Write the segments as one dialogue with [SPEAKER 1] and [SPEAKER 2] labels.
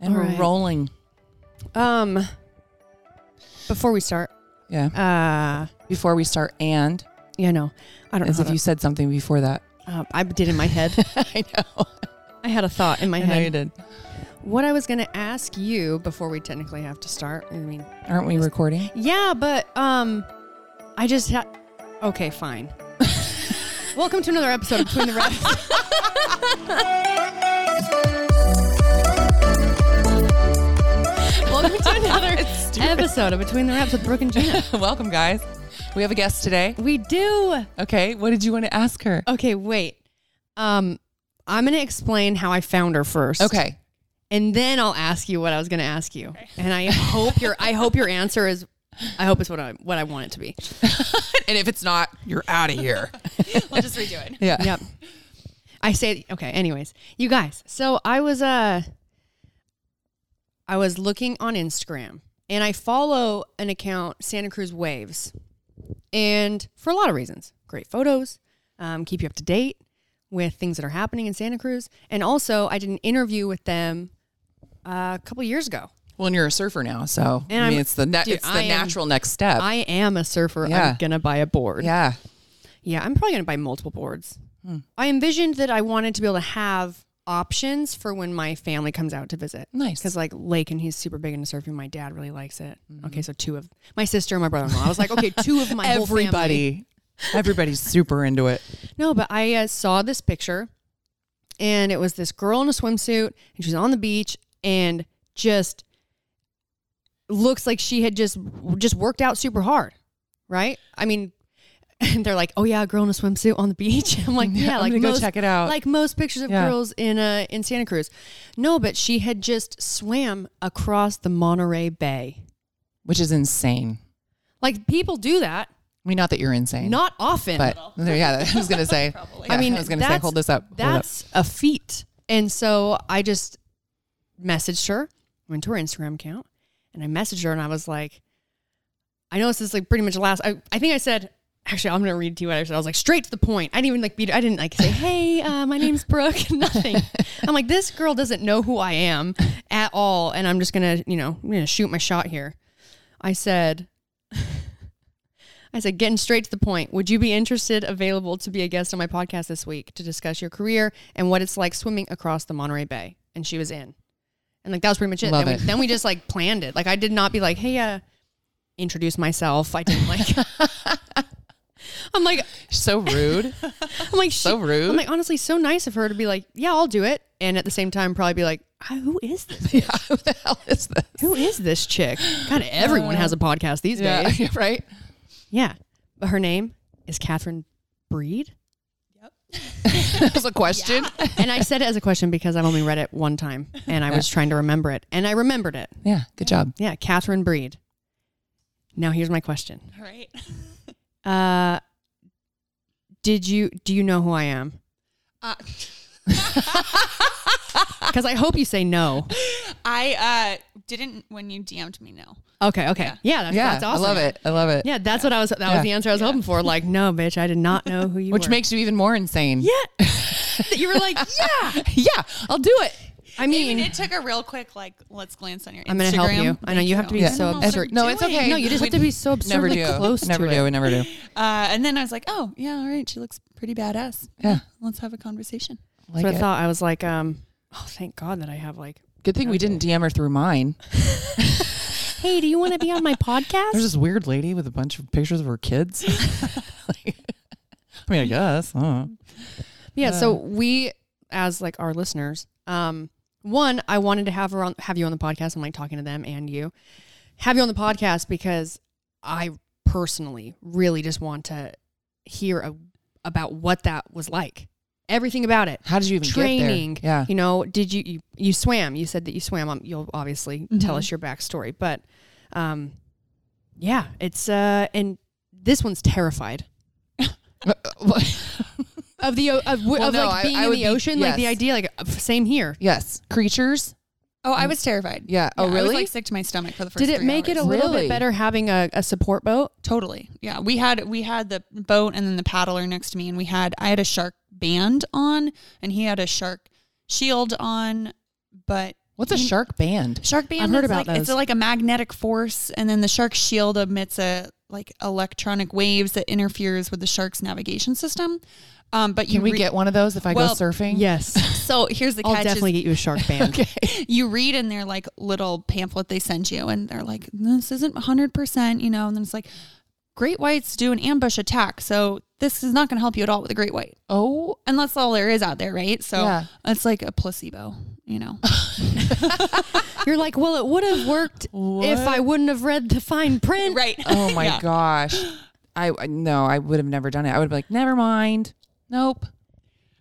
[SPEAKER 1] And
[SPEAKER 2] All
[SPEAKER 1] we're
[SPEAKER 2] right.
[SPEAKER 1] rolling.
[SPEAKER 2] Um, before we start,
[SPEAKER 1] Yeah.
[SPEAKER 2] uh,
[SPEAKER 1] Before we start, and
[SPEAKER 2] yeah, no, I don't
[SPEAKER 1] as
[SPEAKER 2] know.
[SPEAKER 1] if
[SPEAKER 2] How
[SPEAKER 1] you
[SPEAKER 2] to,
[SPEAKER 1] said something before that.
[SPEAKER 2] uh, I did in my head.
[SPEAKER 1] I know.
[SPEAKER 2] I had a thought in my
[SPEAKER 1] I know you
[SPEAKER 2] head.
[SPEAKER 1] did.
[SPEAKER 2] What I was going to ask you before we technically have to start. I mean,
[SPEAKER 1] Aren't we recording?
[SPEAKER 2] yeah, but um, I just had. Okay, fine. Welcome to another episode of Between the Raps. Welcome to another episode of Between the Raps with Brooke and Gina.
[SPEAKER 1] Welcome, guys. We have a guest today.
[SPEAKER 2] We do.
[SPEAKER 1] Okay. What did you want to ask her?
[SPEAKER 2] Okay, wait. Um, I'm gonna explain how I found her first.
[SPEAKER 1] Okay.
[SPEAKER 2] and then I'll ask you what I was gonna ask you, and I hope your I hope your answer is, I hope it's what I what I want it to be.
[SPEAKER 1] And if it's not, you're out of here.
[SPEAKER 3] We'll just redo it.
[SPEAKER 1] yeah.
[SPEAKER 2] Yep. I say okay. Anyways, you guys. So I was uh, I was looking on Instagram, and I follow an account Santa Cruz Waves, and for a lot of reasons, great photos, um, keep you up to date with things that are happening in Santa Cruz, and also I did an interview with them uh, a couple years ago.
[SPEAKER 1] Well, and you're a surfer now, so
[SPEAKER 2] And
[SPEAKER 1] I mean,
[SPEAKER 2] I'm-
[SPEAKER 1] it's the ne-
[SPEAKER 2] dude,
[SPEAKER 1] it's the
[SPEAKER 2] I am-
[SPEAKER 1] natural next step.
[SPEAKER 2] I am a surfer.
[SPEAKER 1] Yeah.
[SPEAKER 2] I'm gonna buy a board.
[SPEAKER 1] yeah.
[SPEAKER 2] Yeah, I'm probably going to buy multiple boards.
[SPEAKER 1] Hmm.
[SPEAKER 2] I envisioned that I wanted to be able to have options for when my family comes out to visit.
[SPEAKER 1] Nice.
[SPEAKER 2] Because, like, Lake and he's super big into surfing. My dad really likes it.
[SPEAKER 1] Mm-hmm.
[SPEAKER 2] Okay, so two of my sister and my brother in law. I was like, okay, two of my whole family.
[SPEAKER 1] Everybody, everybody's super into it.
[SPEAKER 2] No, but I uh, saw this picture and it was this girl in a swimsuit and she's on the beach and just looks like she had just just worked out super hard, right? I mean, and they're like, "Oh yeah, a girl in a swimsuit on the beach." I'm like, "Yeah,
[SPEAKER 1] I'm
[SPEAKER 2] like
[SPEAKER 1] gonna go
[SPEAKER 2] most-
[SPEAKER 1] check it out.
[SPEAKER 2] Like most pictures of
[SPEAKER 1] Yeah.
[SPEAKER 2] girls in uh in Santa Cruz. No, but she had just swam across the Monterey Bay.
[SPEAKER 1] which is insane.
[SPEAKER 2] Like people do that,
[SPEAKER 1] I mean, not that you're insane,
[SPEAKER 2] not often.
[SPEAKER 1] but yeah, I was gonna say.
[SPEAKER 3] Probably.
[SPEAKER 1] yeah,
[SPEAKER 2] I mean,
[SPEAKER 1] I was gonna say,
[SPEAKER 2] that's-
[SPEAKER 1] hold this up. hold it up.
[SPEAKER 2] That's a feat. And so I just messaged her, went to her Instagram account, and I messaged her and I was like, I know this is like pretty much the last. I, I think I said, actually, I'm going to read to you what I said. I was like, straight to the point. I didn't even like beat I didn't like say, hey, uh, my name's Brooke. Nothing. I'm like, this girl doesn't know who I am at all. And I'm just going to, you know, I'm going to shoot my shot here. I said, I said, getting straight to the point, would you be interested, available to be a guest on my podcast this week to discuss your career and what it's like swimming across the Monterey Bay? And she was in. And like, that was pretty much it.
[SPEAKER 1] Love
[SPEAKER 2] then,
[SPEAKER 1] it.
[SPEAKER 2] We, then we just like planned it. Like, I did not be like, hey, uh, introduce myself. I didn't like. I'm like,
[SPEAKER 1] so rude.
[SPEAKER 2] I'm like,
[SPEAKER 1] so
[SPEAKER 2] she-
[SPEAKER 1] rude.
[SPEAKER 2] I'm like, honestly, so nice of her to be like, yeah, I'll do it, and at the same time, probably be like, "Ah, who is this?
[SPEAKER 1] yeah, who the hell is this?
[SPEAKER 2] Who is this chick? Kind of everyone has a podcast these
[SPEAKER 1] Yeah,
[SPEAKER 2] days.
[SPEAKER 1] right.
[SPEAKER 2] Yeah, but her name is Catherine Breed,
[SPEAKER 1] That was a question. Yeah.
[SPEAKER 2] and I said it as a question because I've only read it one time, and I was trying to remember it, and I remembered it.
[SPEAKER 1] good job.
[SPEAKER 2] Yeah, Catherine Breed. Now here's my question:
[SPEAKER 3] All right.
[SPEAKER 2] uh, Did you do you know who I am?
[SPEAKER 3] Uh,
[SPEAKER 2] Because I hope you say no.
[SPEAKER 3] I uh, didn't when you DM'd me. No.
[SPEAKER 2] Okay, okay. Yeah, that's,
[SPEAKER 1] Yeah,
[SPEAKER 2] that's awesome.
[SPEAKER 1] I love it. I love it.
[SPEAKER 2] Yeah, that's what I was that
[SPEAKER 1] Yeah.
[SPEAKER 2] was the answer I was hoping for. Like, no, bitch, I did not know who you
[SPEAKER 1] Which
[SPEAKER 2] were.
[SPEAKER 1] makes you even more insane.
[SPEAKER 2] Yeah. you were like, yeah.
[SPEAKER 1] yeah, I'll do it.
[SPEAKER 2] I
[SPEAKER 3] I mean,
[SPEAKER 2] mean,
[SPEAKER 3] it took a real quick like let's glance on your. Instagram.
[SPEAKER 2] I'm gonna help you. I know
[SPEAKER 3] Thank
[SPEAKER 2] you have to be
[SPEAKER 1] Yeah.
[SPEAKER 3] I
[SPEAKER 2] so
[SPEAKER 3] don't know what
[SPEAKER 2] absurd.
[SPEAKER 3] I'm
[SPEAKER 1] No, it's
[SPEAKER 3] doing.
[SPEAKER 1] okay.
[SPEAKER 2] no, you just have to be so
[SPEAKER 1] Never
[SPEAKER 2] absurdly
[SPEAKER 1] do.
[SPEAKER 2] close
[SPEAKER 1] never
[SPEAKER 2] to
[SPEAKER 1] do.
[SPEAKER 2] it.
[SPEAKER 1] We never do.
[SPEAKER 3] Uh, and then I was like, oh yeah, all right. She looks pretty badass.
[SPEAKER 1] Yeah.
[SPEAKER 3] Let's have a conversation.
[SPEAKER 2] That's
[SPEAKER 1] Like
[SPEAKER 2] what I
[SPEAKER 1] it.
[SPEAKER 2] thought. I was like, um, oh, thank God that I have like,
[SPEAKER 1] Good thing we didn't DM her through mine.
[SPEAKER 2] hey, do you want to be on my
[SPEAKER 1] There's
[SPEAKER 2] podcast?
[SPEAKER 1] this weird lady with a bunch of pictures of her kids. Like, I mean, I guess. I don't know.
[SPEAKER 2] Yeah. So we, as like our listeners, um, one, I wanted to have her on, have you on the podcast. I'm like talking to them and you, have you on the podcast because I personally really just want to hear a, about what that was like, everything about it.
[SPEAKER 1] How did you even
[SPEAKER 2] training.
[SPEAKER 1] get there? Yeah.
[SPEAKER 2] You know, did you, you you swam? You said that you swam. Um, you'll obviously
[SPEAKER 1] Mm-hmm.
[SPEAKER 2] tell us your backstory, but um, yeah, it's uh, and this one's terrified of the o- of, w
[SPEAKER 1] Well,
[SPEAKER 2] of
[SPEAKER 1] no, I-
[SPEAKER 2] like being
[SPEAKER 1] I
[SPEAKER 2] in
[SPEAKER 1] would
[SPEAKER 2] the
[SPEAKER 1] be-
[SPEAKER 2] ocean. Like the
[SPEAKER 1] yes.
[SPEAKER 2] idea, like uh, same here.
[SPEAKER 1] yes, creatures.
[SPEAKER 3] Oh, I was terrified.
[SPEAKER 1] Yeah. Oh,
[SPEAKER 3] I was
[SPEAKER 1] really?
[SPEAKER 3] like sick to my stomach for the first.
[SPEAKER 2] Did it
[SPEAKER 3] three
[SPEAKER 2] make it a
[SPEAKER 3] hours.
[SPEAKER 2] little
[SPEAKER 1] Really?
[SPEAKER 2] bit better having a, a support boat?
[SPEAKER 3] Totally. Yeah. We had we had the boat and then the paddler next to me and we had I had a shark band on and he had a shark shield on, but
[SPEAKER 1] What's a shark band?
[SPEAKER 3] Shark band.
[SPEAKER 2] heard
[SPEAKER 3] is
[SPEAKER 2] about
[SPEAKER 3] like, It's
[SPEAKER 2] those.
[SPEAKER 3] like a magnetic force, and then the shark shield emits a like electronic waves that interferes with the shark's navigation system. Um, but you
[SPEAKER 1] Can we
[SPEAKER 3] re-
[SPEAKER 1] get one of those if I go
[SPEAKER 3] Well,
[SPEAKER 1] surfing?
[SPEAKER 2] Yes.
[SPEAKER 3] so here's the
[SPEAKER 2] I'll
[SPEAKER 3] catch: is
[SPEAKER 2] definitely get you a shark band.
[SPEAKER 3] you read in their like little pamphlet they send you, and they're like, "This isn't 100 percent," you know, and then it's like, "Great whites do an ambush attack, so this is not going to help you at all with a great white."
[SPEAKER 1] Oh,
[SPEAKER 3] And that's all there is out there, right? So
[SPEAKER 1] Yeah.
[SPEAKER 3] it's like a placebo, you know.
[SPEAKER 2] You're like, well, it would have worked if I wouldn't have read the fine print.
[SPEAKER 3] right.
[SPEAKER 1] oh my gosh. I I- no, I would have never done it. I would have been like, never mind. Nope.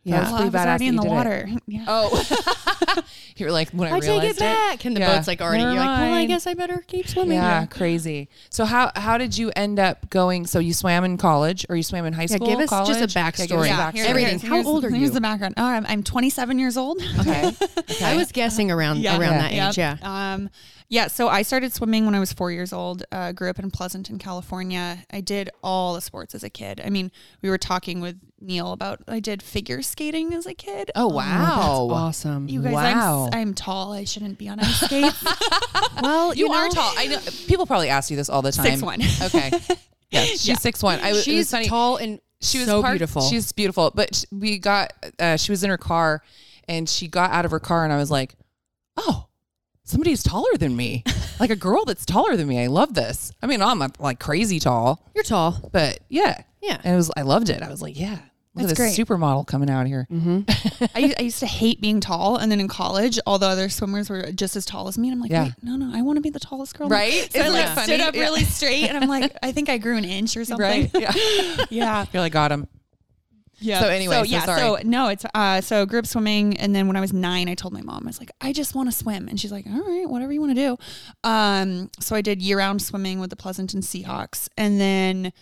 [SPEAKER 2] Yeah.
[SPEAKER 1] That's
[SPEAKER 3] Well, I
[SPEAKER 1] pretty badass
[SPEAKER 3] was
[SPEAKER 1] that
[SPEAKER 3] already in
[SPEAKER 1] you
[SPEAKER 3] the
[SPEAKER 1] did it.
[SPEAKER 3] water. Yeah.
[SPEAKER 1] Oh, you were like when I,
[SPEAKER 2] I
[SPEAKER 1] realized
[SPEAKER 2] take it back. And the
[SPEAKER 1] Yeah.
[SPEAKER 2] boat's like already,
[SPEAKER 1] Never
[SPEAKER 2] you're like, well, I
[SPEAKER 1] mind.
[SPEAKER 2] guess I better keep swimming.
[SPEAKER 1] Yeah, crazy. So how how did you end up going? So you swam in college, or you swam in high
[SPEAKER 2] Yeah,
[SPEAKER 1] school?
[SPEAKER 2] give us just a
[SPEAKER 1] college? Yeah, give us
[SPEAKER 2] backstory.
[SPEAKER 1] a
[SPEAKER 2] Yeah,
[SPEAKER 1] backstory.
[SPEAKER 2] here's- Everything. How old are
[SPEAKER 3] Here's
[SPEAKER 2] you?
[SPEAKER 3] the background. Oh, I'm, I'm 27 years old.
[SPEAKER 1] Okay. okay.
[SPEAKER 2] I was guessing around
[SPEAKER 3] Yeah.
[SPEAKER 2] around
[SPEAKER 1] Yeah.
[SPEAKER 2] that age. Yeah.
[SPEAKER 3] Yep. Um, yeah. So I started swimming when I was four years old. Uh, grew up in Pleasanton, California. I did all the sports as a kid. I mean, we were talking with Neil about I did figure skating as a kid.
[SPEAKER 1] Oh wow!
[SPEAKER 2] Awesome.
[SPEAKER 3] You guys,
[SPEAKER 1] wow.
[SPEAKER 3] I'm, I'm tall. I shouldn't be on ice skates.
[SPEAKER 2] well,
[SPEAKER 1] you,
[SPEAKER 2] you,
[SPEAKER 1] are
[SPEAKER 2] know,
[SPEAKER 1] tall. I know people probably ask you this all the time.
[SPEAKER 3] 6'1".
[SPEAKER 1] Okay. Yeah, she's six one. I was, it was
[SPEAKER 2] She's
[SPEAKER 1] funny.
[SPEAKER 2] tall and
[SPEAKER 1] She was
[SPEAKER 2] so
[SPEAKER 1] parked-
[SPEAKER 2] beautiful.
[SPEAKER 1] She's beautiful. But sh- we got. Uh, she was in her car, and she got out of her car, and I was like, "Oh, somebody's taller than me. Like a girl that's taller than me. I love this. I mean, I'm not like crazy tall,
[SPEAKER 2] you're tall.
[SPEAKER 1] but yeah,
[SPEAKER 2] Yeah.
[SPEAKER 1] And it was. I loved it. I was like, "Yeah, look at
[SPEAKER 3] That's
[SPEAKER 1] this
[SPEAKER 3] great.
[SPEAKER 1] supermodel coming out here."
[SPEAKER 2] Mm-hmm.
[SPEAKER 3] I, I used to hate being tall, and then in college, all the other swimmers were just as tall as me, and I'm like,
[SPEAKER 1] Yeah.
[SPEAKER 3] Wait, no, no, I want to be the tallest girl,
[SPEAKER 1] Right?
[SPEAKER 3] So I
[SPEAKER 1] Isn't
[SPEAKER 3] like
[SPEAKER 1] that
[SPEAKER 3] stood
[SPEAKER 1] funny?
[SPEAKER 3] up
[SPEAKER 1] Yeah.
[SPEAKER 3] really straight, and I'm like, I think I grew an inch or something.
[SPEAKER 1] Right? Yeah.
[SPEAKER 3] Yeah.
[SPEAKER 1] I feel like got him.
[SPEAKER 3] Yeah.
[SPEAKER 1] So anyway, so
[SPEAKER 3] yeah.
[SPEAKER 1] sorry.
[SPEAKER 3] So no, it's uh. So grew up swimming, and then when I was nine, I told my mom I was like, I just want to swim, and she's like, All right, whatever you want to do. Um. So I did year-round swimming with the Pleasanton Seahawks, and then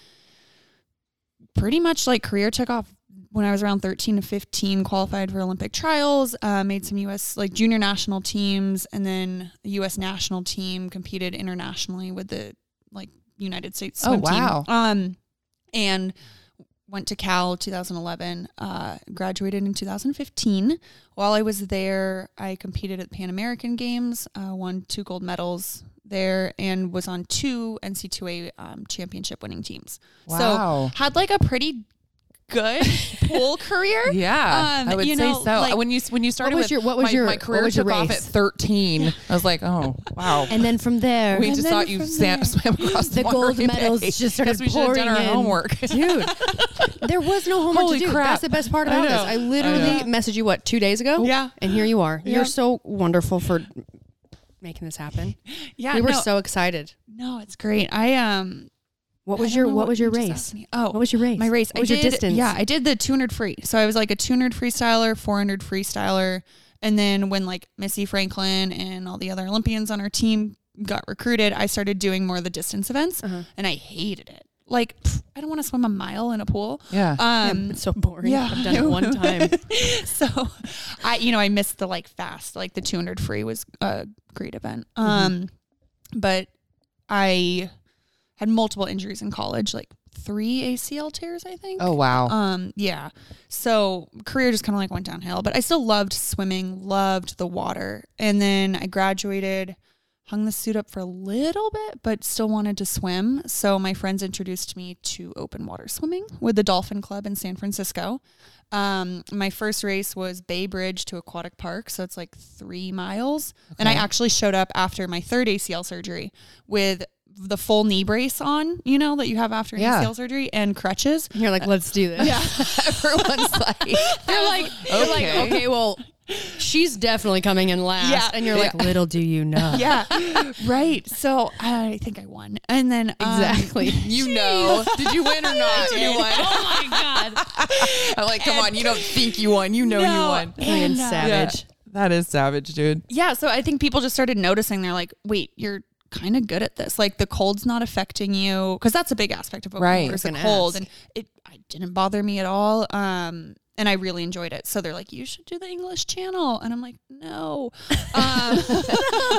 [SPEAKER 3] pretty much like career took off when I was around 13 to 15, qualified for Olympic trials, uh, made some U.S. like junior national teams, and then the U.S. national team competed internationally with the like United States
[SPEAKER 1] Oh,
[SPEAKER 3] swim
[SPEAKER 1] wow.
[SPEAKER 3] team. Um, and went to Cal 2011, uh, graduated in 2015. While I was there, I competed at the Pan American Games, uh, won two gold medals there, and was on two NC2A um, championship winning teams.
[SPEAKER 1] Wow.
[SPEAKER 3] So had like a pretty good pool career.
[SPEAKER 1] Yeah,
[SPEAKER 3] Um,
[SPEAKER 1] I would
[SPEAKER 3] you
[SPEAKER 1] say
[SPEAKER 3] know,
[SPEAKER 1] so.
[SPEAKER 3] like-
[SPEAKER 1] when you when you started
[SPEAKER 2] was
[SPEAKER 1] with
[SPEAKER 2] your- what was
[SPEAKER 1] my,
[SPEAKER 2] your-
[SPEAKER 1] my career
[SPEAKER 2] what was your
[SPEAKER 1] took off at
[SPEAKER 2] race?
[SPEAKER 1] thirteen. I was like, oh wow.
[SPEAKER 2] And then from there,
[SPEAKER 1] we just
[SPEAKER 3] then
[SPEAKER 1] thought you
[SPEAKER 3] from
[SPEAKER 1] sam-
[SPEAKER 3] there-
[SPEAKER 1] swam across the,
[SPEAKER 2] The gold
[SPEAKER 1] water every
[SPEAKER 2] medals
[SPEAKER 1] day.
[SPEAKER 2] just started
[SPEAKER 1] Guess we should have done
[SPEAKER 2] pouring
[SPEAKER 1] our
[SPEAKER 2] in.
[SPEAKER 1] homework.
[SPEAKER 2] dude, there was no homework
[SPEAKER 1] Holy
[SPEAKER 2] to do.
[SPEAKER 1] crap.
[SPEAKER 2] That's the best part
[SPEAKER 1] I
[SPEAKER 2] about this.
[SPEAKER 1] know.
[SPEAKER 2] I literally messaged you what two days ago.
[SPEAKER 3] Yeah.
[SPEAKER 2] and here you are.
[SPEAKER 3] Yeah.
[SPEAKER 2] You're so wonderful for making this happen.
[SPEAKER 3] Yeah.
[SPEAKER 2] we were
[SPEAKER 3] no,
[SPEAKER 2] so excited.
[SPEAKER 3] no, it's great. I um
[SPEAKER 2] What
[SPEAKER 3] I
[SPEAKER 2] was
[SPEAKER 3] don't
[SPEAKER 2] your
[SPEAKER 3] know
[SPEAKER 2] What, was your
[SPEAKER 3] you just asked
[SPEAKER 2] race?
[SPEAKER 3] me. Oh,
[SPEAKER 2] What was your race?
[SPEAKER 3] My race.
[SPEAKER 2] What was
[SPEAKER 3] I
[SPEAKER 2] your
[SPEAKER 3] did-
[SPEAKER 2] distance?
[SPEAKER 3] Yeah, I did the 200 free. So I was like a 200 freestyler, 400 freestyler, and then when like Missy Franklin and all the other Olympians on our team got recruited, I started doing more of the distance events,
[SPEAKER 2] Uh-huh.
[SPEAKER 3] and I hated it. Like pff, I don't want to swim a mile in a pool.
[SPEAKER 1] Yeah.
[SPEAKER 3] Um.
[SPEAKER 2] It's so boring.
[SPEAKER 3] yeah.
[SPEAKER 2] I've done it one time.
[SPEAKER 3] so I, you know, I missed the like fast, like the 200 free was a great event.
[SPEAKER 2] Mm-hmm.
[SPEAKER 3] Um, but I had multiple injuries in college, like three ACL tears, I think.
[SPEAKER 1] oh wow.
[SPEAKER 3] Um, yeah. So career just kind of like went downhill, but I still loved swimming, loved the water. And then I graduated, hung the suit up for a little bit, but still wanted to swim. So my friends introduced me to open water swimming with the Dolphin Club in San Francisco. Um, my first race was Bay Bridge to Aquatic Park, so it's like three miles. And I actually showed up after my third ACL surgery with the full knee brace on, you know, that you have after an
[SPEAKER 1] Yeah.
[SPEAKER 3] ACL surgery and crutches.
[SPEAKER 2] You're like, let's do this. Yeah.
[SPEAKER 1] Everyone's like,
[SPEAKER 2] You're like, you're like,
[SPEAKER 1] Okay.
[SPEAKER 2] okay, well, she's definitely coming in last.
[SPEAKER 3] Yeah.
[SPEAKER 2] And you're like, little do you know.
[SPEAKER 3] yeah, right. So I think I won, and then um,
[SPEAKER 2] Exactly.
[SPEAKER 1] you know, did you win or not? You won.
[SPEAKER 3] oh my god!
[SPEAKER 1] I'm like, come on, you don't think you won. You know you
[SPEAKER 3] No.
[SPEAKER 1] won.
[SPEAKER 2] Being
[SPEAKER 3] And, uh,
[SPEAKER 2] savage.
[SPEAKER 1] That is savage, dude.
[SPEAKER 3] Yeah, so I think people just started noticing. They're like, "Wait, you're kind of good at this. Like the cold's not affecting you because that's a big aspect of open
[SPEAKER 1] Right.
[SPEAKER 3] water
[SPEAKER 1] I
[SPEAKER 3] is
[SPEAKER 1] was
[SPEAKER 3] the
[SPEAKER 2] gonna
[SPEAKER 3] cold,
[SPEAKER 2] ask.
[SPEAKER 3] and it I didn't bother me at all. Um, and I really enjoyed it. So they're like, "You should do the English Channel," and I'm like, "No," um,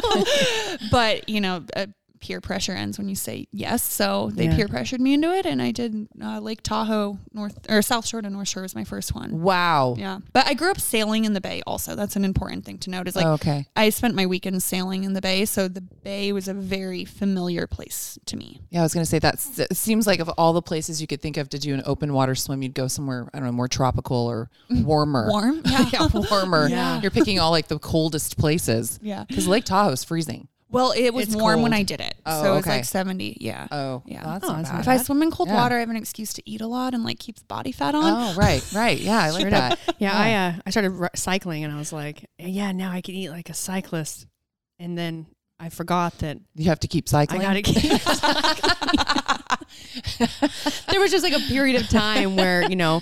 [SPEAKER 3] but you know. Uh, peer pressure ends when you say yes. So they
[SPEAKER 2] Yeah.
[SPEAKER 3] peer pressured me into it, and I did uh, Lake Tahoe, North or South Shore to North Shore was my first one.
[SPEAKER 1] Wow.
[SPEAKER 3] Yeah, but I grew up sailing in the bay. Also, that's an important thing to note. Is like
[SPEAKER 1] Oh, okay.
[SPEAKER 3] I spent my weekends sailing in the bay, so the bay was a very familiar place to me.
[SPEAKER 1] Yeah, I was going to say that s- it seems like of all the places you could think of to do an open water swim, you'd go somewhere, I don't know, more tropical or warmer.
[SPEAKER 3] Warm, yeah,
[SPEAKER 1] yeah, warmer.
[SPEAKER 2] Yeah.
[SPEAKER 1] You're picking all like the coldest places.
[SPEAKER 3] Yeah.
[SPEAKER 1] Because Lake Tahoe's freezing.
[SPEAKER 3] Well, it was
[SPEAKER 2] It's
[SPEAKER 3] warm when
[SPEAKER 2] cold.
[SPEAKER 3] I did it,
[SPEAKER 1] Oh,
[SPEAKER 3] so it was
[SPEAKER 1] okay.
[SPEAKER 3] like seventy. Yeah.
[SPEAKER 1] Oh,
[SPEAKER 3] Yeah.
[SPEAKER 1] well, that's
[SPEAKER 2] Oh,
[SPEAKER 1] not
[SPEAKER 2] that's
[SPEAKER 1] bad.
[SPEAKER 2] not
[SPEAKER 3] if I swim in cold
[SPEAKER 1] Yeah.
[SPEAKER 3] water, I have an excuse to eat a lot and like keep the body fat on.
[SPEAKER 1] Oh, right, right. Yeah, I like that.
[SPEAKER 2] Yeah, I uh, I started r- cycling and I was like, yeah, now I can eat like a cyclist. And then I forgot that
[SPEAKER 1] You have to keep cycling.
[SPEAKER 2] I got to keep. there was just like a period of time where you know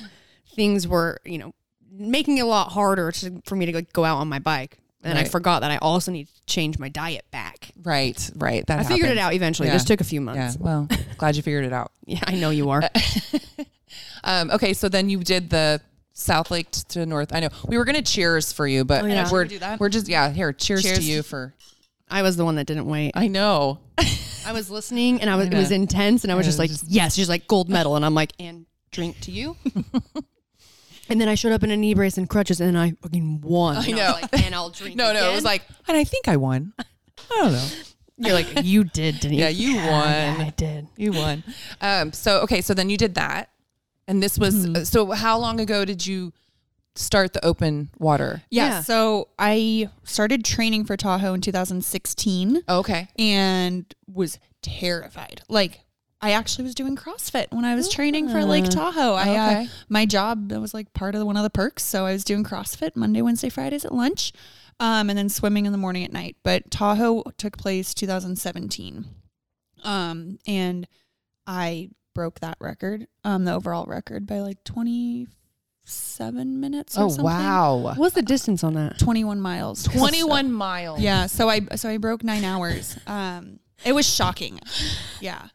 [SPEAKER 2] things were you know making it a lot harder to, for me to like, go out on my bike. And I
[SPEAKER 1] Right.
[SPEAKER 2] forgot that I also need to change my diet back.
[SPEAKER 1] Right, right. That
[SPEAKER 2] I figured it out eventually.
[SPEAKER 1] Yeah.
[SPEAKER 2] It just took a few
[SPEAKER 1] Yeah,
[SPEAKER 2] months.
[SPEAKER 1] well, glad you figured it out.
[SPEAKER 2] Yeah, I know you are.
[SPEAKER 1] Um, okay, so then you did the South Lake t- to North. I know we were going to cheers for you, but
[SPEAKER 2] Oh, yeah.
[SPEAKER 1] we're,
[SPEAKER 3] Do that.
[SPEAKER 1] we're just, yeah, here, cheers, to
[SPEAKER 3] Cheers.
[SPEAKER 1] you for.
[SPEAKER 2] I was the one that didn't wait.
[SPEAKER 1] I know.
[SPEAKER 2] I was listening and I was it
[SPEAKER 1] Yeah.
[SPEAKER 2] was intense and I was
[SPEAKER 1] Yeah,
[SPEAKER 2] just like, yes, she's like gold medal. And I'm like, and drink to you. and then I showed up in a knee brace and crutches and I fucking won. I
[SPEAKER 1] know.
[SPEAKER 2] was like, and I'll drink.
[SPEAKER 1] No, no, it
[SPEAKER 2] again."
[SPEAKER 1] was like, and I think I won. I don't know.
[SPEAKER 2] you're like, you did, didn't you?
[SPEAKER 1] Yeah, you
[SPEAKER 2] yeah,
[SPEAKER 1] won.
[SPEAKER 2] I did.
[SPEAKER 1] You won. Um, so okay, so then you did that, and this was so. How long ago did you start the open water?
[SPEAKER 3] Yeah,
[SPEAKER 2] Yeah.
[SPEAKER 3] So I started training for Tahoe in 2016
[SPEAKER 1] Oh, okay.
[SPEAKER 3] and was terrified. Like I actually was doing CrossFit when I was training for Lake Tahoe. I uh,
[SPEAKER 1] Ah, Okay.
[SPEAKER 3] my job that was like part of one of the perks, so I was doing CrossFit Monday, Wednesday, Fridays at lunch, um, and then swimming in the morning at night. But Tahoe took place 2017, um, and I broke that record, um, the overall record by like 27 minutes. Or
[SPEAKER 1] oh
[SPEAKER 3] something.
[SPEAKER 1] wow.
[SPEAKER 2] What was the distance on that?
[SPEAKER 3] 21 miles.
[SPEAKER 1] 21 miles.
[SPEAKER 3] Yeah, so I so I broke nine hours. Um, it was shocking. Yeah,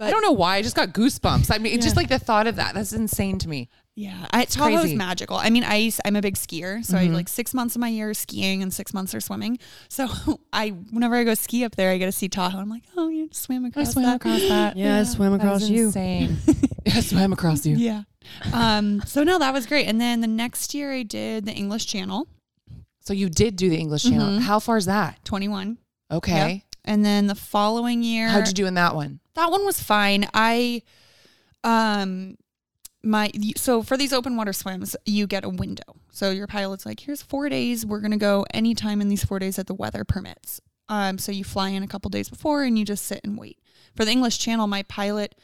[SPEAKER 1] I don't know why. I just got goosebumps. I mean, it's just like the thought of that. That's insane to me.
[SPEAKER 3] yeah. I, Tahoe's
[SPEAKER 1] crazy. Mm-hmm.
[SPEAKER 3] magical. I mean, I used- I'm a big skier, so I like six months of my year are skiing and six months are swimming. So I whenever I go ski up there, I get to see Tahoe. I'm like, oh, you swam across
[SPEAKER 1] swam
[SPEAKER 3] that.
[SPEAKER 1] across that.
[SPEAKER 2] Yeah, I swam across
[SPEAKER 1] That's
[SPEAKER 2] you.
[SPEAKER 1] Insane. I swam across you.
[SPEAKER 3] Yeah. Um. So no, that was great. And then the next year, I did the English Channel,
[SPEAKER 1] So you did do the English Channel.
[SPEAKER 3] Mm-hmm.
[SPEAKER 1] How far is that?
[SPEAKER 3] 21.
[SPEAKER 1] Okay.
[SPEAKER 3] And then the following year,
[SPEAKER 1] How'd you do in that one?
[SPEAKER 3] that one was fine. I, um, my so for these open water swims, you get a window. So your pilot's like, here's four days. We're gonna go anytime in these four days that the weather permits. Um, so you fly in a couple days before and you just sit and wait. For the English Channel, my pilot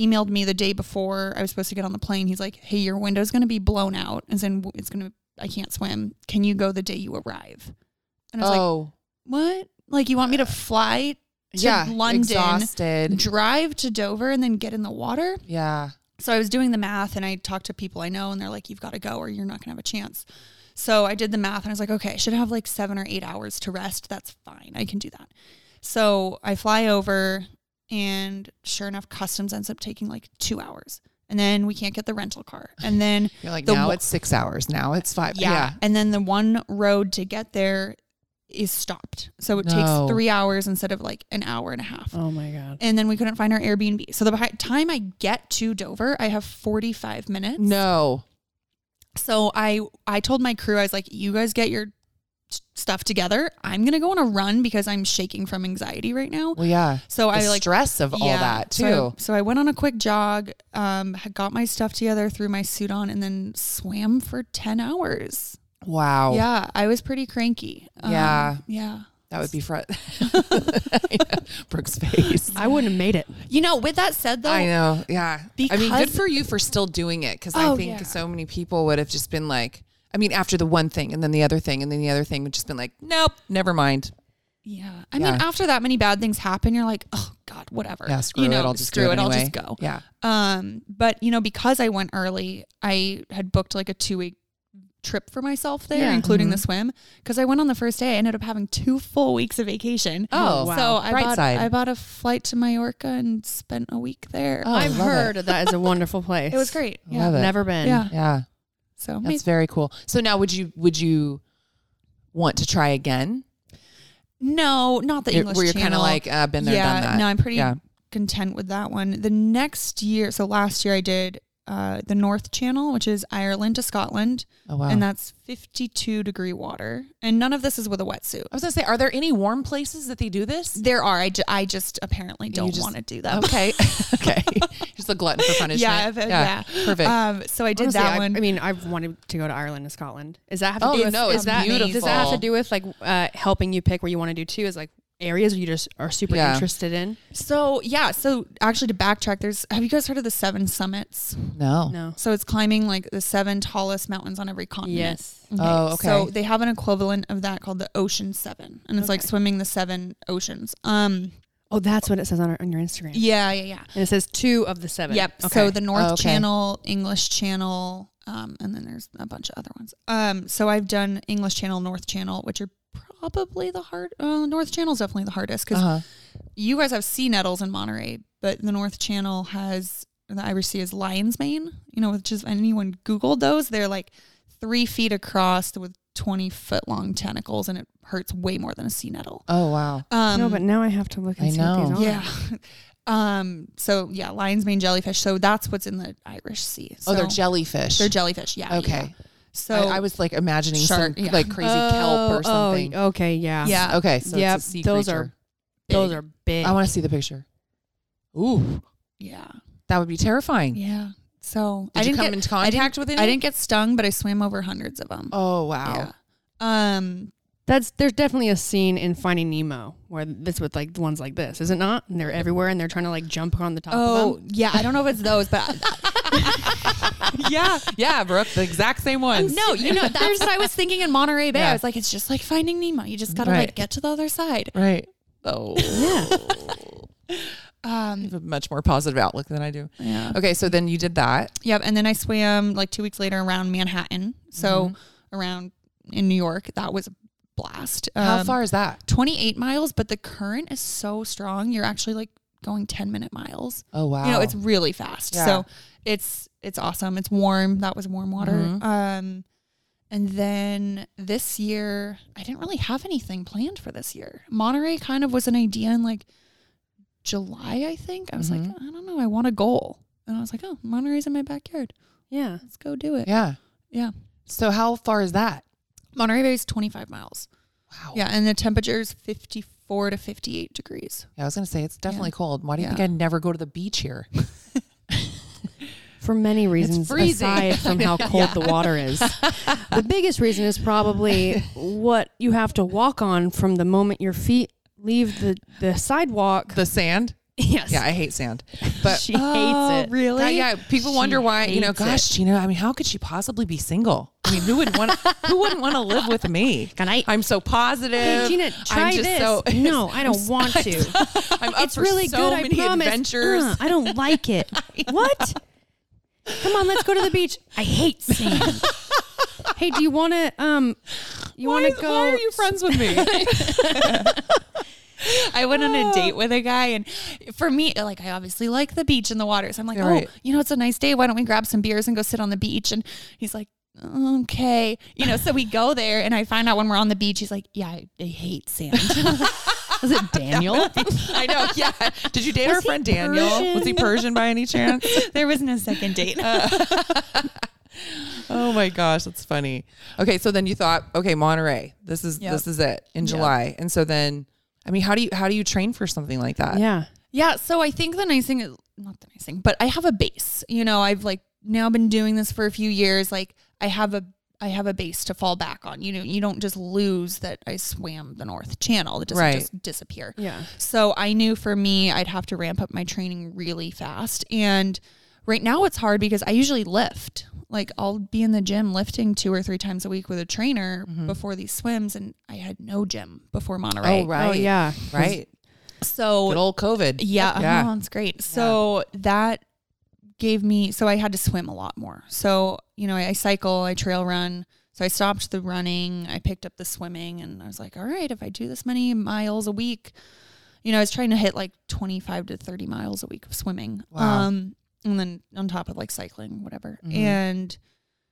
[SPEAKER 3] emailed me the day before I was supposed to get on the plane. He's like, hey, your window's gonna be blown out, as in it's gonna, I can't swim. Can you go the day you arrive? And I was like,
[SPEAKER 1] oh,
[SPEAKER 3] what? Like you want me to fly to
[SPEAKER 1] yeah.
[SPEAKER 3] London?
[SPEAKER 1] Exhausted.
[SPEAKER 3] drive to Dover and then get in the water.
[SPEAKER 1] Yeah.
[SPEAKER 3] So I was doing the math and I talked to people I know and they're like, you've got to go or you're not going to have a chance. So I did the math and I was like, okay, I should have like seven or eight hours to rest. That's fine. I can do that. So I fly over and sure enough, customs ends up taking like two hours. And then we can't get the rental car. And then
[SPEAKER 1] You're like,
[SPEAKER 3] The
[SPEAKER 1] now
[SPEAKER 3] wa-
[SPEAKER 1] it's six hours. Now it's five.
[SPEAKER 3] yeah.
[SPEAKER 1] Uh, yeah.
[SPEAKER 3] And then the one road to get there is stopped. So it
[SPEAKER 1] No.
[SPEAKER 3] takes three hours instead of like an hour and a half
[SPEAKER 2] Oh my god.
[SPEAKER 3] and then we couldn't find our Airbnb. So the by time I get to Dover, I have 45 minutes.
[SPEAKER 1] No.
[SPEAKER 3] So I I told my crew I was like, "You guys get your s- stuff together. I'm going to go on a run because I'm shaking from anxiety right now."
[SPEAKER 1] Well, yeah.
[SPEAKER 3] So
[SPEAKER 1] The
[SPEAKER 3] I like
[SPEAKER 1] stress of all
[SPEAKER 3] yeah.
[SPEAKER 1] that too.
[SPEAKER 3] So I, so I went on a quick jog, um had- got my stuff together, threw my suit on and then swam for 10 hours.
[SPEAKER 1] wow.
[SPEAKER 3] Yeah, I was pretty cranky. Um,
[SPEAKER 1] Yeah.
[SPEAKER 3] Yeah.
[SPEAKER 1] That would be front. Brooke's face.
[SPEAKER 2] I wouldn't have made it.
[SPEAKER 3] You know, with that said though,
[SPEAKER 1] I know. Yeah. I mean, good
[SPEAKER 3] Because-
[SPEAKER 1] for you for still doing it because
[SPEAKER 3] Oh,
[SPEAKER 1] I think
[SPEAKER 3] yeah.
[SPEAKER 1] so many people would have just been like, I mean, after the one thing and then the other thing and then the other thing would just been like, nope, never mind.
[SPEAKER 3] Yeah. I mean,
[SPEAKER 1] Yeah.
[SPEAKER 3] after that many bad things happen, you're like, oh God, whatever.
[SPEAKER 1] Yeah, screw
[SPEAKER 3] you know,
[SPEAKER 1] it. I'll just
[SPEAKER 3] screw
[SPEAKER 1] do
[SPEAKER 3] it.
[SPEAKER 1] it.
[SPEAKER 3] I'll
[SPEAKER 1] anyway.
[SPEAKER 3] just go.
[SPEAKER 1] Yeah.
[SPEAKER 3] Um, but you know, because I went early, I had booked like a two week trip for myself there,
[SPEAKER 2] Yeah.
[SPEAKER 3] including the
[SPEAKER 1] Mm-hmm.
[SPEAKER 3] swim. Because I went on the first day, I ended up having two full weeks of vacation.
[SPEAKER 1] Oh,
[SPEAKER 3] So
[SPEAKER 1] wow.
[SPEAKER 3] I
[SPEAKER 1] Bright
[SPEAKER 3] bought
[SPEAKER 1] side.
[SPEAKER 3] I bought a flight to Mallorca and spent a week there.
[SPEAKER 1] Oh,
[SPEAKER 2] I've
[SPEAKER 1] love
[SPEAKER 2] heard that is a wonderful place.
[SPEAKER 3] It was great. Yeah.
[SPEAKER 1] Love it.
[SPEAKER 2] Never been.
[SPEAKER 3] Yeah.
[SPEAKER 1] Yeah.
[SPEAKER 3] So
[SPEAKER 1] That's very cool. So now would you, would you want to try again?
[SPEAKER 3] No, not the
[SPEAKER 1] It-
[SPEAKER 3] English
[SPEAKER 1] where you're kind
[SPEAKER 3] Channel.
[SPEAKER 1] of like, uh, been there,
[SPEAKER 3] yeah,
[SPEAKER 1] done that.
[SPEAKER 3] no, I'm pretty
[SPEAKER 1] Yeah.
[SPEAKER 3] content with that one. The next year, so last year I did uh, the North Channel, which is Ireland to Scotland,
[SPEAKER 1] Oh wow.
[SPEAKER 3] and that's 52 degree water. And none of this is with a wetsuit.
[SPEAKER 1] I was gonna say, are there any warm places that they do this?
[SPEAKER 3] There are. I, ju- I just apparently don't
[SPEAKER 1] just- Oh,
[SPEAKER 3] want to do that.
[SPEAKER 1] Okay. okay. Just a glutton for punishment.
[SPEAKER 3] Yeah, I've- yeah.
[SPEAKER 1] Perfect.
[SPEAKER 3] Um, so I did
[SPEAKER 2] Honestly,
[SPEAKER 3] that
[SPEAKER 2] I,
[SPEAKER 3] one.
[SPEAKER 2] I mean, I've wanted to go to Ireland and Scotland. Is that have to
[SPEAKER 1] Oh,
[SPEAKER 2] do with
[SPEAKER 1] no,
[SPEAKER 2] is
[SPEAKER 1] it's
[SPEAKER 2] that, Does
[SPEAKER 1] beautiful.
[SPEAKER 2] that have to do with like uh, helping you pick where you want to do too? Is like areas you just are super
[SPEAKER 1] Yeah.
[SPEAKER 2] interested in?
[SPEAKER 3] so yeah, so actually to backtrack, there's have you guys heard of the seven summits?
[SPEAKER 1] no.
[SPEAKER 2] No.
[SPEAKER 3] So it's climbing like the seven tallest mountains on every continent.
[SPEAKER 2] Yes.
[SPEAKER 1] Oh,
[SPEAKER 3] So
[SPEAKER 1] okay.
[SPEAKER 3] they have an equivalent of that called the Ocean Seven, and it's like
[SPEAKER 2] Okay.
[SPEAKER 3] swimming the seven oceans. Um,
[SPEAKER 2] Oh, that's what it says on, our, on your Instagram.
[SPEAKER 3] yeah, yeah, yeah.
[SPEAKER 2] And it says two of the seven.
[SPEAKER 3] Yep.
[SPEAKER 2] Okay.
[SPEAKER 3] So the North
[SPEAKER 1] Oh, okay.
[SPEAKER 3] Channel, English Channel, um, and then there's a bunch of other ones. Um, so I've done English Channel, North Channel, which are probably the hard. Uh, North Channel's definitely the hardest because
[SPEAKER 1] Uh-huh.
[SPEAKER 3] you guys have sea nettles in Monterey, but the North Channel has the Irish Sea is lion's mane. You know, which is anyone Googled those, they're like three feet across with twenty foot long tentacles, and it hurts way more than a sea nettle.
[SPEAKER 1] Oh wow.
[SPEAKER 3] Um,
[SPEAKER 2] no, but now I have to look and
[SPEAKER 1] I
[SPEAKER 2] see what these
[SPEAKER 1] know.
[SPEAKER 2] are.
[SPEAKER 3] Oh, yeah. Um. So yeah, lion's mane jellyfish. So that's what's in the Irish Sea. So
[SPEAKER 1] oh, they're jellyfish.
[SPEAKER 3] they're jellyfish. Yeah. yeah,
[SPEAKER 1] Okay.
[SPEAKER 3] yeah. So
[SPEAKER 1] I, I was like imagining
[SPEAKER 3] Shark,
[SPEAKER 1] some
[SPEAKER 3] yeah.
[SPEAKER 1] like crazy kelp or something.
[SPEAKER 2] Oh, okay. Yeah.
[SPEAKER 3] yeah.
[SPEAKER 1] Okay, so
[SPEAKER 2] Yep,
[SPEAKER 1] it's a sea
[SPEAKER 2] those
[SPEAKER 1] creature.
[SPEAKER 2] are Those are big.
[SPEAKER 1] I want to see the picture. Ooh,
[SPEAKER 3] Yeah.
[SPEAKER 1] that would be terrifying.
[SPEAKER 3] Yeah. So
[SPEAKER 1] Did
[SPEAKER 3] I
[SPEAKER 1] you
[SPEAKER 3] didn't
[SPEAKER 1] come
[SPEAKER 3] get
[SPEAKER 1] in
[SPEAKER 3] I
[SPEAKER 1] contact
[SPEAKER 3] didn't,
[SPEAKER 1] with any?
[SPEAKER 3] I didn't get stung, but I swam over hundreds of them.
[SPEAKER 1] Oh wow.
[SPEAKER 3] Yeah. Um.
[SPEAKER 2] That's there's definitely a scene in Finding Nemo where this with like ones like this, is it not? And they're everywhere, and they're trying to like jump on the top. of
[SPEAKER 3] Oh
[SPEAKER 2] them.
[SPEAKER 3] yeah, I don't know if it's those, but
[SPEAKER 1] yeah, Oh, yeah, Brooke, the exact same ones.
[SPEAKER 3] no, you know that's what I was thinking in Monterey Bay.
[SPEAKER 1] Yeah.
[SPEAKER 3] I was like, it's just like Finding Nemo. You just gotta
[SPEAKER 1] Right.
[SPEAKER 3] like get to the other side.
[SPEAKER 1] Right.
[SPEAKER 3] Oh,
[SPEAKER 1] You
[SPEAKER 3] um,
[SPEAKER 1] have a much more positive outlook than I do.
[SPEAKER 3] yeah.
[SPEAKER 1] Okay, so then you did that.
[SPEAKER 3] Yep. And then I swam like two weeks later around Manhattan. So around in New York, that was a blast.
[SPEAKER 1] How
[SPEAKER 3] Um,
[SPEAKER 1] far is that?
[SPEAKER 3] 28 miles, but the current is so strong. You're actually like going 10 minute miles.
[SPEAKER 1] Oh wow.
[SPEAKER 3] You know, it's really fast.
[SPEAKER 1] Yeah.
[SPEAKER 3] So it's it's awesome. It's warm. That was warm water.
[SPEAKER 1] Mhm.
[SPEAKER 3] Um and then this year, I didn't really have anything planned for this year. Monterey kind of was an idea in like July, I think. I was like,
[SPEAKER 1] Mhm.
[SPEAKER 3] I don't know, I want a goal. And I was like, oh, Monterey's in my backyard.
[SPEAKER 2] yeah.
[SPEAKER 3] Let's go do it.
[SPEAKER 1] yeah.
[SPEAKER 3] Yeah.
[SPEAKER 1] So how far is that?
[SPEAKER 3] Monterey Bay is 25 miles.
[SPEAKER 1] Wow.
[SPEAKER 3] Yeah. And the temperature is 54 to 58 degrees.
[SPEAKER 1] Yeah, I was gonna say it's definitely cold. Why do you
[SPEAKER 3] Yeah.
[SPEAKER 1] think I never go to the beach here?
[SPEAKER 2] For many reasons,
[SPEAKER 1] freezing.
[SPEAKER 2] aside from how cold the water is, the biggest reason is probably what you have to walk on from the moment your feet leave the the sidewalk.
[SPEAKER 1] The sand?
[SPEAKER 2] yes,
[SPEAKER 1] Yeah, I hate sand. But
[SPEAKER 2] she hates it.
[SPEAKER 1] God, yeah, people
[SPEAKER 2] oh, She
[SPEAKER 1] wonder why. You know,
[SPEAKER 2] hates
[SPEAKER 1] gosh, Gina. I mean, how could she possibly be single? I mean, who would want? who wouldn't want to live with me?
[SPEAKER 2] Can I-
[SPEAKER 1] I'm so positive.
[SPEAKER 2] Hey, Gina, try
[SPEAKER 1] I'm just
[SPEAKER 2] this.
[SPEAKER 1] so.
[SPEAKER 2] no, I don't want to.
[SPEAKER 1] I'm up
[SPEAKER 2] It's
[SPEAKER 1] for
[SPEAKER 2] really
[SPEAKER 1] so
[SPEAKER 2] good.
[SPEAKER 1] many
[SPEAKER 2] I promise.
[SPEAKER 1] adventures.
[SPEAKER 2] Uh, I don't like it. what? Come on, let's go to the beach. I hate sand. hey, do you want to? Um, you
[SPEAKER 1] Why
[SPEAKER 2] want to
[SPEAKER 1] is-
[SPEAKER 2] go?
[SPEAKER 1] Why are you friends with me?
[SPEAKER 3] I went on
[SPEAKER 1] Ah.
[SPEAKER 3] a date with a guy, and for me, like I obviously like the beach and the water, so I'm like,
[SPEAKER 1] Yeah,
[SPEAKER 3] oh,
[SPEAKER 1] right.
[SPEAKER 3] you know, it's a nice day. Why don't we grab some beers and go sit on the beach? And he's like, okay, you know. So we go there, and I find out when we're on the beach, he's like, yeah, I, I hate sand.
[SPEAKER 2] Is it Daniel?
[SPEAKER 1] I know. Yeah. Did you date our
[SPEAKER 2] he
[SPEAKER 1] friend Daniel? Was he Persian by any chance?
[SPEAKER 3] there was no second date.
[SPEAKER 1] oh my gosh, that's funny. Okay, so then you thought, okay, Monterey, this is
[SPEAKER 3] Yep.
[SPEAKER 1] this is it in July, and so then, I mean, how do you how do you train for something like that?
[SPEAKER 2] yeah.
[SPEAKER 3] Yeah, so I think the nice thing is not the nice thing, but I have a base. You know, I've like now been doing this for a few years. Like I have a I have a base to fall back on. You know, you don't just lose that I swam the North Channel. It doesn't
[SPEAKER 1] Right.
[SPEAKER 3] just disappear.
[SPEAKER 2] Yeah.
[SPEAKER 3] So I knew for me I'd have to ramp up my training really fast. And right now it's hard because I usually lift. Like I'll be in the gym lifting two or three times a week with a trainer before these swims and I had no gym before Monterey.
[SPEAKER 1] Mm-hmm. Oh right.
[SPEAKER 2] Oh yeah.
[SPEAKER 1] Right.
[SPEAKER 3] So
[SPEAKER 1] Good old COVID.
[SPEAKER 3] yeah,
[SPEAKER 1] Yeah.
[SPEAKER 3] Oh, it's great. So that gave me so I had to swim a lot more. So you know, I, I cycle, I trail run. So I stopped the running, I picked up the swimming, and I was like, all right, if I do this many miles a week, you know, I was trying to hit like twenty five to thirty miles a week of swimming.
[SPEAKER 1] Wow. Mm-hmm.
[SPEAKER 3] Um, and then on top of like cycling, whatever,
[SPEAKER 1] Mhm.
[SPEAKER 3] and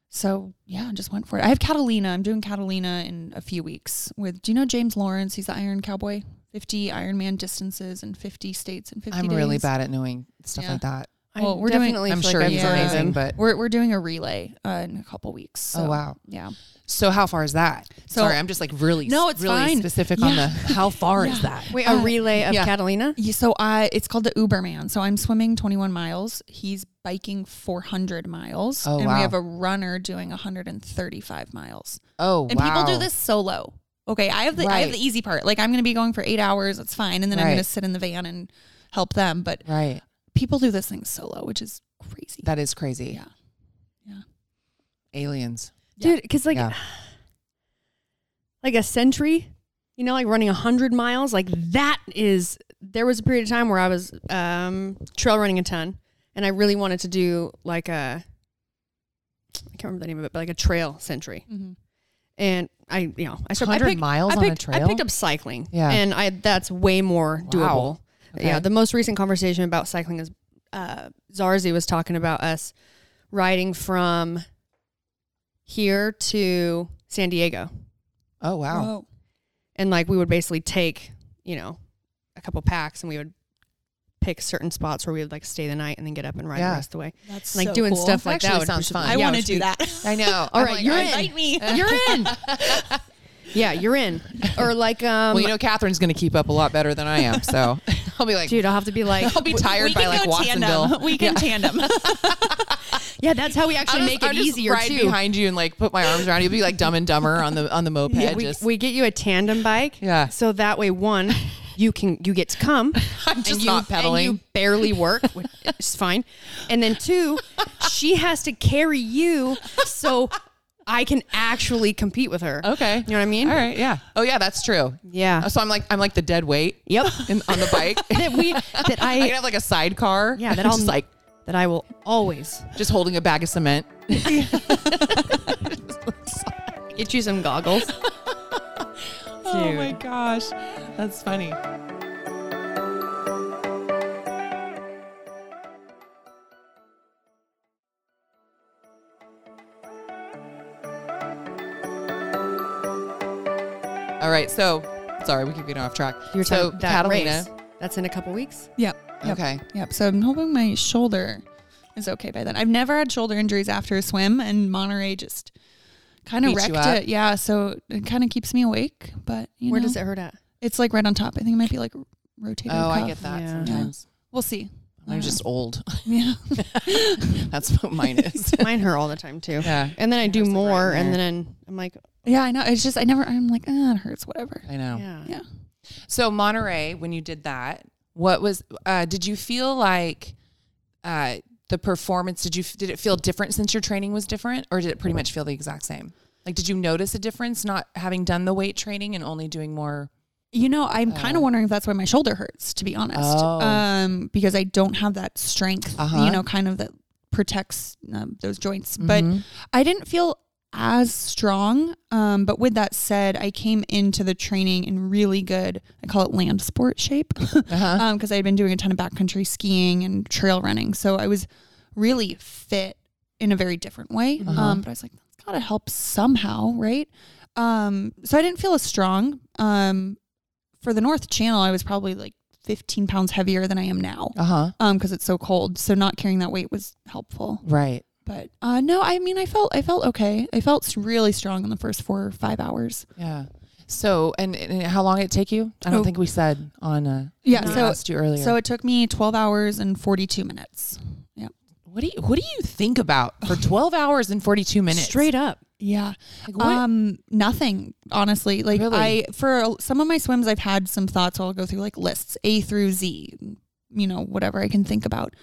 [SPEAKER 3] So yeah, I just went for it. I have Catalina. I'm doing Catalina in a few weeks with. Do you know James Lawrence? He's the Iron Cowboy. 50 Ironman distances in 50 states in 50
[SPEAKER 1] I'm
[SPEAKER 3] days.
[SPEAKER 1] really bad at knowing stuff
[SPEAKER 3] Yeah.
[SPEAKER 1] like that.
[SPEAKER 3] Well, we're doing-
[SPEAKER 1] I'm sure
[SPEAKER 3] like
[SPEAKER 1] he's
[SPEAKER 3] I'm
[SPEAKER 1] amazing,
[SPEAKER 3] amazing.
[SPEAKER 1] but
[SPEAKER 3] We're, we're doing a relay uh, in a couple weeks. So,
[SPEAKER 1] oh wow.
[SPEAKER 3] Yeah.
[SPEAKER 1] So how far is that?
[SPEAKER 3] So-
[SPEAKER 1] Sorry, I'm just like really
[SPEAKER 3] No, it's
[SPEAKER 1] really
[SPEAKER 3] fine.
[SPEAKER 1] specific on the how far is that? Uh,
[SPEAKER 2] Wait, a relay of
[SPEAKER 1] yeah.
[SPEAKER 2] Catalina?
[SPEAKER 3] Yeah, So I, it's called the Uberman. So I'm swimming 21 miles. He's biking 400 miles,
[SPEAKER 1] Oh,
[SPEAKER 3] and
[SPEAKER 1] wow.
[SPEAKER 3] we have a runner doing 135 miles.
[SPEAKER 1] Oh
[SPEAKER 3] And
[SPEAKER 1] wow.
[SPEAKER 3] people do this solo. Okay, I have the I have
[SPEAKER 1] Right.
[SPEAKER 3] the easy part. Like I'm going to be going for eight hours. That's fine, and then I'm going
[SPEAKER 1] Right.
[SPEAKER 3] to sit in the van and help them. But
[SPEAKER 1] Right.
[SPEAKER 3] people do this thing solo, which is crazy.
[SPEAKER 1] That is crazy.
[SPEAKER 3] Yeah. Yeah.
[SPEAKER 1] Aliens.
[SPEAKER 2] Dude, because like,
[SPEAKER 1] Yeah.
[SPEAKER 2] like a century, you know, like running 100 miles, like that is, there was a period of time where I was um, trail running a ton and I really wanted to do like a, I can't remember the name of it, but like a trail century.
[SPEAKER 3] Mhm.
[SPEAKER 2] And I, you know, I started I
[SPEAKER 1] 100
[SPEAKER 2] picked-
[SPEAKER 1] miles
[SPEAKER 2] I
[SPEAKER 1] on a
[SPEAKER 2] picked- I
[SPEAKER 1] trail?
[SPEAKER 2] picked up cycling.
[SPEAKER 1] Yeah.
[SPEAKER 2] And I that's way more doable.
[SPEAKER 1] Wow. Okay.
[SPEAKER 2] Yeah. The most recent conversation about cycling is uh, Zarzi was talking about us riding from here to San Diego.
[SPEAKER 1] Oh wow.
[SPEAKER 3] Whoa.
[SPEAKER 2] And like we would basically take, you know, a couple packs and we would pick certain spots where we would like stay the night and then get up and ride
[SPEAKER 1] Yeah.
[SPEAKER 2] the rest of the way.
[SPEAKER 3] That's
[SPEAKER 2] Like
[SPEAKER 3] so
[SPEAKER 2] doing
[SPEAKER 3] cool.
[SPEAKER 2] stuff like
[SPEAKER 1] Actually
[SPEAKER 2] that would
[SPEAKER 1] sounds
[SPEAKER 2] be-
[SPEAKER 1] fun.
[SPEAKER 3] I
[SPEAKER 2] yeah,
[SPEAKER 3] want
[SPEAKER 2] would
[SPEAKER 3] to do
[SPEAKER 2] be-
[SPEAKER 3] that.
[SPEAKER 1] I know.
[SPEAKER 2] All
[SPEAKER 1] I'm
[SPEAKER 2] right,
[SPEAKER 1] like,
[SPEAKER 2] you're
[SPEAKER 1] I-
[SPEAKER 2] in.
[SPEAKER 3] Invite me.
[SPEAKER 2] You're in. yeah, you're in. Or like um
[SPEAKER 1] Well, you know, Catherine's going to keep up a lot better than I am. So I'll be like,
[SPEAKER 2] dude, I'll have to be like
[SPEAKER 1] I'll be tired
[SPEAKER 3] we
[SPEAKER 1] by
[SPEAKER 3] can
[SPEAKER 1] like
[SPEAKER 3] go
[SPEAKER 1] Watsonville.
[SPEAKER 3] tandem. We can tandem.
[SPEAKER 2] Yeah, that's how we actually
[SPEAKER 1] I'll
[SPEAKER 2] make
[SPEAKER 1] just, I'll
[SPEAKER 2] it
[SPEAKER 1] just
[SPEAKER 2] easier
[SPEAKER 1] ride
[SPEAKER 2] too.
[SPEAKER 1] behind you and like put my arms around you. You'll be like Dumb and Dumber on the on the moped.
[SPEAKER 2] Yeah, we,
[SPEAKER 1] just,
[SPEAKER 2] we get you a tandem bike.
[SPEAKER 1] Yeah.
[SPEAKER 2] So that way, one, you can you get to come.
[SPEAKER 1] I'm just
[SPEAKER 2] you,
[SPEAKER 1] not pedaling.
[SPEAKER 2] And you barely work, which is fine. And then two, she has to carry you so I can actually compete with her.
[SPEAKER 1] okay.
[SPEAKER 2] You know what I mean?
[SPEAKER 1] All right. Yeah. Oh yeah, that's true.
[SPEAKER 2] Yeah.
[SPEAKER 1] So I'm like I'm like the dead weight.
[SPEAKER 2] Yep.
[SPEAKER 1] In, on the bike.
[SPEAKER 2] that we that
[SPEAKER 1] I can
[SPEAKER 2] I
[SPEAKER 1] have like a sidecar.
[SPEAKER 2] yeah that
[SPEAKER 1] I'm
[SPEAKER 2] I'll
[SPEAKER 1] just like
[SPEAKER 2] that I will always
[SPEAKER 1] just holding a bag of cement.
[SPEAKER 2] get you some goggles.
[SPEAKER 1] Oh my gosh, that's funny. All right, so sorry, we keep getting off track.
[SPEAKER 2] You're
[SPEAKER 1] so
[SPEAKER 2] talking that
[SPEAKER 1] Catalina,
[SPEAKER 2] race. That's in a couple weeks.
[SPEAKER 3] Yep. Yep.
[SPEAKER 1] okay,
[SPEAKER 3] Yep. So I'm hoping my shoulder is okay by then. I've never had shoulder injuries after a swim, and Monterey just kind of
[SPEAKER 1] Beat you
[SPEAKER 3] wrecked
[SPEAKER 1] up.
[SPEAKER 3] it. Yeah. So it kind of keeps me awake, but you
[SPEAKER 2] Where
[SPEAKER 3] know,
[SPEAKER 2] does it hurt at?
[SPEAKER 3] It's like right on top. I think it might be like rotator.
[SPEAKER 1] oh, I
[SPEAKER 3] cuff.
[SPEAKER 1] get that
[SPEAKER 2] Yeah.
[SPEAKER 1] sometimes.
[SPEAKER 3] We'll see. Uh,
[SPEAKER 1] I'm just old.
[SPEAKER 3] Yeah.
[SPEAKER 1] That's what mine is.
[SPEAKER 2] Mine hurt all the time too.
[SPEAKER 1] yeah,
[SPEAKER 2] And then I do
[SPEAKER 1] It's like right in
[SPEAKER 2] more, and
[SPEAKER 1] there.
[SPEAKER 2] then I'm like,
[SPEAKER 3] Yeah. I know. It's just I never. I'm like, ah, it hurts. Whatever.
[SPEAKER 1] I know.
[SPEAKER 2] Oh. yeah.
[SPEAKER 3] Yeah.
[SPEAKER 1] So Monterey, when you did that, what was? Uh, did you feel like uh, the performance? Did you did it feel different since your training was different, or did it pretty much feel the exact same? Like, did you notice a difference not having done the weight training and only doing more?
[SPEAKER 3] You know, I'm kind of wondering if that's why my shoulder hurts, to be honest.
[SPEAKER 1] Uh. Oh.
[SPEAKER 3] Um, because I don't have that strength,
[SPEAKER 1] Uh-huh.
[SPEAKER 3] you know, kind of that protects um, those joints. But
[SPEAKER 1] Mm-hmm.
[SPEAKER 3] I didn't feel as strong. Um, but with that said, I came into the training in really good, I call it land sport shape, because
[SPEAKER 1] Uh-huh.
[SPEAKER 3] um, I had been doing a ton of backcountry skiing and trail running. So I was really fit in a very different way. Um, but I was like, that's got to help somehow, right? Um, so I didn't feel as strong. Um, for the North Channel, I was probably like 15 pounds heavier than I am now
[SPEAKER 1] Uh huh.
[SPEAKER 3] um because it's so cold so not carrying that weight was helpful
[SPEAKER 1] Right.
[SPEAKER 3] but uh no i mean i felt i felt okay i felt s- really strong in the first four or five hours
[SPEAKER 1] Yeah. So, and, and how long did it take you? I don't
[SPEAKER 3] Oh.
[SPEAKER 1] think we said on. Uh,
[SPEAKER 3] yeah
[SPEAKER 1] when I
[SPEAKER 3] so
[SPEAKER 1] asked you earlier.
[SPEAKER 3] so it took me 12 hours and 42 minutes
[SPEAKER 1] what do you what do you think about for twelve hours and forty two minutes
[SPEAKER 2] Straight up.
[SPEAKER 3] yeah
[SPEAKER 1] Like, what-
[SPEAKER 3] um nothing honestly like
[SPEAKER 1] Really?
[SPEAKER 3] i for a- some of my swims i've had some thoughts so i'll go through like lists a through z you know whatever i can think about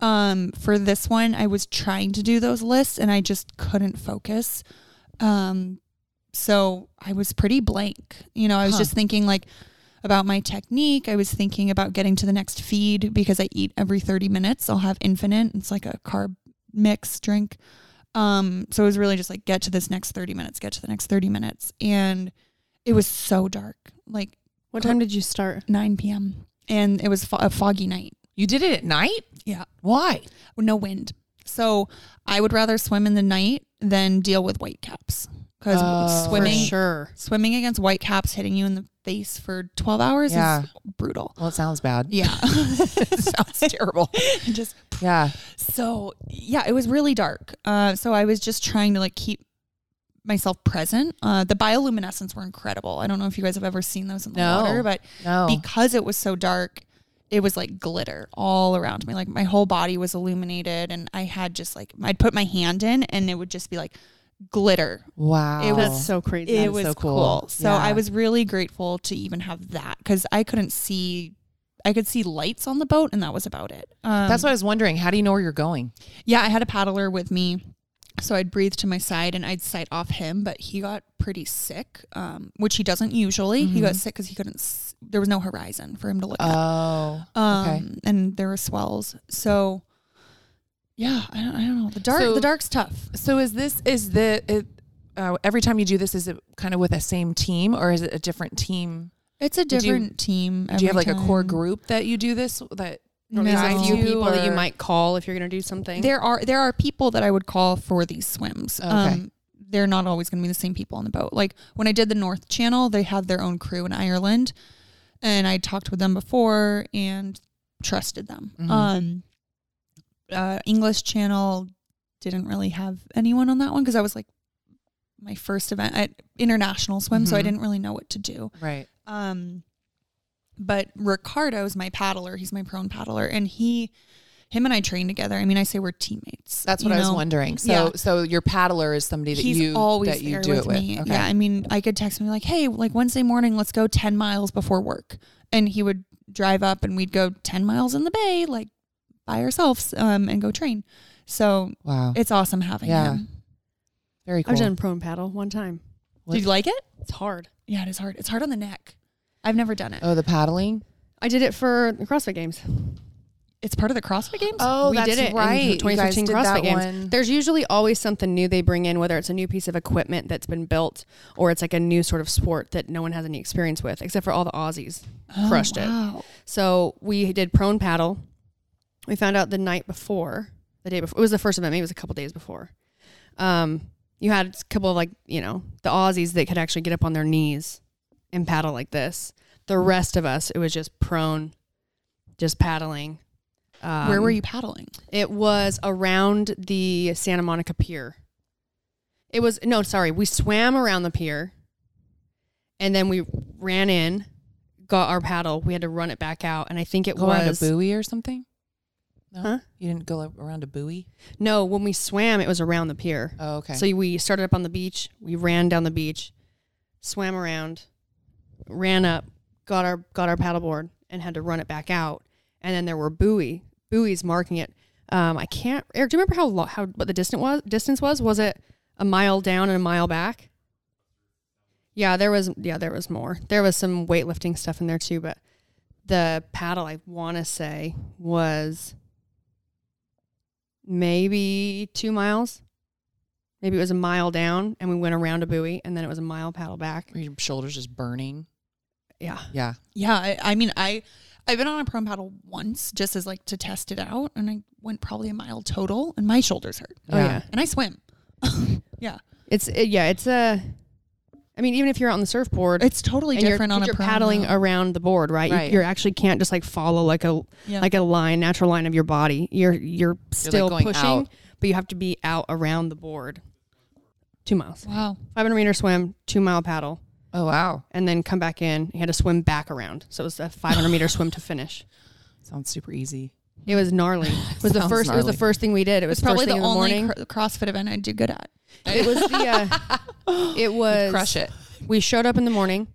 [SPEAKER 3] um for this one i was trying to do those lists and i just couldn't focus um so i was pretty blank you know i was
[SPEAKER 1] Huh.
[SPEAKER 3] just thinking like about my technique i was thinking about getting to the next feed because i eat every 30 minutes i'll have infinite it's like a carb mix drink um so it was really just like get to this next 30 minutes get to the next 30 minutes and it was so dark like
[SPEAKER 2] What time did you start?
[SPEAKER 3] 9 p.m and it was fo- a foggy night
[SPEAKER 1] you did it at night.
[SPEAKER 3] Yeah.
[SPEAKER 1] Why?
[SPEAKER 3] no wind So I would rather swim in the night than deal with white caps because
[SPEAKER 1] Oh.
[SPEAKER 2] For
[SPEAKER 3] swimming
[SPEAKER 2] sure.
[SPEAKER 3] swimming against white caps hitting you in the face for 12 hours
[SPEAKER 1] Yeah.
[SPEAKER 3] is brutal.
[SPEAKER 1] Well, it sounds bad.
[SPEAKER 3] Yeah.
[SPEAKER 1] it sounds terrible.
[SPEAKER 3] Just
[SPEAKER 1] Yeah.
[SPEAKER 3] so yeah, it was really dark. Uh, so I was just trying to like keep myself present. Uh, the bioluminescents were incredible. I don't know if you guys have ever seen those in the
[SPEAKER 1] No.
[SPEAKER 3] water, but
[SPEAKER 1] No.
[SPEAKER 3] because it was so dark, it was like glitter all around me. Like my whole body was illuminated, and I had just like I'd put my hand in, and it would just be like glitter.
[SPEAKER 1] wow.
[SPEAKER 3] it
[SPEAKER 2] That's so crazy.
[SPEAKER 3] it
[SPEAKER 1] is
[SPEAKER 3] was
[SPEAKER 1] so cool.
[SPEAKER 3] cool. So
[SPEAKER 1] Yeah.
[SPEAKER 3] I was really grateful to even have that because I couldn't see. I could see lights on the boat, and that was about it. Um,
[SPEAKER 1] That's what I was wondering. How do you know where you're going?
[SPEAKER 3] yeah, I had a paddler with me. So I'd breathe to my side and I'd sight off him, but he got pretty sick, um, which he doesn't usually. He got sick because he couldn't, s- there was no horizon for him to look at.
[SPEAKER 1] Mm-hmm. Oh.
[SPEAKER 3] Um,
[SPEAKER 1] okay.
[SPEAKER 3] And there were swells. So yeah, I don't, I don't know. The dark,
[SPEAKER 1] So-
[SPEAKER 3] the dark's tough.
[SPEAKER 1] So is this is the it, uh, every time you do this is it kind of with a same team or is it a different team?
[SPEAKER 3] It's a
[SPEAKER 1] Do you-
[SPEAKER 3] different team.
[SPEAKER 1] do you have like
[SPEAKER 3] every
[SPEAKER 1] a core
[SPEAKER 3] time.
[SPEAKER 1] group that you do this that
[SPEAKER 3] No.
[SPEAKER 2] There's
[SPEAKER 1] guides
[SPEAKER 2] a few
[SPEAKER 1] you,
[SPEAKER 2] people that you
[SPEAKER 1] or-
[SPEAKER 2] might call if you're going to do something.
[SPEAKER 3] There are there are people that I would call for these swims. Um,
[SPEAKER 1] Okay.
[SPEAKER 3] they're not always going to be the same people on the boat. Like when I did the North Channel, they have their own crew in Ireland, and I talked with them before and trusted them.
[SPEAKER 1] Mhm.
[SPEAKER 3] Um, uh, English Channel didn't really have anyone on that one because I was like my first event at international swim, so I
[SPEAKER 1] Mhm.
[SPEAKER 3] didn't really know what to do.
[SPEAKER 1] Right.
[SPEAKER 3] Um, but Ricardo's my paddler. He's my prone paddler, and he, him and I train together. I mean, I say we're teammates.
[SPEAKER 1] That's what
[SPEAKER 3] you
[SPEAKER 1] I was
[SPEAKER 3] know?
[SPEAKER 1] wondering. So
[SPEAKER 3] Yeah.
[SPEAKER 1] so your paddler is somebody that
[SPEAKER 3] He's
[SPEAKER 1] you
[SPEAKER 3] always
[SPEAKER 1] that you
[SPEAKER 3] there
[SPEAKER 1] do
[SPEAKER 3] with
[SPEAKER 1] it with.
[SPEAKER 3] me.
[SPEAKER 1] Okay.
[SPEAKER 3] Yeah, I mean, I could text him like, "Hey, like Wednesday morning, let's go ten miles before work," and he would drive up, and we'd go ten miles in the bay, like by ourselves, um, and go train. So
[SPEAKER 1] Wow.
[SPEAKER 3] it's awesome having
[SPEAKER 1] Yeah.
[SPEAKER 3] him.
[SPEAKER 1] Very cool.
[SPEAKER 2] I've done prone paddle one time.
[SPEAKER 1] What-
[SPEAKER 3] Did you like it?
[SPEAKER 2] It's hard.
[SPEAKER 3] Yeah, it is hard. It's hard on the neck. I've never done it.
[SPEAKER 1] oh, the paddling?
[SPEAKER 2] I did it for the CrossFit Games.
[SPEAKER 3] It's part of the CrossFit Games.
[SPEAKER 1] Oh,
[SPEAKER 2] we
[SPEAKER 1] that's
[SPEAKER 2] did it in
[SPEAKER 1] right. You guys
[SPEAKER 2] 2015
[SPEAKER 1] did that
[SPEAKER 2] CrossFit Games.
[SPEAKER 1] one.
[SPEAKER 2] There's usually always something new they bring in, whether it's a new piece of equipment that's been built or it's like a new sort of sport that no one has any experience with, except for all the Aussies. crushed it.
[SPEAKER 3] it.
[SPEAKER 2] So we did prone paddle. We found out the night before, the day before, it was the first event, maybe it was a couple days before. Um, you had a couple of like, you know, the Aussies that could actually get up on their knees and paddle like this. The rest of us, it was just prone, just paddling. Um,
[SPEAKER 3] Where were you paddling?
[SPEAKER 2] It was around the Santa Monica Pier. It was no, sorry, we swam around the pier, and then we ran in, got our paddle. We had to run it back out, and I think it
[SPEAKER 1] Go around a
[SPEAKER 2] was
[SPEAKER 1] buoy or something? No.
[SPEAKER 2] Huh?
[SPEAKER 1] You didn't go a- around a buoy?
[SPEAKER 2] no. When we swam, it was around the pier.
[SPEAKER 1] Oh, okay.
[SPEAKER 2] So we started up on the beach. We ran down the beach, swam around, ran up, got our got our paddleboard, and had to run it back out. And then there were buoy buoys marking it. Um, I can't. Eric, do you remember how lo- how what the distance was? Distance was was it a mile down and a mile back? Yeah, there was. Yeah, there was more. There was some weightlifting stuff in there too, but the paddle I want to say was maybe two miles maybe it was a mile down and we went around a buoy and then it was a mile paddle back.
[SPEAKER 1] Were your shoulders just burning?
[SPEAKER 2] Yeah.
[SPEAKER 1] Yeah.
[SPEAKER 3] Yeah, I, I mean, I I've been on a prone paddle once, just as like to test it out, and I went probably a mile total, and my shoulders hurt,
[SPEAKER 2] Oh
[SPEAKER 1] Yeah.
[SPEAKER 2] yeah.
[SPEAKER 3] and I swim. yeah,
[SPEAKER 2] It's it, yeah, it's a I mean even if you're out on the surfboard
[SPEAKER 3] it's totally
[SPEAKER 2] and you're,
[SPEAKER 3] different on a
[SPEAKER 2] you're
[SPEAKER 3] prone.
[SPEAKER 2] paddling
[SPEAKER 3] though.
[SPEAKER 2] around the board, right?
[SPEAKER 1] Right.
[SPEAKER 2] You, you actually can't just like follow like a
[SPEAKER 3] Yeah.
[SPEAKER 2] like a line, natural line of your body. You're you're still
[SPEAKER 1] going
[SPEAKER 2] pushing,
[SPEAKER 1] out.
[SPEAKER 2] but you have to be out around the board. 2 miles.
[SPEAKER 3] wow,
[SPEAKER 2] 500 meter swim, 2 mile paddle.
[SPEAKER 1] Oh wow.
[SPEAKER 2] And then come back in. You had to swim back around, so it was a 500 meter swim to finish.
[SPEAKER 1] Sounds super easy.
[SPEAKER 2] It was gnarly. It was the
[SPEAKER 1] Sounds
[SPEAKER 2] first. It was
[SPEAKER 1] gnarly.
[SPEAKER 2] the first thing we did. It was
[SPEAKER 3] it's probably
[SPEAKER 2] first
[SPEAKER 3] the
[SPEAKER 2] thing in the
[SPEAKER 3] only
[SPEAKER 2] morning.
[SPEAKER 3] cr- CrossFit event I do good at.
[SPEAKER 2] It was the uh, it was
[SPEAKER 1] Crush it.
[SPEAKER 2] We showed up in the morning,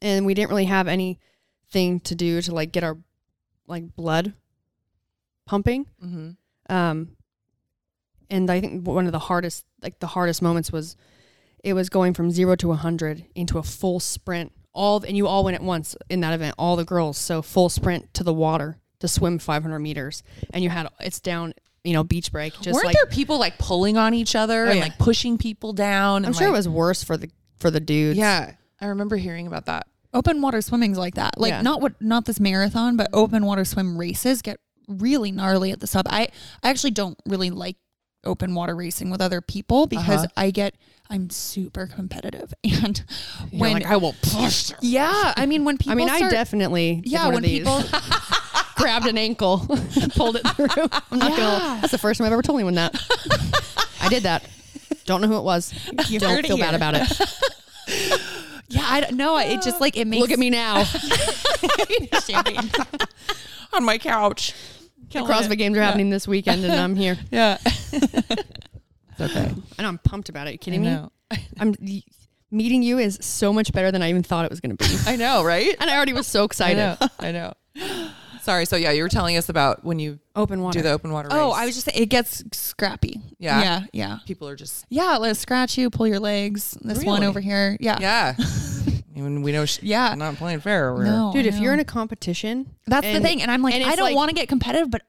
[SPEAKER 2] and we didn't really have anything to do to like get our like blood pumping.
[SPEAKER 1] Mm-hmm.
[SPEAKER 2] Um, and I think one of the hardest, like the hardest moments was, it was going from zero to hundred into a full sprint. All and you all went at once in that event. All the girls, so full sprint to the water to swim 500 meters, and you had it's down, you know, beach break. Just
[SPEAKER 1] Weren't
[SPEAKER 2] like,
[SPEAKER 1] there people like Oh, pulling on each other and
[SPEAKER 2] yeah.
[SPEAKER 1] like pushing people down?
[SPEAKER 2] I'm sure it was worse for the for the dudes.
[SPEAKER 1] Yeah, I remember hearing about that.
[SPEAKER 3] Open water swimming's like that. Like
[SPEAKER 2] Yeah.
[SPEAKER 3] not what not this marathon, but open water swim races get really gnarly at the sub. I, I actually don't really like open water racing with other people because
[SPEAKER 1] Uh-huh.
[SPEAKER 3] I get I'm super competitive and
[SPEAKER 1] You're
[SPEAKER 3] when
[SPEAKER 1] like, I will push. you."
[SPEAKER 3] yeah, I mean when people
[SPEAKER 2] I mean, I
[SPEAKER 3] start-
[SPEAKER 2] definitely did
[SPEAKER 3] yeah
[SPEAKER 2] one
[SPEAKER 3] when
[SPEAKER 2] of these.
[SPEAKER 3] people
[SPEAKER 2] grabbed an ankle, pulled it through. I'm not gonna.
[SPEAKER 3] Yeah.
[SPEAKER 2] That's the first time I've ever told anyone that. I did that. Don't know who it was.
[SPEAKER 3] You
[SPEAKER 2] Don't
[SPEAKER 3] heard it
[SPEAKER 2] feel bad
[SPEAKER 3] here.
[SPEAKER 2] about it.
[SPEAKER 3] yeah I don't know it just like it makes
[SPEAKER 2] Look at me now.
[SPEAKER 3] champagne
[SPEAKER 1] on my couch.
[SPEAKER 3] Killing
[SPEAKER 2] CrossFit
[SPEAKER 3] it.
[SPEAKER 2] games are happening this weekend, and I'm here.
[SPEAKER 3] yeah
[SPEAKER 1] okay.
[SPEAKER 2] And I'm pumped about it. Are you kidding
[SPEAKER 3] I
[SPEAKER 2] me?
[SPEAKER 3] know.
[SPEAKER 2] I'm y- meeting you is so much better than I even thought it was going to be.
[SPEAKER 1] I know, right?
[SPEAKER 2] And I already was so
[SPEAKER 1] I
[SPEAKER 2] excited.
[SPEAKER 1] know. I know. Sorry. So yeah, you were telling us about when you
[SPEAKER 2] Open water.
[SPEAKER 1] do the open water.
[SPEAKER 3] oh
[SPEAKER 1] race.
[SPEAKER 3] I was just saying it gets scrappy
[SPEAKER 1] Yeah?
[SPEAKER 3] yeah yeah
[SPEAKER 1] People are just
[SPEAKER 3] yeah let us scratch you pull your legs this one
[SPEAKER 1] Really?
[SPEAKER 3] over here yeah
[SPEAKER 1] yeah. I mean, we know she's
[SPEAKER 3] Yeah.
[SPEAKER 1] not playing fair. over here.
[SPEAKER 3] no
[SPEAKER 2] Dude, if
[SPEAKER 3] no.
[SPEAKER 2] you're in a competition,
[SPEAKER 3] that's
[SPEAKER 2] and-
[SPEAKER 3] the thing and I'm like
[SPEAKER 2] and
[SPEAKER 3] I
[SPEAKER 2] it's
[SPEAKER 3] don't
[SPEAKER 2] like-
[SPEAKER 3] want to get competitive but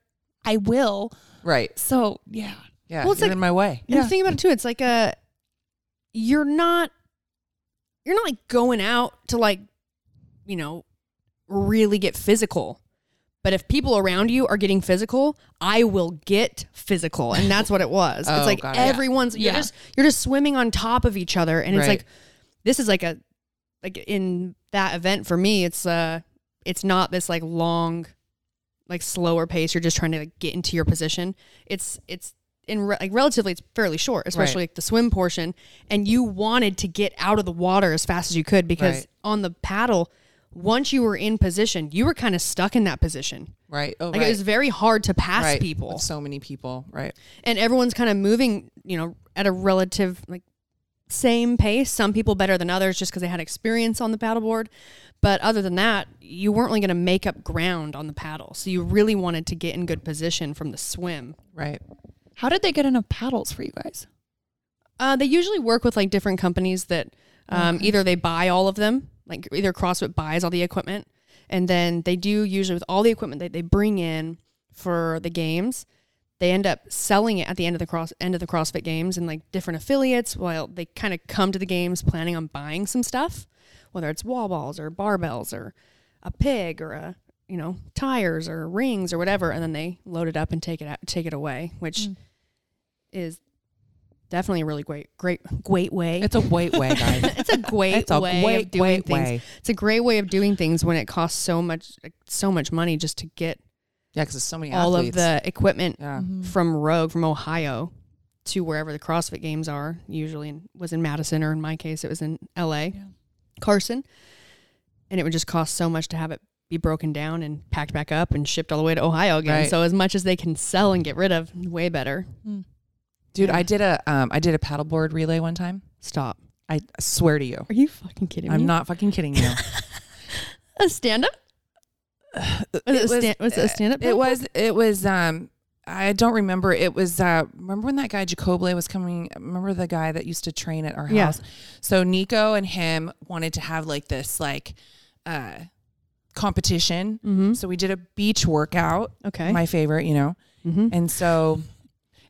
[SPEAKER 3] I will
[SPEAKER 1] right?
[SPEAKER 3] so yeah
[SPEAKER 1] Yeah,
[SPEAKER 2] Well, it's
[SPEAKER 1] you're
[SPEAKER 2] like-
[SPEAKER 1] in my way.
[SPEAKER 2] And
[SPEAKER 3] Yeah.
[SPEAKER 2] the thing about it too, it's like a you're not you're not like going out to like you know really get physical. But if people around you are getting physical, I will get physical, and that's what it was.
[SPEAKER 1] Oh,
[SPEAKER 2] it's like
[SPEAKER 1] got it.
[SPEAKER 2] everyone's you're
[SPEAKER 3] Yeah.
[SPEAKER 2] just you're just swimming on top of each other, and it's
[SPEAKER 1] Right.
[SPEAKER 2] like this is like a like in that event for me, it's uh it's not this like long like slower pace. You're just trying to like get into your position. It's it's in re- like relatively it's fairly short, especially like the swim portion. And you wanted to get out of the water as fast as you could because
[SPEAKER 1] Right.
[SPEAKER 2] on the paddle, once you were in position, you were kind of stuck in that position.
[SPEAKER 1] Right. Oh,
[SPEAKER 2] Like
[SPEAKER 1] right.
[SPEAKER 2] it was very hard to pass
[SPEAKER 1] right.
[SPEAKER 2] people,
[SPEAKER 1] With so many people. Right.
[SPEAKER 2] and everyone's kind of moving, you know, at a relative like same pace. Some people better than others just because they had experience on the paddleboard. But other than that, you weren't really going to make up ground on the paddle. So you really wanted to get in good position from the swim.
[SPEAKER 1] Right.
[SPEAKER 3] how did they get enough paddles for you guys
[SPEAKER 2] Uh, they usually work with like different companies that um, either they buy all of them, like either CrossFit buys all the equipment, and then they do usually with all the equipment that they bring in for the games, they end up selling it at the end of the cross end of the CrossFit games and like different affiliates. While they kind of come to the games planning on buying some stuff, whether it's wall balls or barbells or a pig or a you know tires or rings or whatever, and then they load it up and take it out, take it away, which
[SPEAKER 1] Mm.
[SPEAKER 2] is definitely a really great, great, great way.
[SPEAKER 1] It's a white way, guys.
[SPEAKER 2] It's a great
[SPEAKER 1] It's a
[SPEAKER 2] way
[SPEAKER 1] great,
[SPEAKER 2] of doing
[SPEAKER 1] great
[SPEAKER 2] things.
[SPEAKER 1] way.
[SPEAKER 2] It's a great way of doing things when it costs so much, like, so much money just to get
[SPEAKER 1] Yeah, because there's so many
[SPEAKER 2] all of
[SPEAKER 1] athletes.
[SPEAKER 2] the Mm-hmm. equipment
[SPEAKER 1] Yeah.
[SPEAKER 2] from Rogue, from Ohio, to wherever the CrossFit Games are. Usually, in, was in Madison, or in my case, it was in L.A.
[SPEAKER 3] Yeah.
[SPEAKER 2] Carson, and it would just cost so much to have it be broken down and packed back up and shipped all the way to Ohio again.
[SPEAKER 1] Right.
[SPEAKER 2] So as much as they can sell and get rid of, way better.
[SPEAKER 1] Dude,
[SPEAKER 2] Yeah.
[SPEAKER 1] I did a um, I did a paddleboard relay one time.
[SPEAKER 2] Stop.
[SPEAKER 1] I swear to you,
[SPEAKER 2] Are you fucking kidding me?
[SPEAKER 1] I'm not fucking kidding you.
[SPEAKER 2] a stand up. Was it, a stand? Was it a stand up?
[SPEAKER 1] eh, It was. It was. Um, I don't remember. It was. Uh, remember when that guy Jacoble was coming? Remember the guy that used to train at our
[SPEAKER 2] Yeah.
[SPEAKER 1] house? So Nico and him wanted to have like this like uh, competition.
[SPEAKER 2] Mm-hmm.
[SPEAKER 1] So we did a beach workout.
[SPEAKER 2] Okay.
[SPEAKER 1] My favorite, you know.
[SPEAKER 2] mm-hmm.
[SPEAKER 1] And so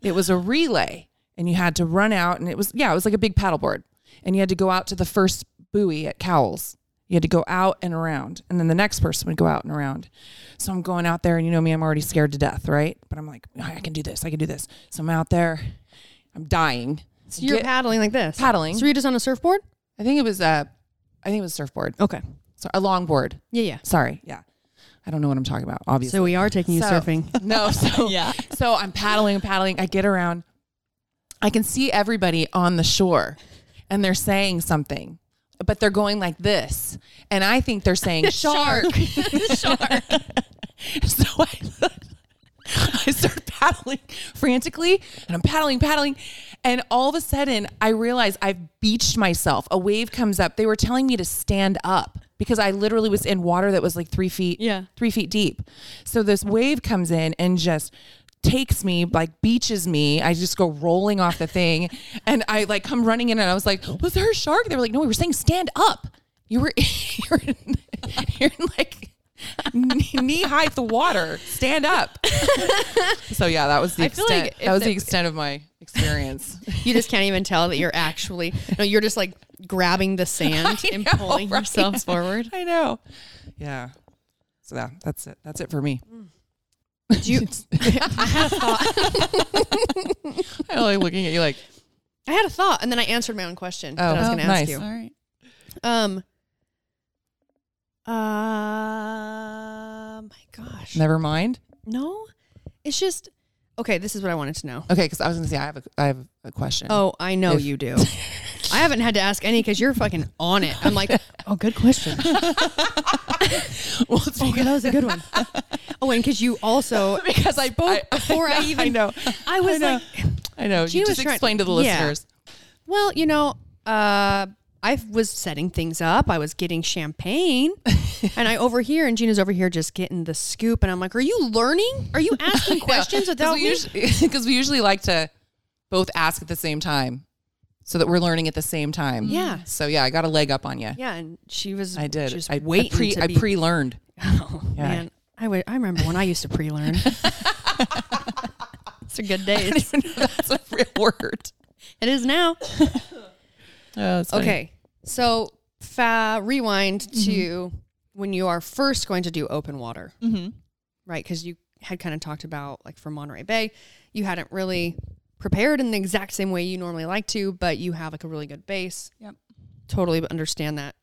[SPEAKER 1] it was a relay and you had to run out and it was yeah, it was like a big paddleboard. And you had to go out to the first buoy at Cowles. You had to go out and around. And then the next person would go out and around. So I'm going out there and you know me, I'm already scared to death, right? But I'm like, I can do this, I can do this. So I'm out there, I'm dying.
[SPEAKER 2] So you're
[SPEAKER 1] Get-
[SPEAKER 2] paddling like this.
[SPEAKER 1] paddling.
[SPEAKER 2] So you're just on a surfboard.
[SPEAKER 1] I think it was uh I think it was surfboard.
[SPEAKER 2] Okay.
[SPEAKER 1] So a longboard.
[SPEAKER 2] Yeah, yeah.
[SPEAKER 1] Sorry. Yeah. I don't know what I'm talking about, obviously.
[SPEAKER 2] So we are taking you
[SPEAKER 1] So-
[SPEAKER 2] surfing.
[SPEAKER 1] No, so yeah. So I'm paddling, paddling. I get around. I can see everybody on the shore, and they're saying something, but they're going like this, and I think they're saying shark, shark. so I, I start paddling frantically, and I'm paddling, paddling, and all of a sudden I realize I've beached myself. A wave comes up. They were telling me to stand up because I literally was in water that was like three feet
[SPEAKER 2] Yeah.
[SPEAKER 1] three feet deep. So this wave comes in and just takes me, like beaches me. I just go rolling off the thing. And I like come running in and I was like, was there a shark? They were like, no, we were saying stand up. You were, you're in, you're in like knee high to water. Stand up. so yeah, that was the
[SPEAKER 2] I feel
[SPEAKER 1] extent.
[SPEAKER 2] like if
[SPEAKER 1] that was the,
[SPEAKER 2] the-
[SPEAKER 1] extent of my experience.
[SPEAKER 2] You just can't even tell that you're actually. No, you're just like grabbing the sand and pulling
[SPEAKER 1] right?
[SPEAKER 2] yourself forward.
[SPEAKER 1] I know. Yeah. So yeah, that's it. That's it for me.
[SPEAKER 2] Do you, I had a thought.
[SPEAKER 1] I'm like looking at you like,
[SPEAKER 2] I had a thought, and then I answered my own question
[SPEAKER 1] Oh,
[SPEAKER 2] that I was
[SPEAKER 1] oh,
[SPEAKER 2] going to
[SPEAKER 1] nice.
[SPEAKER 2] ask you.
[SPEAKER 3] All right.
[SPEAKER 2] Um. Uh, my gosh.
[SPEAKER 1] never mind.
[SPEAKER 2] No, it's just okay. This is what I wanted to know.
[SPEAKER 1] Okay, because I was gonna say I have a I have a question.
[SPEAKER 2] Oh, I know
[SPEAKER 1] If-
[SPEAKER 2] you do. I haven't had to ask any because you're fucking on it. I'm like, oh, good question.
[SPEAKER 1] well, it's
[SPEAKER 2] Oh, that was a good one. Oh, and because you also
[SPEAKER 1] because I
[SPEAKER 2] spoke before I, even
[SPEAKER 1] I know
[SPEAKER 2] I was
[SPEAKER 1] know.
[SPEAKER 2] like,
[SPEAKER 1] I know.
[SPEAKER 2] She
[SPEAKER 1] you
[SPEAKER 2] was
[SPEAKER 1] just
[SPEAKER 2] trying-
[SPEAKER 1] explained to the
[SPEAKER 2] yeah.
[SPEAKER 1] listeners.
[SPEAKER 2] well, you know, uh, I was setting things up. I was getting champagne, and I over here, and Gina's over here just getting the scoop. And I'm like, are you learning? Are you asking questions without me?
[SPEAKER 1] because we, usually, like to both ask at the same time, so that we're learning at the same time.
[SPEAKER 2] Yeah.
[SPEAKER 1] So yeah, I got a leg up on you.
[SPEAKER 2] yeah, and she was.
[SPEAKER 1] I did.
[SPEAKER 2] Just
[SPEAKER 1] I, I
[SPEAKER 2] waiting
[SPEAKER 1] pre
[SPEAKER 2] to
[SPEAKER 1] I
[SPEAKER 2] be-
[SPEAKER 1] pre-learned.
[SPEAKER 2] Oh
[SPEAKER 1] Yeah.
[SPEAKER 2] man, I wa- I remember when I used to pre-learn. It's a good day.
[SPEAKER 1] I didn't even know that's a real word.
[SPEAKER 2] It is now.
[SPEAKER 1] okay.
[SPEAKER 2] Okay. So fa- rewind to when you are first going to do open water,
[SPEAKER 3] Mm-hmm.
[SPEAKER 2] right? Because you had kind of talked about like for Monterey Bay, you hadn't really prepared in the exact same way you normally like to, but you have like a really good base.
[SPEAKER 3] Yep.
[SPEAKER 2] Totally understand that.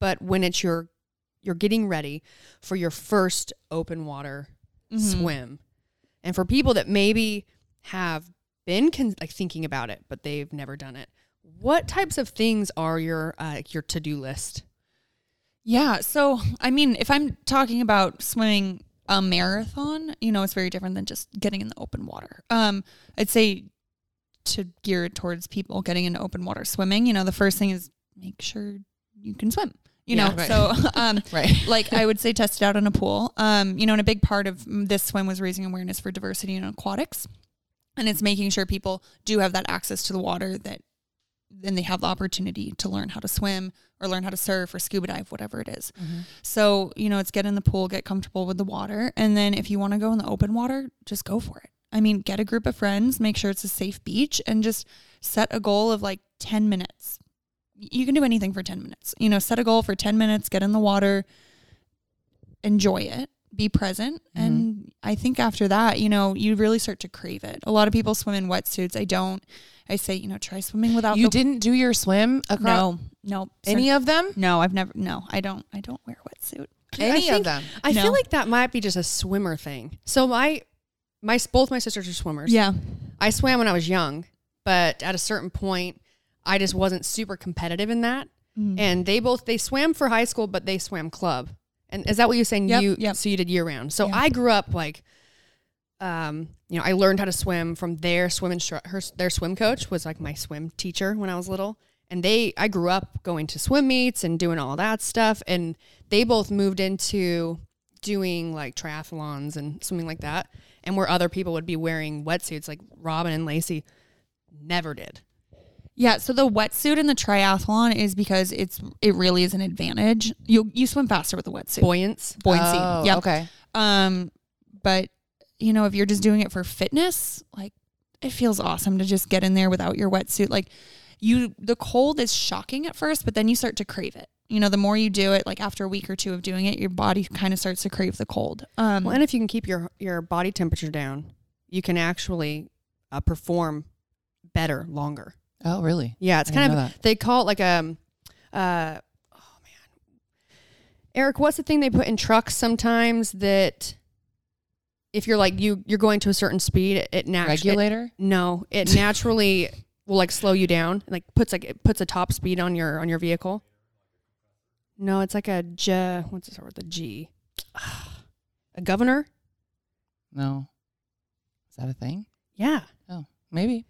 [SPEAKER 2] But when it's your you're getting ready for your first open water
[SPEAKER 3] Mm-hmm.
[SPEAKER 2] swim. And for people that maybe have been con- like thinking about it, but they've never done it, what types of things are your uh, your to do list?
[SPEAKER 3] Yeah. So, I mean, if I'm talking about swimming a marathon, you know, it's very different than just getting in the open water. Um, I'd say to gear it towards people getting into open water swimming, you know, the first thing is make sure you can swim, you
[SPEAKER 2] Yeah,
[SPEAKER 3] know.
[SPEAKER 1] right.
[SPEAKER 3] So, um,
[SPEAKER 1] Right.
[SPEAKER 3] like I would say test it out in a pool. Um, you know, and a big part of this swim was raising awareness for diversity in aquatics. And it's making sure people do have that access to the water that then they have the opportunity to learn how to swim or learn how to surf or scuba dive, whatever it is. So, you know, it's get in the pool, get comfortable with the water. And then if you want to go in the open water, just go for it. I mean, get a group of friends, make sure it's a safe beach, and just set a goal of like 10 minutes. You can do anything for 10 minutes. You know, set a goal for 10 minutes, get in the water, enjoy it, be present. And I think after that, you know, you really start to crave it. A lot of people swim in wetsuits. I don't. I say, you know, try swimming without
[SPEAKER 1] You
[SPEAKER 3] the
[SPEAKER 1] didn't do your swim across
[SPEAKER 3] no, no.
[SPEAKER 1] any of them.
[SPEAKER 3] no, I've never. No, I don't. I don't wear wetsuit.
[SPEAKER 1] Any of
[SPEAKER 2] think-
[SPEAKER 1] them.
[SPEAKER 2] I
[SPEAKER 3] No.
[SPEAKER 2] feel like that might be just a swimmer thing. So my my both my sisters are swimmers.
[SPEAKER 3] Yeah.
[SPEAKER 2] I swam when I was young, but at a certain point, I just wasn't super competitive in that.
[SPEAKER 3] Mm.
[SPEAKER 2] And they both they swam for high school, but they swam club. And is that what you're saying?
[SPEAKER 3] Yep,
[SPEAKER 2] you
[SPEAKER 3] yep.
[SPEAKER 2] so you did year round. So
[SPEAKER 3] Yeah.
[SPEAKER 2] I grew up like, um, you know, I learned how to swim from their swim instru- her their swim coach was like my swim teacher when I was little. And they, I grew up going to swim meets and doing all that stuff. And they both moved into doing like triathlons and swimming like that. And where other people would be wearing wetsuits, like Robin and Lacey never did.
[SPEAKER 3] Yeah. So the wetsuit in the triathlon is because it's it really is an advantage. You you swim faster with a wetsuit.
[SPEAKER 2] Buoyance.
[SPEAKER 3] Buoyancy.
[SPEAKER 1] Oh,
[SPEAKER 3] Yep.
[SPEAKER 1] Okay.
[SPEAKER 3] Um, but you know, if you're just doing it for fitness, like it feels awesome to just get in there without your wetsuit. Like you, the cold is shocking at first, but then you start to crave it. You know, the more you do it, like after a week or two of doing it, your body kind of starts to crave the cold. Um,
[SPEAKER 2] Well, and if you can keep your your body temperature down, you can actually uh, perform better longer.
[SPEAKER 1] Oh, really?
[SPEAKER 2] Yeah, it's
[SPEAKER 1] I
[SPEAKER 2] kind of
[SPEAKER 1] didn't know that.
[SPEAKER 2] they call it like um uh oh man. Eric, what's the thing they put in trucks sometimes that if you're like you you're going to a certain speed, it, it naturally
[SPEAKER 1] Regulator.
[SPEAKER 2] no, it naturally will like slow you down. Like puts like it puts a top speed on your on your vehicle. No, it's like a J. What's it start with a G? A governor?
[SPEAKER 1] No. Is that a thing?
[SPEAKER 2] Yeah.
[SPEAKER 1] Oh, maybe.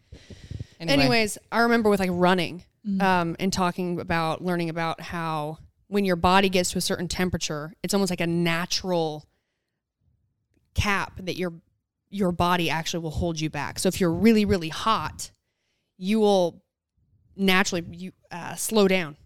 [SPEAKER 2] Anyways, I remember with like running
[SPEAKER 1] Mm-hmm.
[SPEAKER 3] Mhm.
[SPEAKER 2] um, and talking about learning about how when your body gets to a certain temperature, it's almost like a natural cap that your your body actually will hold you back. So if you're really really hot, you will naturally you uh, slow down,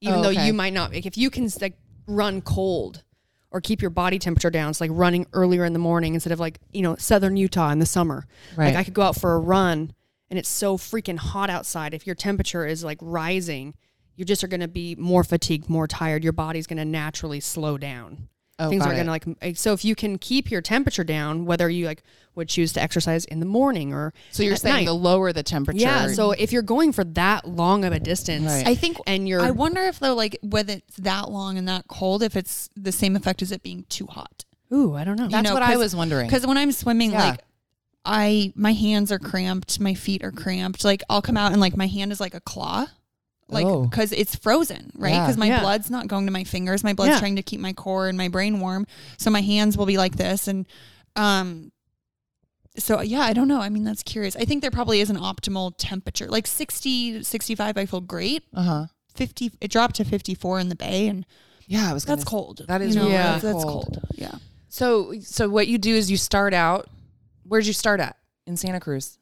[SPEAKER 2] even
[SPEAKER 1] Oh,
[SPEAKER 2] though
[SPEAKER 1] okay.
[SPEAKER 2] you might not. Like if you can like run cold or keep your body temperature down, it's like running earlier in the morning instead of like you know southern Utah in the summer.
[SPEAKER 1] right.
[SPEAKER 2] Like I could go out for a run and it's so freaking hot outside. If your temperature is like rising, you just are going to be more fatigued, more tired. Your body's going to naturally slow down.
[SPEAKER 1] Oh,
[SPEAKER 2] things
[SPEAKER 1] got
[SPEAKER 2] are
[SPEAKER 1] it.
[SPEAKER 2] going to like m- eh, so if you can keep your temperature down whether you like would choose to exercise in the morning or
[SPEAKER 1] So you're
[SPEAKER 2] at
[SPEAKER 1] saying
[SPEAKER 2] night.
[SPEAKER 1] the lower the temperature.
[SPEAKER 2] yeah so if you're going for that long of a distance
[SPEAKER 1] Right.
[SPEAKER 3] I think
[SPEAKER 2] and you're
[SPEAKER 3] I wonder if though, like whether it's that long and that cold, if it's the same effect as it being too hot.
[SPEAKER 2] ooh i don't know
[SPEAKER 1] that's
[SPEAKER 3] know,
[SPEAKER 1] what I
[SPEAKER 3] 'cause-
[SPEAKER 1] was wondering.
[SPEAKER 3] Because when I'm swimming,
[SPEAKER 1] Yeah.
[SPEAKER 3] like I my hands are cramped, my feet are cramped. Like I'll come out and like my hand is like a claw. Like,
[SPEAKER 1] Oh.
[SPEAKER 3] because it's frozen, right?
[SPEAKER 1] Yeah.
[SPEAKER 3] Because my
[SPEAKER 2] Yeah.
[SPEAKER 3] blood's not going to my fingers. My blood's
[SPEAKER 2] Yeah.
[SPEAKER 3] trying to keep my core and my brain warm. So my hands will be like this. And, um, so yeah, I don't know. I mean, that's curious. I think there probably is an optimal temperature, like 60, 65. I feel great.
[SPEAKER 1] Uh huh.
[SPEAKER 3] 50, it dropped to 54 in the bay, and
[SPEAKER 1] Yeah, I was.
[SPEAKER 3] that's
[SPEAKER 1] gonna-
[SPEAKER 3] cold.
[SPEAKER 1] that is
[SPEAKER 2] really
[SPEAKER 3] that's, that's
[SPEAKER 1] cold.
[SPEAKER 3] cold. Yeah.
[SPEAKER 1] So so what you do is you start out. Where'd you start at in Santa Cruz?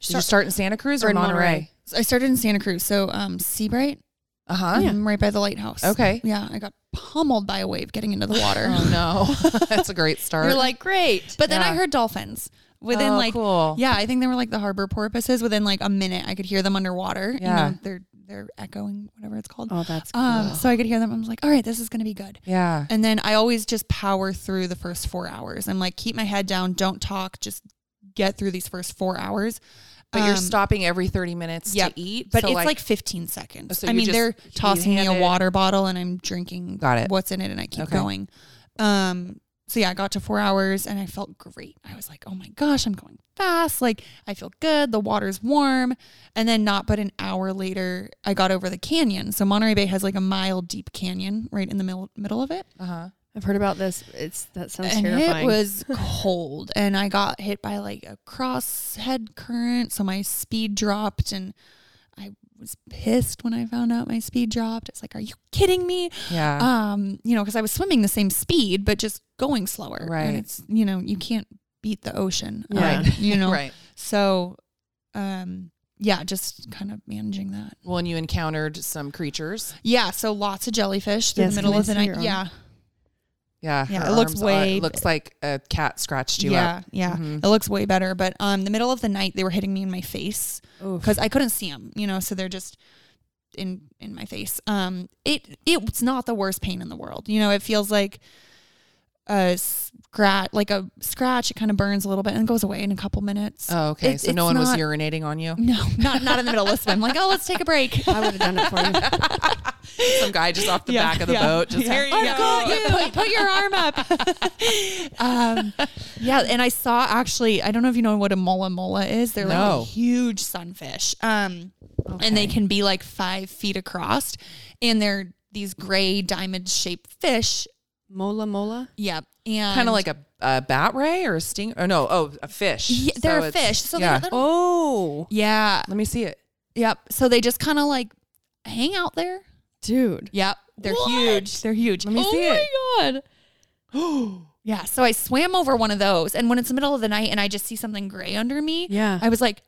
[SPEAKER 1] Did you
[SPEAKER 3] Start-
[SPEAKER 1] start in Santa Cruz or,
[SPEAKER 2] or in
[SPEAKER 1] Monterey?
[SPEAKER 2] Monterey.
[SPEAKER 3] So I started in Santa Cruz. So, um, Seabright,
[SPEAKER 1] Uh huh.
[SPEAKER 3] um, right by the lighthouse.
[SPEAKER 1] Okay.
[SPEAKER 3] Yeah, I got pummeled by a wave getting into the water.
[SPEAKER 1] Oh no, that's a great start.
[SPEAKER 2] you're like great
[SPEAKER 3] but then I
[SPEAKER 1] Yeah.
[SPEAKER 3] heard dolphins within
[SPEAKER 1] Oh,
[SPEAKER 3] like
[SPEAKER 1] cool.
[SPEAKER 3] yeah, I think they were like the harbor porpoises. Within like a minute, I could hear them underwater.
[SPEAKER 1] Yeah.
[SPEAKER 3] you know, they're they're echoing whatever it's called.
[SPEAKER 2] oh that's
[SPEAKER 3] Um, so I could hear them. I was like, all right, this is gonna be good.
[SPEAKER 1] yeah.
[SPEAKER 3] And then I always just power through the first four hours. I'm like, keep my head down, don't talk, just get through these first four hours.
[SPEAKER 1] But you're
[SPEAKER 3] Um,
[SPEAKER 1] stopping every 30 minutes
[SPEAKER 3] yep.
[SPEAKER 1] to eat.
[SPEAKER 3] But
[SPEAKER 1] so Oh,
[SPEAKER 3] it's like, 15 seconds.
[SPEAKER 1] So
[SPEAKER 3] I
[SPEAKER 1] you
[SPEAKER 3] mean,
[SPEAKER 1] just-
[SPEAKER 3] they're
[SPEAKER 1] you
[SPEAKER 3] tossing me
[SPEAKER 1] hand
[SPEAKER 3] a
[SPEAKER 1] it-
[SPEAKER 3] water bottle and I'm drinking
[SPEAKER 1] Got it.
[SPEAKER 3] what's in it and I keep
[SPEAKER 1] Okay.
[SPEAKER 3] going. Um, so yeah, I got to four hours and I felt great. I was like, oh my gosh, I'm going fast. Like I feel good. The water's warm. And then not but an hour later, I got over the canyon. So Monterey Bay has like a mile deep canyon right in the middle, middle of it.
[SPEAKER 1] uh-huh.
[SPEAKER 2] i've heard about this it's that sounds
[SPEAKER 3] and
[SPEAKER 2] terrifying
[SPEAKER 3] it was cold and I got hit by like a cross head current. So my speed dropped and I was pissed when I found out my speed dropped. It's like, are you kidding me?
[SPEAKER 1] Yeah.
[SPEAKER 3] um, you know, because I was swimming the same speed, but just going slower.
[SPEAKER 1] Right.
[SPEAKER 3] And it's, you know, you can't beat the ocean. um,
[SPEAKER 2] Yeah.
[SPEAKER 1] Right.
[SPEAKER 3] you know,
[SPEAKER 1] right.
[SPEAKER 3] so, um, yeah, just kind of managing that.
[SPEAKER 1] Well, and you encountered some creatures.
[SPEAKER 3] Yeah. So lots of jellyfish through
[SPEAKER 2] Yes,
[SPEAKER 3] the
[SPEAKER 2] can
[SPEAKER 3] middle
[SPEAKER 2] I
[SPEAKER 3] of the
[SPEAKER 2] see
[SPEAKER 3] night.
[SPEAKER 2] your arm?
[SPEAKER 3] Yeah.
[SPEAKER 1] Yeah.
[SPEAKER 3] Yeah,
[SPEAKER 1] her
[SPEAKER 3] it looks
[SPEAKER 1] arms are-
[SPEAKER 3] way-
[SPEAKER 1] It looks like a cat scratched you
[SPEAKER 3] yeah.
[SPEAKER 1] up.
[SPEAKER 3] Yeah.
[SPEAKER 1] Mhm.
[SPEAKER 3] It looks way better. But, um, the middle of the night, they were hitting me in my face
[SPEAKER 2] Oof.
[SPEAKER 3] because I couldn't see them, you know, so they're just in, in my face. Um, it, it's not the worst pain in the world. You know, it feels like, a scratch, like a scratch. It kind of burns a little bit and goes away in a couple minutes.
[SPEAKER 1] Oh, okay.
[SPEAKER 3] It-
[SPEAKER 1] so no
[SPEAKER 3] it's
[SPEAKER 1] one was
[SPEAKER 3] not-
[SPEAKER 1] urinating on you.
[SPEAKER 3] No, not not in the middle of swim. Like, oh, let's take a break.
[SPEAKER 2] i would have done it for you
[SPEAKER 1] Some guy just off the
[SPEAKER 3] Yeah,
[SPEAKER 1] back of the
[SPEAKER 3] yeah,
[SPEAKER 1] boat. Just "Oh
[SPEAKER 3] yeah.
[SPEAKER 1] here you go.
[SPEAKER 3] I've got you. Put, put your arm up. um, yeah, and I saw actually. I don't know if you know what a mola mola is. They're
[SPEAKER 1] No.
[SPEAKER 3] like huge sunfish. Um, and they can be like five feet across, and they're these gray diamond shaped fish.
[SPEAKER 2] mola mola
[SPEAKER 3] Yeah, and
[SPEAKER 1] Kind of like a, a bat ray or a sting. Oh no. Oh, a fish.
[SPEAKER 3] Yeah, they're
[SPEAKER 1] So
[SPEAKER 3] a
[SPEAKER 1] it's-
[SPEAKER 3] fish. So
[SPEAKER 1] yeah.
[SPEAKER 3] they're, they're
[SPEAKER 2] oh
[SPEAKER 3] yeah,
[SPEAKER 1] Let me see it.
[SPEAKER 3] Yep. So they just kind of like hang out there.
[SPEAKER 2] dude
[SPEAKER 3] Yep. They're
[SPEAKER 2] What?
[SPEAKER 3] huge. They're huge.
[SPEAKER 1] Let me see it.
[SPEAKER 2] my god
[SPEAKER 3] Yeah. So I swam over one of those. And when it's the middle of the night and I just see something gray under me,
[SPEAKER 2] yeah
[SPEAKER 3] I was like,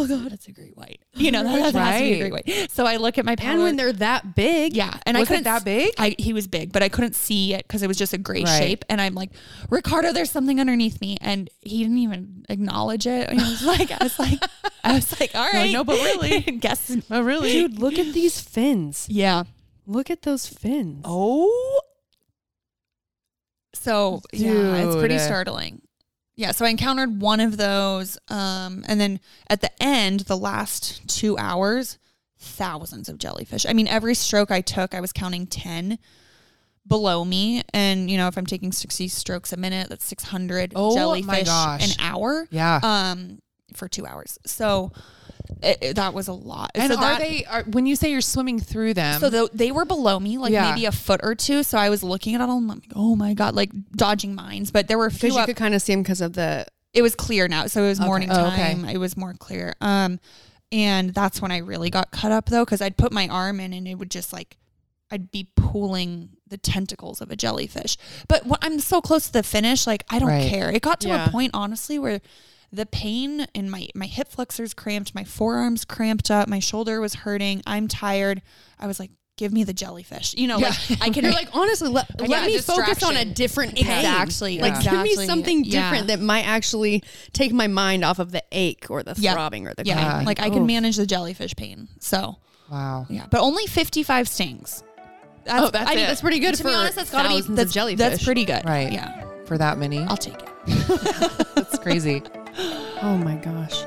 [SPEAKER 3] oh God, that's a great white. You know, that, that has to be a great white. So I look at my power.
[SPEAKER 2] and when they're that big
[SPEAKER 3] yeah. And I
[SPEAKER 1] Was
[SPEAKER 3] couldn't
[SPEAKER 1] it that big?
[SPEAKER 3] I, he was big, but I couldn't see it because it was just a gray
[SPEAKER 1] Right.
[SPEAKER 3] shape. And I'm like, Ricardo, there's something underneath me. And he didn't even acknowledge it. And he was like, I was like, I was like, all right.
[SPEAKER 1] no, but really.
[SPEAKER 3] Guess.
[SPEAKER 1] Oh really?
[SPEAKER 2] dude look at these fins
[SPEAKER 3] Yeah.
[SPEAKER 2] look at those fins
[SPEAKER 1] Oh.
[SPEAKER 3] So yeah, it's pretty
[SPEAKER 1] Dude.
[SPEAKER 3] startling. Yeah, so I encountered one of those, um, and then at the end, the last two hours, thousands of jellyfish. I mean, every stroke I took, I was counting ten below me, and you know, if I'm taking sixty strokes a minute, that's six hundred
[SPEAKER 1] Oh my
[SPEAKER 3] jellyfish
[SPEAKER 1] gosh.
[SPEAKER 3] an hour,
[SPEAKER 1] Yeah.
[SPEAKER 3] um, for two hours. So it, it- that was a lot.
[SPEAKER 1] and
[SPEAKER 3] so
[SPEAKER 1] are
[SPEAKER 3] that-
[SPEAKER 1] they? Are, when you say you're swimming through them?
[SPEAKER 3] so tho- they were below me, like
[SPEAKER 1] Yeah.
[SPEAKER 3] maybe a foot or two. So I was looking at all, and I'm like, oh my god, like dodging mines. But there were a few
[SPEAKER 2] because you
[SPEAKER 3] up.
[SPEAKER 2] could kind of see them because of the
[SPEAKER 3] it was clear now, so it was morning
[SPEAKER 1] Oh, okay.
[SPEAKER 3] time. It was more clear. Um, and that's when I really got cut up though, because I'd put my arm in, and it would just like, I'd be pulling the tentacles of a jellyfish. But when I'm so close to the finish, like I don't
[SPEAKER 1] Right.
[SPEAKER 3] care. It got to
[SPEAKER 2] Yeah.
[SPEAKER 3] a point, honestly, where the pain in my my hip flexors cramped, my forearms cramped up, my shoulder was hurting. I'm tired. I was like, give me the jellyfish. You know, like I can.
[SPEAKER 2] You're like, honestly, let,
[SPEAKER 3] I
[SPEAKER 2] let
[SPEAKER 3] got a
[SPEAKER 2] me focus on a
[SPEAKER 3] distraction.
[SPEAKER 2] different pain.
[SPEAKER 3] Exactly,
[SPEAKER 2] Like, give me
[SPEAKER 3] exactly.
[SPEAKER 2] something
[SPEAKER 3] Yeah.
[SPEAKER 2] different that might actually take my mind off of the ache or the
[SPEAKER 3] Yeah.
[SPEAKER 2] throbbing or the
[SPEAKER 3] yeah,
[SPEAKER 2] cramping.
[SPEAKER 3] like I
[SPEAKER 2] Oof.
[SPEAKER 3] can manage the jellyfish pain. So
[SPEAKER 1] wow.
[SPEAKER 3] yeah, but only 55 stings. That's,
[SPEAKER 1] Oh, that's
[SPEAKER 3] I
[SPEAKER 1] it.
[SPEAKER 3] think that's pretty good
[SPEAKER 2] To
[SPEAKER 3] for
[SPEAKER 2] be honest, that's gotta be-
[SPEAKER 3] thousands of
[SPEAKER 2] that's-
[SPEAKER 3] jellyfish.
[SPEAKER 2] that's pretty
[SPEAKER 3] good.
[SPEAKER 1] Right.
[SPEAKER 3] Yeah.
[SPEAKER 1] for that many.
[SPEAKER 3] I'll take it.
[SPEAKER 1] That's crazy.
[SPEAKER 2] Oh my gosh.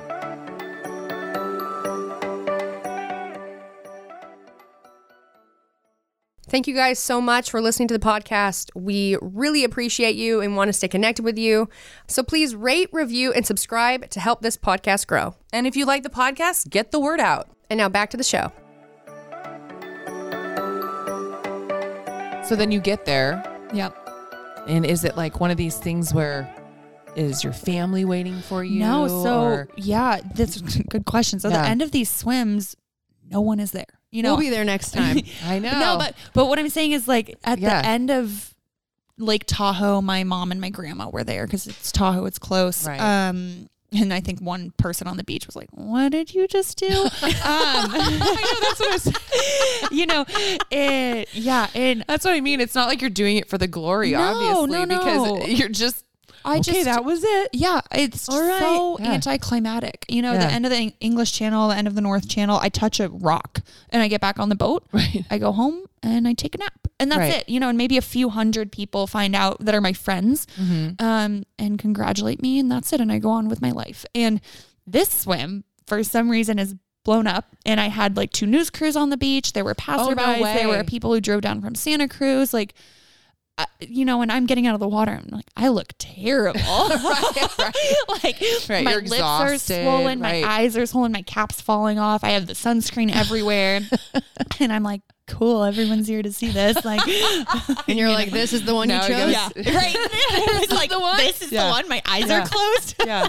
[SPEAKER 2] Thank you guys so much for listening to the podcast. We really appreciate you and want to stay connected with you. So please rate, review, and subscribe to help this podcast grow.
[SPEAKER 4] And if you like the podcast, get the word out.
[SPEAKER 2] And now back to the show.
[SPEAKER 1] So then you get there,
[SPEAKER 3] Yep.
[SPEAKER 1] and is it like one of these things where is your family waiting for you?
[SPEAKER 3] no, so
[SPEAKER 1] or-
[SPEAKER 3] yeah, that's a good question. So
[SPEAKER 1] Yeah.
[SPEAKER 3] the end of these swims, no one is there. You know,
[SPEAKER 2] there next
[SPEAKER 1] I know.
[SPEAKER 3] no, but but what I'm saying is like at
[SPEAKER 1] Yeah.
[SPEAKER 3] the end of Lake Tahoe, my mom and my grandma were there because it's Tahoe, it's close.
[SPEAKER 1] Right.
[SPEAKER 3] Um, and I think one person on the beach was like, "What did you just do?" um, you know, it. Yeah, and
[SPEAKER 1] that's what I mean. It's not like you're doing it for the glory,
[SPEAKER 3] No,
[SPEAKER 1] obviously,
[SPEAKER 3] no, no.
[SPEAKER 1] because you're just
[SPEAKER 3] I
[SPEAKER 1] okay.
[SPEAKER 3] just
[SPEAKER 1] that was it.
[SPEAKER 3] Yeah, it's
[SPEAKER 1] All right.
[SPEAKER 3] so
[SPEAKER 1] Yeah.
[SPEAKER 3] anticlimactic. You know,
[SPEAKER 1] Yeah.
[SPEAKER 3] the end of the Eng- English Channel, the end of the North Channel, I touch a rock and I get back on the boat.
[SPEAKER 1] Right.
[SPEAKER 3] I go home and I take a nap. And that's
[SPEAKER 1] Right.
[SPEAKER 3] it. You know, and maybe a few hundred people find out that are my friends
[SPEAKER 1] Mm-hmm.
[SPEAKER 3] um, and congratulate me. And that's it. And I go on with my life. And this swim, for some reason, is blown up and I had like two news crews on the beach. There were
[SPEAKER 1] Oh, no
[SPEAKER 3] passerbys. there
[SPEAKER 1] way.
[SPEAKER 3] were people who drove down from Santa Cruz. Like I- you know, when I'm getting out of the water, I'm like, I look terrible. like
[SPEAKER 1] Right,
[SPEAKER 3] my
[SPEAKER 1] you're
[SPEAKER 3] lips are
[SPEAKER 1] exhausted,
[SPEAKER 3] swollen,
[SPEAKER 1] right.
[SPEAKER 3] my eyes are swollen, my cap's falling off. I have the sunscreen everywhere, and I'm like, cool, everyone's here to see this. Like,
[SPEAKER 2] And you're like, this is the one
[SPEAKER 1] Now I
[SPEAKER 2] you chose?
[SPEAKER 1] guess-
[SPEAKER 3] right? It's like this is
[SPEAKER 1] Yeah.
[SPEAKER 3] the one. My eyes
[SPEAKER 1] Yeah.
[SPEAKER 3] are closed.
[SPEAKER 1] yeah,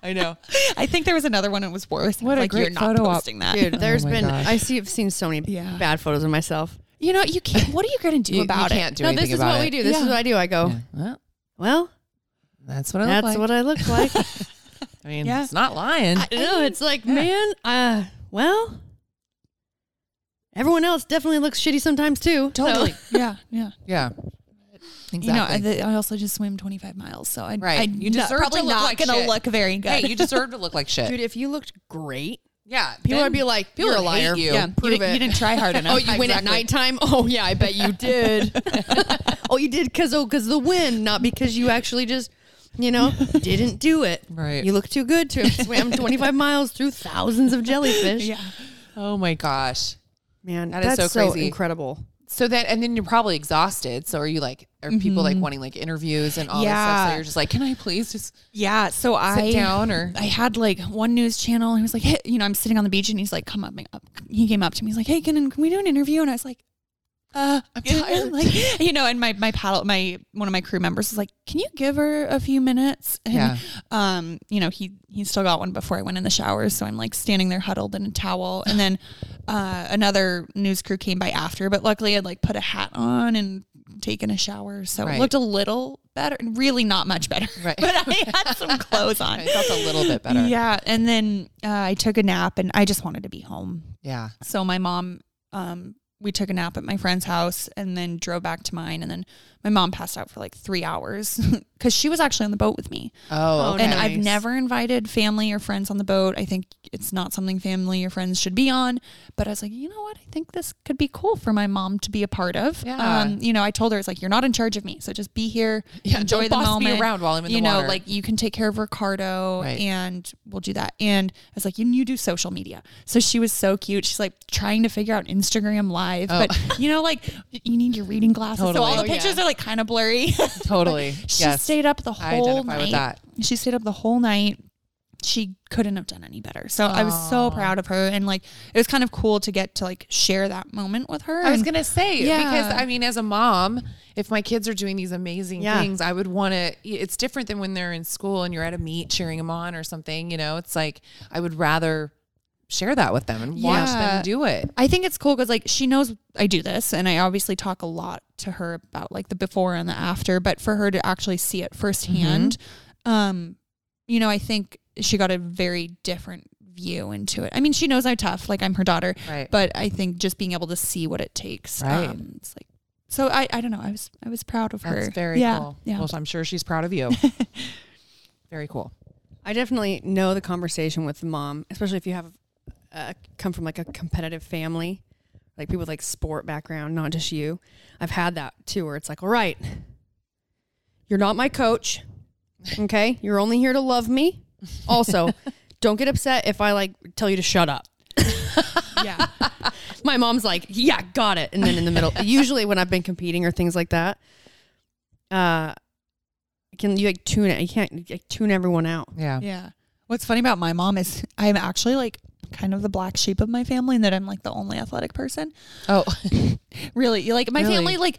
[SPEAKER 1] I know.
[SPEAKER 3] I think there was another one. It was worse.
[SPEAKER 1] What
[SPEAKER 3] What
[SPEAKER 1] a
[SPEAKER 3] like,
[SPEAKER 1] great
[SPEAKER 3] you're not
[SPEAKER 1] photo op.
[SPEAKER 3] posting that.
[SPEAKER 2] Dude, There's
[SPEAKER 1] Oh my
[SPEAKER 2] been,
[SPEAKER 1] gosh.
[SPEAKER 2] I see, I've seen so many
[SPEAKER 3] Yeah.
[SPEAKER 2] bad photos of myself.
[SPEAKER 3] You know, you can't. What are you gonna do
[SPEAKER 1] You- you
[SPEAKER 3] about it?
[SPEAKER 1] can't do
[SPEAKER 2] no,
[SPEAKER 1] anything
[SPEAKER 2] this is
[SPEAKER 1] about
[SPEAKER 2] what
[SPEAKER 1] it.
[SPEAKER 2] we do. This is
[SPEAKER 3] Yeah.
[SPEAKER 2] what I do. I go,
[SPEAKER 1] Yeah, well,
[SPEAKER 2] well,
[SPEAKER 1] that's what I
[SPEAKER 2] that's
[SPEAKER 1] look like.
[SPEAKER 2] what I look like.
[SPEAKER 1] I mean,
[SPEAKER 3] Yeah.
[SPEAKER 1] it's not lying.
[SPEAKER 2] I know. It's like, man, uh, well, everyone else definitely looks shitty sometimes too.
[SPEAKER 3] Totally. yeah. Yeah.
[SPEAKER 1] yeah, exactly.
[SPEAKER 3] You know, I, I also just swim 25 miles, so I,
[SPEAKER 1] Right.
[SPEAKER 3] I
[SPEAKER 1] You
[SPEAKER 3] you
[SPEAKER 1] deserve to
[SPEAKER 3] probably
[SPEAKER 1] look
[SPEAKER 3] not
[SPEAKER 1] like
[SPEAKER 3] gonna
[SPEAKER 1] shit.
[SPEAKER 3] look very good.
[SPEAKER 1] hey, you deserve to look like shit.
[SPEAKER 2] So, dude, if you looked great,
[SPEAKER 1] yeah,
[SPEAKER 2] people
[SPEAKER 1] then
[SPEAKER 2] would be like,
[SPEAKER 1] people
[SPEAKER 2] you're a
[SPEAKER 1] would hate
[SPEAKER 2] liar.
[SPEAKER 1] you.
[SPEAKER 3] yeah,
[SPEAKER 1] You
[SPEAKER 3] you,
[SPEAKER 2] prove
[SPEAKER 3] didn't,
[SPEAKER 2] it.
[SPEAKER 3] you didn't try hard enough.
[SPEAKER 2] Oh, you went at nighttime? Oh, yeah, I bet you did. oh, you did because oh, because the wind, not because you actually just, you know, didn't do it.
[SPEAKER 1] Right.
[SPEAKER 2] You look too good to have swam 25 miles through thousands of jellyfish.
[SPEAKER 3] Yeah.
[SPEAKER 1] oh my gosh.
[SPEAKER 2] Man,
[SPEAKER 1] That is
[SPEAKER 2] that's
[SPEAKER 1] so
[SPEAKER 2] so,
[SPEAKER 1] crazy.
[SPEAKER 2] incredible.
[SPEAKER 1] So then, and then you're probably exhausted. So are you like, are people like wanting like interviews and all this stuff? So
[SPEAKER 3] Yeah.
[SPEAKER 1] you're just like, can I please just
[SPEAKER 3] Yeah. So
[SPEAKER 1] sit
[SPEAKER 3] I
[SPEAKER 1] down or
[SPEAKER 3] I had like one news channel and he was like, hey, you know, I'm sitting on the beach and he's like, come up, up. He came up to me. He's like, hey, Kenan, can we do an interview? And I was like, uh, I'm
[SPEAKER 1] tired.
[SPEAKER 3] like, you know, and my, my paddle, my, one of my crew members was like, can you give her a few minutes? And,
[SPEAKER 1] Yeah.
[SPEAKER 3] um, you know, he, he still got one before I went in the shower. So I'm like standing there huddled in a towel. And then, uh, another news crew came by after, but luckily I'd like put a hat on and taken a shower. So
[SPEAKER 1] Right.
[SPEAKER 3] it looked a little better and really not much better,
[SPEAKER 1] Right.
[SPEAKER 3] but I had some clothes on.
[SPEAKER 1] I felt a little bit better.
[SPEAKER 3] Yeah, and then uh, I took a nap, and I just wanted to be home.
[SPEAKER 1] Yeah.
[SPEAKER 3] So my mom, um, we took a nap at my friend's house, and then drove back to mine. And then my mom passed out for like three hours because she was actually on the boat with me.
[SPEAKER 1] Oh,
[SPEAKER 2] Oh,
[SPEAKER 1] okay.
[SPEAKER 3] And I've
[SPEAKER 2] Nice.
[SPEAKER 3] never invited family or friends on the boat. I think it's not something family or friends should be on. But I was like, you know what? I think this could be cool for my mom to be a part of.
[SPEAKER 1] Yeah.
[SPEAKER 3] Um, you know, I told her it's like you're not in charge of me, so just be here,
[SPEAKER 1] Yeah,
[SPEAKER 3] enjoy
[SPEAKER 1] don't
[SPEAKER 3] the
[SPEAKER 1] boss me
[SPEAKER 3] moment
[SPEAKER 1] around while I'm in the
[SPEAKER 3] you
[SPEAKER 1] water.
[SPEAKER 3] know, like you can take care of Ricardo,
[SPEAKER 1] Right.
[SPEAKER 3] and we'll do that. And I was like, you, you do social media. So she was so cute. She's like trying to figure out Instagram Live,
[SPEAKER 1] Oh.
[SPEAKER 3] but you know, like you need your reading glasses. So
[SPEAKER 1] Totally.
[SPEAKER 3] all
[SPEAKER 1] Oh,
[SPEAKER 3] the pictures
[SPEAKER 2] yeah.
[SPEAKER 3] are like kind of blurry.
[SPEAKER 1] totally.
[SPEAKER 3] She
[SPEAKER 1] yes.
[SPEAKER 3] stayed up the
[SPEAKER 1] I
[SPEAKER 3] whole
[SPEAKER 1] identify
[SPEAKER 3] night.
[SPEAKER 1] with that.
[SPEAKER 3] She stayed up the whole night. She couldn't have done any better. So I was so proud of her, and like it was kind of cool to get to like share that moment with her.
[SPEAKER 1] I was
[SPEAKER 3] And-
[SPEAKER 1] gonna say
[SPEAKER 3] Mm. Yeah.
[SPEAKER 1] because I mean, as a mom, if my kids are doing these amazing
[SPEAKER 2] Yeah.
[SPEAKER 1] things, I would want to. It's different than when they're in school and you're at a meet cheering them on or something. You know, it's like I would rather share that with them and watch
[SPEAKER 3] Yeah.
[SPEAKER 1] them do it.
[SPEAKER 3] I think it's cool because like she knows I do this, and I obviously talk a lot to her about like the before and the after. But for her to actually see it firsthand,
[SPEAKER 1] Mm-hmm.
[SPEAKER 3] um, you know, I think she got a very different view into it. I mean, she knows I'm tough, like I'm her daughter,
[SPEAKER 1] Right.
[SPEAKER 3] but I think just being able to see what it takes,
[SPEAKER 1] Right.
[SPEAKER 3] um, it's like. So I, I don't know. I was I was proud of her.
[SPEAKER 1] That's very
[SPEAKER 3] yeah,
[SPEAKER 1] cool.
[SPEAKER 3] Yeah.
[SPEAKER 1] Well, I'm sure she's proud of you. very cool.
[SPEAKER 2] I definitely know the conversation with the mom, especially if you have uh, come from like a competitive family like people with like sport background, not just you. I've had that too, where it's like, all right, you're not my coach. Okay. You're only here to love me. Also, don't get upset if I like tell you to shut up.
[SPEAKER 3] Yeah.
[SPEAKER 2] My mom's like, yeah, got it. And then in the middle, usually when I've been competing or things like that, uh, can you like tune it? You can't like, tune everyone out.
[SPEAKER 1] Yeah.
[SPEAKER 3] yeah. What's funny about my mom is I'm actually like kind of the black sheep of my family and that I'm like the only athletic person.
[SPEAKER 1] Oh,
[SPEAKER 3] Really. you- Like my
[SPEAKER 1] Really?
[SPEAKER 3] family like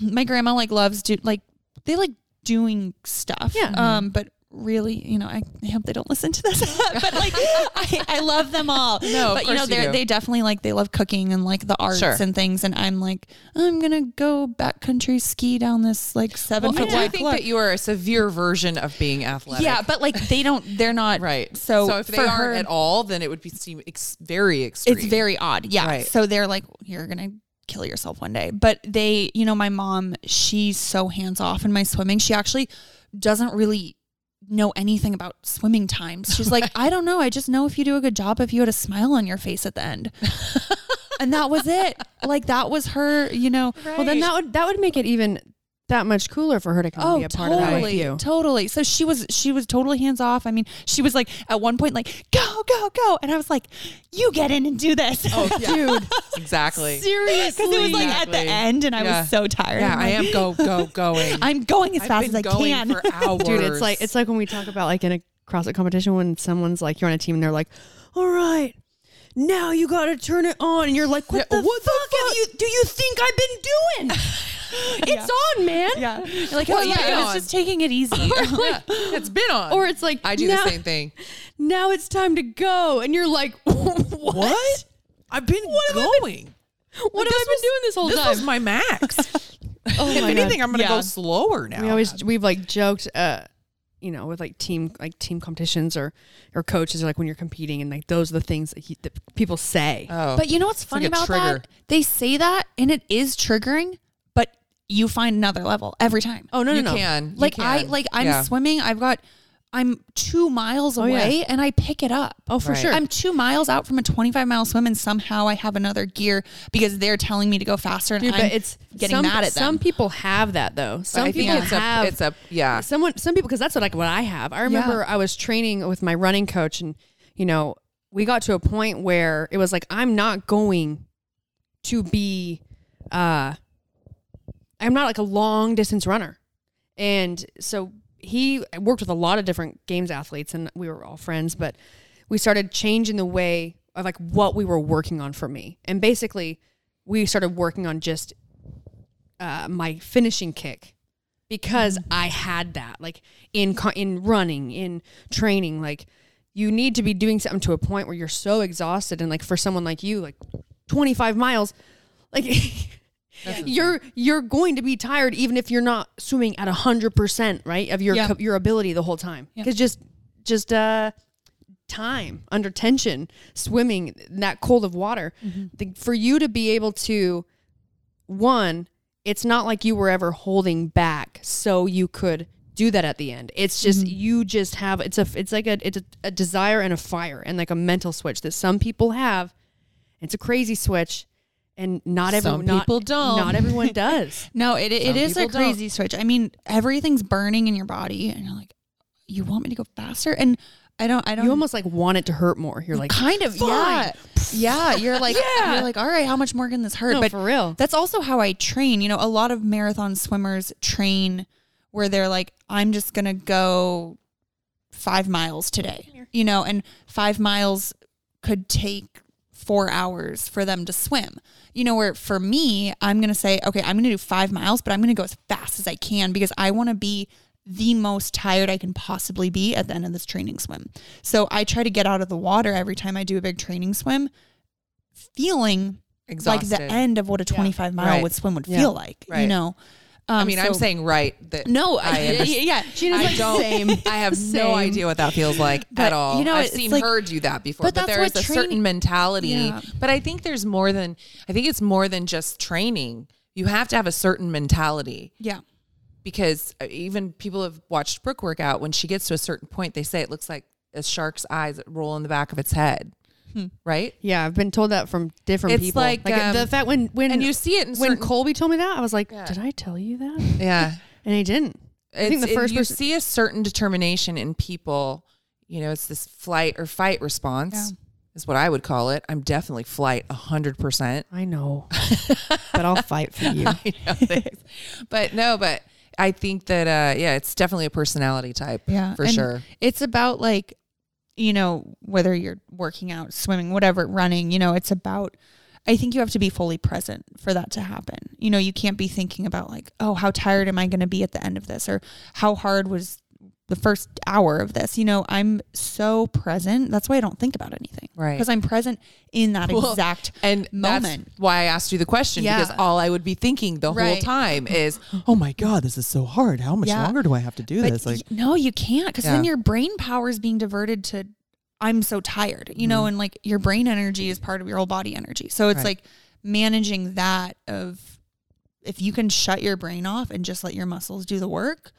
[SPEAKER 3] my grandma like loves do like they like doing stuff.
[SPEAKER 2] Yeah.
[SPEAKER 3] Um but really, you know, I, I hope they don't listen to this. but like I, I love them all.
[SPEAKER 1] No, of
[SPEAKER 3] but you know,
[SPEAKER 1] course you
[SPEAKER 3] they
[SPEAKER 1] do.
[SPEAKER 3] they definitely like they love cooking and like the arts
[SPEAKER 1] Sure.
[SPEAKER 3] and things and I'm like, I'm gonna go backcountry ski down this like seven
[SPEAKER 1] well, I
[SPEAKER 3] foot
[SPEAKER 1] do
[SPEAKER 3] wide
[SPEAKER 1] think
[SPEAKER 3] cliff.
[SPEAKER 1] that you are a severe version of being athletic.
[SPEAKER 3] Yeah, but like they don't, they're not
[SPEAKER 1] Right.
[SPEAKER 3] So,
[SPEAKER 1] if they
[SPEAKER 3] for
[SPEAKER 1] aren't
[SPEAKER 3] her,
[SPEAKER 1] at all, then it would be seem ex- very extreme.
[SPEAKER 3] it's very odd. Yeah.
[SPEAKER 1] Right.
[SPEAKER 3] So they're like, you're gonna kill yourself one day. But they, you know, my mom, she's so hands off in my swimming. She actually doesn't really know anything about swimming times. She's like, I don't know. I just know if you do a good job, if you had a smile on your face at the end. and that was it. Like that was her, you know.
[SPEAKER 2] Well, then that would that would make it even that much cooler for her to come
[SPEAKER 1] Oh,
[SPEAKER 2] and be a part of that with
[SPEAKER 3] oh, totally,
[SPEAKER 2] you.
[SPEAKER 3] totally. So she was she was totally hands off. I mean, she was like at one point like go go go, and I was like, you get in and do this, oh, dude.
[SPEAKER 1] exactly.
[SPEAKER 2] Seriously,
[SPEAKER 3] Because it was like at the end, and I
[SPEAKER 1] Yeah.
[SPEAKER 3] was so tired.
[SPEAKER 1] Yeah,
[SPEAKER 3] I'm
[SPEAKER 1] I
[SPEAKER 3] like,
[SPEAKER 1] am go go going.
[SPEAKER 3] I'm going as
[SPEAKER 1] I've
[SPEAKER 3] fast
[SPEAKER 1] been
[SPEAKER 3] as I
[SPEAKER 1] going
[SPEAKER 3] can.
[SPEAKER 1] for hours.
[SPEAKER 2] dude. It's like it's like when we talk about like in a CrossFit competition when someone's like you're on a team and they're like, all right. Now you gotta turn it on, and you're like, "What
[SPEAKER 1] Yeah,
[SPEAKER 2] the
[SPEAKER 1] what the
[SPEAKER 2] fuck, have
[SPEAKER 1] fuck?"
[SPEAKER 2] you? Do you think I've been doing? it's on, man.
[SPEAKER 3] yeah, You're like
[SPEAKER 1] Well,
[SPEAKER 3] oh yeah,
[SPEAKER 1] yeah,
[SPEAKER 3] I
[SPEAKER 1] on.
[SPEAKER 3] was just taking it easy.
[SPEAKER 1] Yeah, it's been on.
[SPEAKER 2] Or it's like,
[SPEAKER 1] I do
[SPEAKER 2] now-
[SPEAKER 1] the same thing.
[SPEAKER 2] Now it's time to go, and you're like, "What? What,
[SPEAKER 1] I've been going.
[SPEAKER 2] have I been doing this whole
[SPEAKER 1] This
[SPEAKER 2] time?"
[SPEAKER 1] was my max.
[SPEAKER 2] oh
[SPEAKER 1] if
[SPEAKER 2] my God.
[SPEAKER 1] anything, I'm going to
[SPEAKER 2] Yeah.
[SPEAKER 1] go slower now.
[SPEAKER 2] We always we've like joked, uh, you know, with like team like team competitions or or coaches or like when you're competing and like those are the things that, he, that people say.
[SPEAKER 1] oh,
[SPEAKER 3] But you know what's
[SPEAKER 1] like
[SPEAKER 3] funny
[SPEAKER 1] a
[SPEAKER 3] about
[SPEAKER 1] trigger.
[SPEAKER 3] that? They say that, and it is triggering, but you find another level every time.
[SPEAKER 2] oh no, no,
[SPEAKER 1] you
[SPEAKER 2] no.
[SPEAKER 1] can. You
[SPEAKER 3] like I
[SPEAKER 1] can.
[SPEAKER 3] like I'm
[SPEAKER 1] Yeah. Oh,
[SPEAKER 3] swimming. I've got I'm two miles
[SPEAKER 2] yeah.
[SPEAKER 3] away, and I pick it up.
[SPEAKER 2] Oh, for
[SPEAKER 1] Right.
[SPEAKER 2] sure.
[SPEAKER 3] I'm two miles out from a 25 mile swim, and somehow I have another gear because they're telling me to go faster, and
[SPEAKER 2] Dude,
[SPEAKER 3] I'm
[SPEAKER 2] but it's
[SPEAKER 3] getting
[SPEAKER 2] some,
[SPEAKER 3] mad at them.
[SPEAKER 2] Some people have that though. Some
[SPEAKER 1] I
[SPEAKER 2] people
[SPEAKER 1] think it's
[SPEAKER 2] have
[SPEAKER 1] a, it's a, yeah.
[SPEAKER 2] someone some people because that's what like what I have. I remember I was training with my running coach and you know, we got to a point where it was like I'm not going to be uh I'm not like a long distance runner. And so he I worked with a lot of different games athletes and we were all friends, but we started changing the way of like what we were working on for me. And basically we started working on just uh, my finishing kick because I had that like in co- in running in training like you need to be doing something to a point where you're so exhausted and like for someone like you like 25 miles like you're you're going to be tired even if you're not swimming at 100% right of your
[SPEAKER 3] Yeah.
[SPEAKER 2] cap- your ability the whole time
[SPEAKER 3] Yeah.
[SPEAKER 2] cuz just just uh time under tension swimming in that cold of water the, for you to be able to one, it's not like you were ever holding back, so you could do that at the end. It's just
[SPEAKER 1] Mm-hmm.
[SPEAKER 2] you just have it's a it's like a it's a, a desire and a fire and like a mental switch that some people have. It's a crazy switch, and not
[SPEAKER 1] Some
[SPEAKER 2] everyone not,
[SPEAKER 1] people don't.
[SPEAKER 2] Not everyone does.
[SPEAKER 3] No, it, it
[SPEAKER 1] Some
[SPEAKER 3] is a
[SPEAKER 1] people don't.
[SPEAKER 3] crazy switch. I mean, everything's burning in your body, and you're like, you want me to go faster? And I don't, I don't.
[SPEAKER 2] you almost like want it to hurt more. You're like,
[SPEAKER 3] kind of, yeah, yeah. You're like, you're like, all right, how much more can this hurt?
[SPEAKER 2] No, for real.
[SPEAKER 3] That's also how I train. You know, a lot of marathon swimmers train where they're like, I'm just gonna go five miles today. You know, and five miles could take four hours for them to swim. You know, where for me, I'm going to say, okay, I'm going to do five miles, but I'm going to go as fast as I can because I want to be the most tired I can possibly be at the end of this training swim. So I try to get out of the water every time I do a big training swim, feeling
[SPEAKER 1] Exhausted.
[SPEAKER 3] like the end of what a 25 mile
[SPEAKER 1] Right.
[SPEAKER 3] would swim would
[SPEAKER 2] Yeah.
[SPEAKER 3] feel like, you
[SPEAKER 1] Right.
[SPEAKER 3] know? Um,
[SPEAKER 1] I mean, I'm
[SPEAKER 3] so-
[SPEAKER 1] saying right that
[SPEAKER 3] no,
[SPEAKER 1] I
[SPEAKER 3] I,
[SPEAKER 1] understand.
[SPEAKER 3] yeah, she
[SPEAKER 1] I don't. I have
[SPEAKER 3] Same.
[SPEAKER 1] no idea what that feels like
[SPEAKER 3] But,
[SPEAKER 1] at all.
[SPEAKER 3] you know,
[SPEAKER 1] I've
[SPEAKER 3] it's
[SPEAKER 1] seen
[SPEAKER 3] like-
[SPEAKER 1] her do that before,
[SPEAKER 3] but
[SPEAKER 1] but,
[SPEAKER 3] that's
[SPEAKER 1] there is
[SPEAKER 3] what
[SPEAKER 1] a
[SPEAKER 3] train-
[SPEAKER 1] certain mentality.
[SPEAKER 3] Yeah.
[SPEAKER 1] But I think there's more than I think it's more than just training. You have to have a certain mentality
[SPEAKER 3] Yeah.
[SPEAKER 1] because uh, even people have watched Brooke work out. When she gets to a certain point, they say it looks like a shark's eyes roll in the back of its head.
[SPEAKER 3] Hmm.
[SPEAKER 1] right?
[SPEAKER 2] Yeah, I've been told that from different
[SPEAKER 1] It's
[SPEAKER 2] people.
[SPEAKER 1] like, um,
[SPEAKER 2] the fact when when
[SPEAKER 1] And you see it in
[SPEAKER 2] when
[SPEAKER 1] certain,
[SPEAKER 2] Colby told me that, I was like,
[SPEAKER 1] Yeah.
[SPEAKER 2] "Did I tell you that?"
[SPEAKER 1] yeah.
[SPEAKER 2] And I didn't.
[SPEAKER 1] It's,
[SPEAKER 2] think the
[SPEAKER 1] it-
[SPEAKER 2] first
[SPEAKER 1] you
[SPEAKER 2] person-
[SPEAKER 1] see a certain determination in people. You know, it's this flight or fight response. Is what I would call it. I'm definitely flight, hundred percent.
[SPEAKER 2] I know, but I'll fight for you.
[SPEAKER 1] I know thanks. but no, but I think that uh yeah, it's definitely a personality type.
[SPEAKER 3] Yeah,
[SPEAKER 1] For
[SPEAKER 3] and
[SPEAKER 1] sure.
[SPEAKER 3] It's about like, you know, whether you're working out, swimming, whatever, running, you know, it's about I think you have to be fully present for that to happen. You know, you can't be thinking about like, oh, how tired am I going to be at the end of this or how hard was the first hour of this? You know, I'm so present. That's why I don't think about anything.
[SPEAKER 1] Right.
[SPEAKER 3] Because I'm present in that
[SPEAKER 1] Well,
[SPEAKER 3] exact
[SPEAKER 1] And
[SPEAKER 3] moment.
[SPEAKER 1] that's why I asked you the question
[SPEAKER 3] Yeah.
[SPEAKER 1] because all I would be thinking the whole
[SPEAKER 3] Right.
[SPEAKER 1] time is
[SPEAKER 5] oh my god this is so hard how much
[SPEAKER 3] Yeah.
[SPEAKER 5] longer do i have to do
[SPEAKER 3] But
[SPEAKER 5] this like
[SPEAKER 3] y- no, you can't because then
[SPEAKER 1] Yeah.
[SPEAKER 3] your brain power is being diverted to I'm so tired, you know, and like your brain energy is part of your whole body energy. So it's
[SPEAKER 1] Right.
[SPEAKER 3] like managing that of if you can shut your brain off and just let your muscles do the work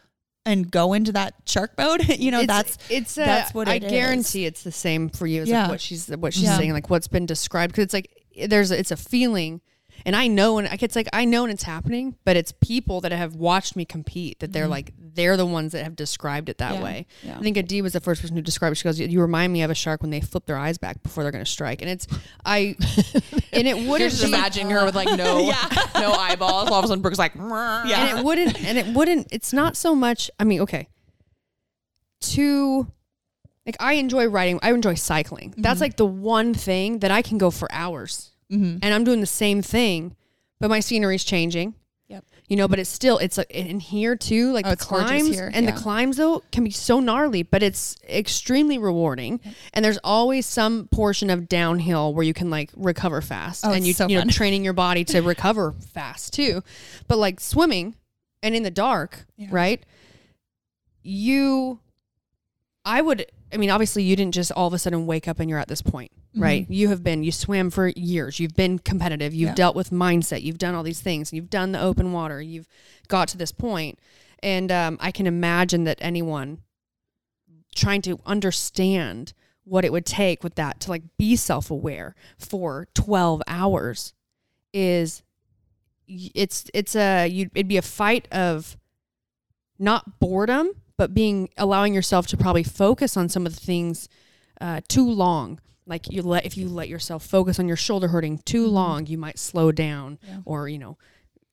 [SPEAKER 3] and go into that shark mode, you know,
[SPEAKER 2] It's-
[SPEAKER 3] that's
[SPEAKER 2] it's
[SPEAKER 3] that's
[SPEAKER 2] uh,
[SPEAKER 3] what
[SPEAKER 2] I
[SPEAKER 3] it is.
[SPEAKER 2] guarantee it's the same for you as
[SPEAKER 3] Yeah.
[SPEAKER 2] like what she's what she's
[SPEAKER 3] Yeah.
[SPEAKER 2] saying, like what's been described. Because it's like there's a, it's a feeling, and I know when like, it's like I know when it's happening, but it's people that have watched me compete that they're like they're the ones that have described it that
[SPEAKER 3] Mm-hmm. Yeah.
[SPEAKER 2] way.
[SPEAKER 3] Yeah.
[SPEAKER 2] I think Adi was the first person who described. it. She goes, "You remind me of a shark when they flip their eyes back before they're going to strike," and it's I and it
[SPEAKER 1] You're
[SPEAKER 2] wouldn't
[SPEAKER 1] just
[SPEAKER 2] be-
[SPEAKER 1] imagining her with like no no eyeballs. All of a sudden Brooke's like yeah.
[SPEAKER 2] and it wouldn't and it wouldn't it's not so much i mean okay to like i enjoy riding i enjoy cycling
[SPEAKER 3] Mm-hmm.
[SPEAKER 2] that's like the one thing that i can go for hours
[SPEAKER 3] Mhm.
[SPEAKER 2] and i'm doing the same thing but my scenery's changing
[SPEAKER 3] Yep.
[SPEAKER 2] you know but it's still it's like in here too like
[SPEAKER 3] Oh,
[SPEAKER 2] the
[SPEAKER 3] it's gorgeous
[SPEAKER 2] climbs
[SPEAKER 3] here,
[SPEAKER 2] and
[SPEAKER 3] yeah.
[SPEAKER 2] the climbs though can be so gnarly but it's extremely rewarding and there's always some portion of downhill where you can like recover fast
[SPEAKER 3] Oh,
[SPEAKER 2] and
[SPEAKER 3] it's
[SPEAKER 2] you,
[SPEAKER 3] so
[SPEAKER 2] you know
[SPEAKER 3] fun.
[SPEAKER 2] training your body to recover fast too but like swimming and in the dark,
[SPEAKER 3] Yeah.
[SPEAKER 2] right? You, I would, I mean, obviously, you didn't just all of a sudden wake up and you're at this point,
[SPEAKER 3] Mm-hmm.
[SPEAKER 2] right? You have been, you swam for years, you've been competitive, you've
[SPEAKER 3] Yeah.
[SPEAKER 2] dealt with mindset, you've done all these things, you've done the open water, you've got to this point. And um, I can imagine that anyone trying to understand what it would take with that to like be self aware for 12 hours is y- it's it's a you it'd be a fight of not boredom but being allowing yourself to probably focus on some of the things uh, too long like you let if you let yourself focus on your shoulder hurting too long you might slow down
[SPEAKER 3] Yeah.
[SPEAKER 2] or you know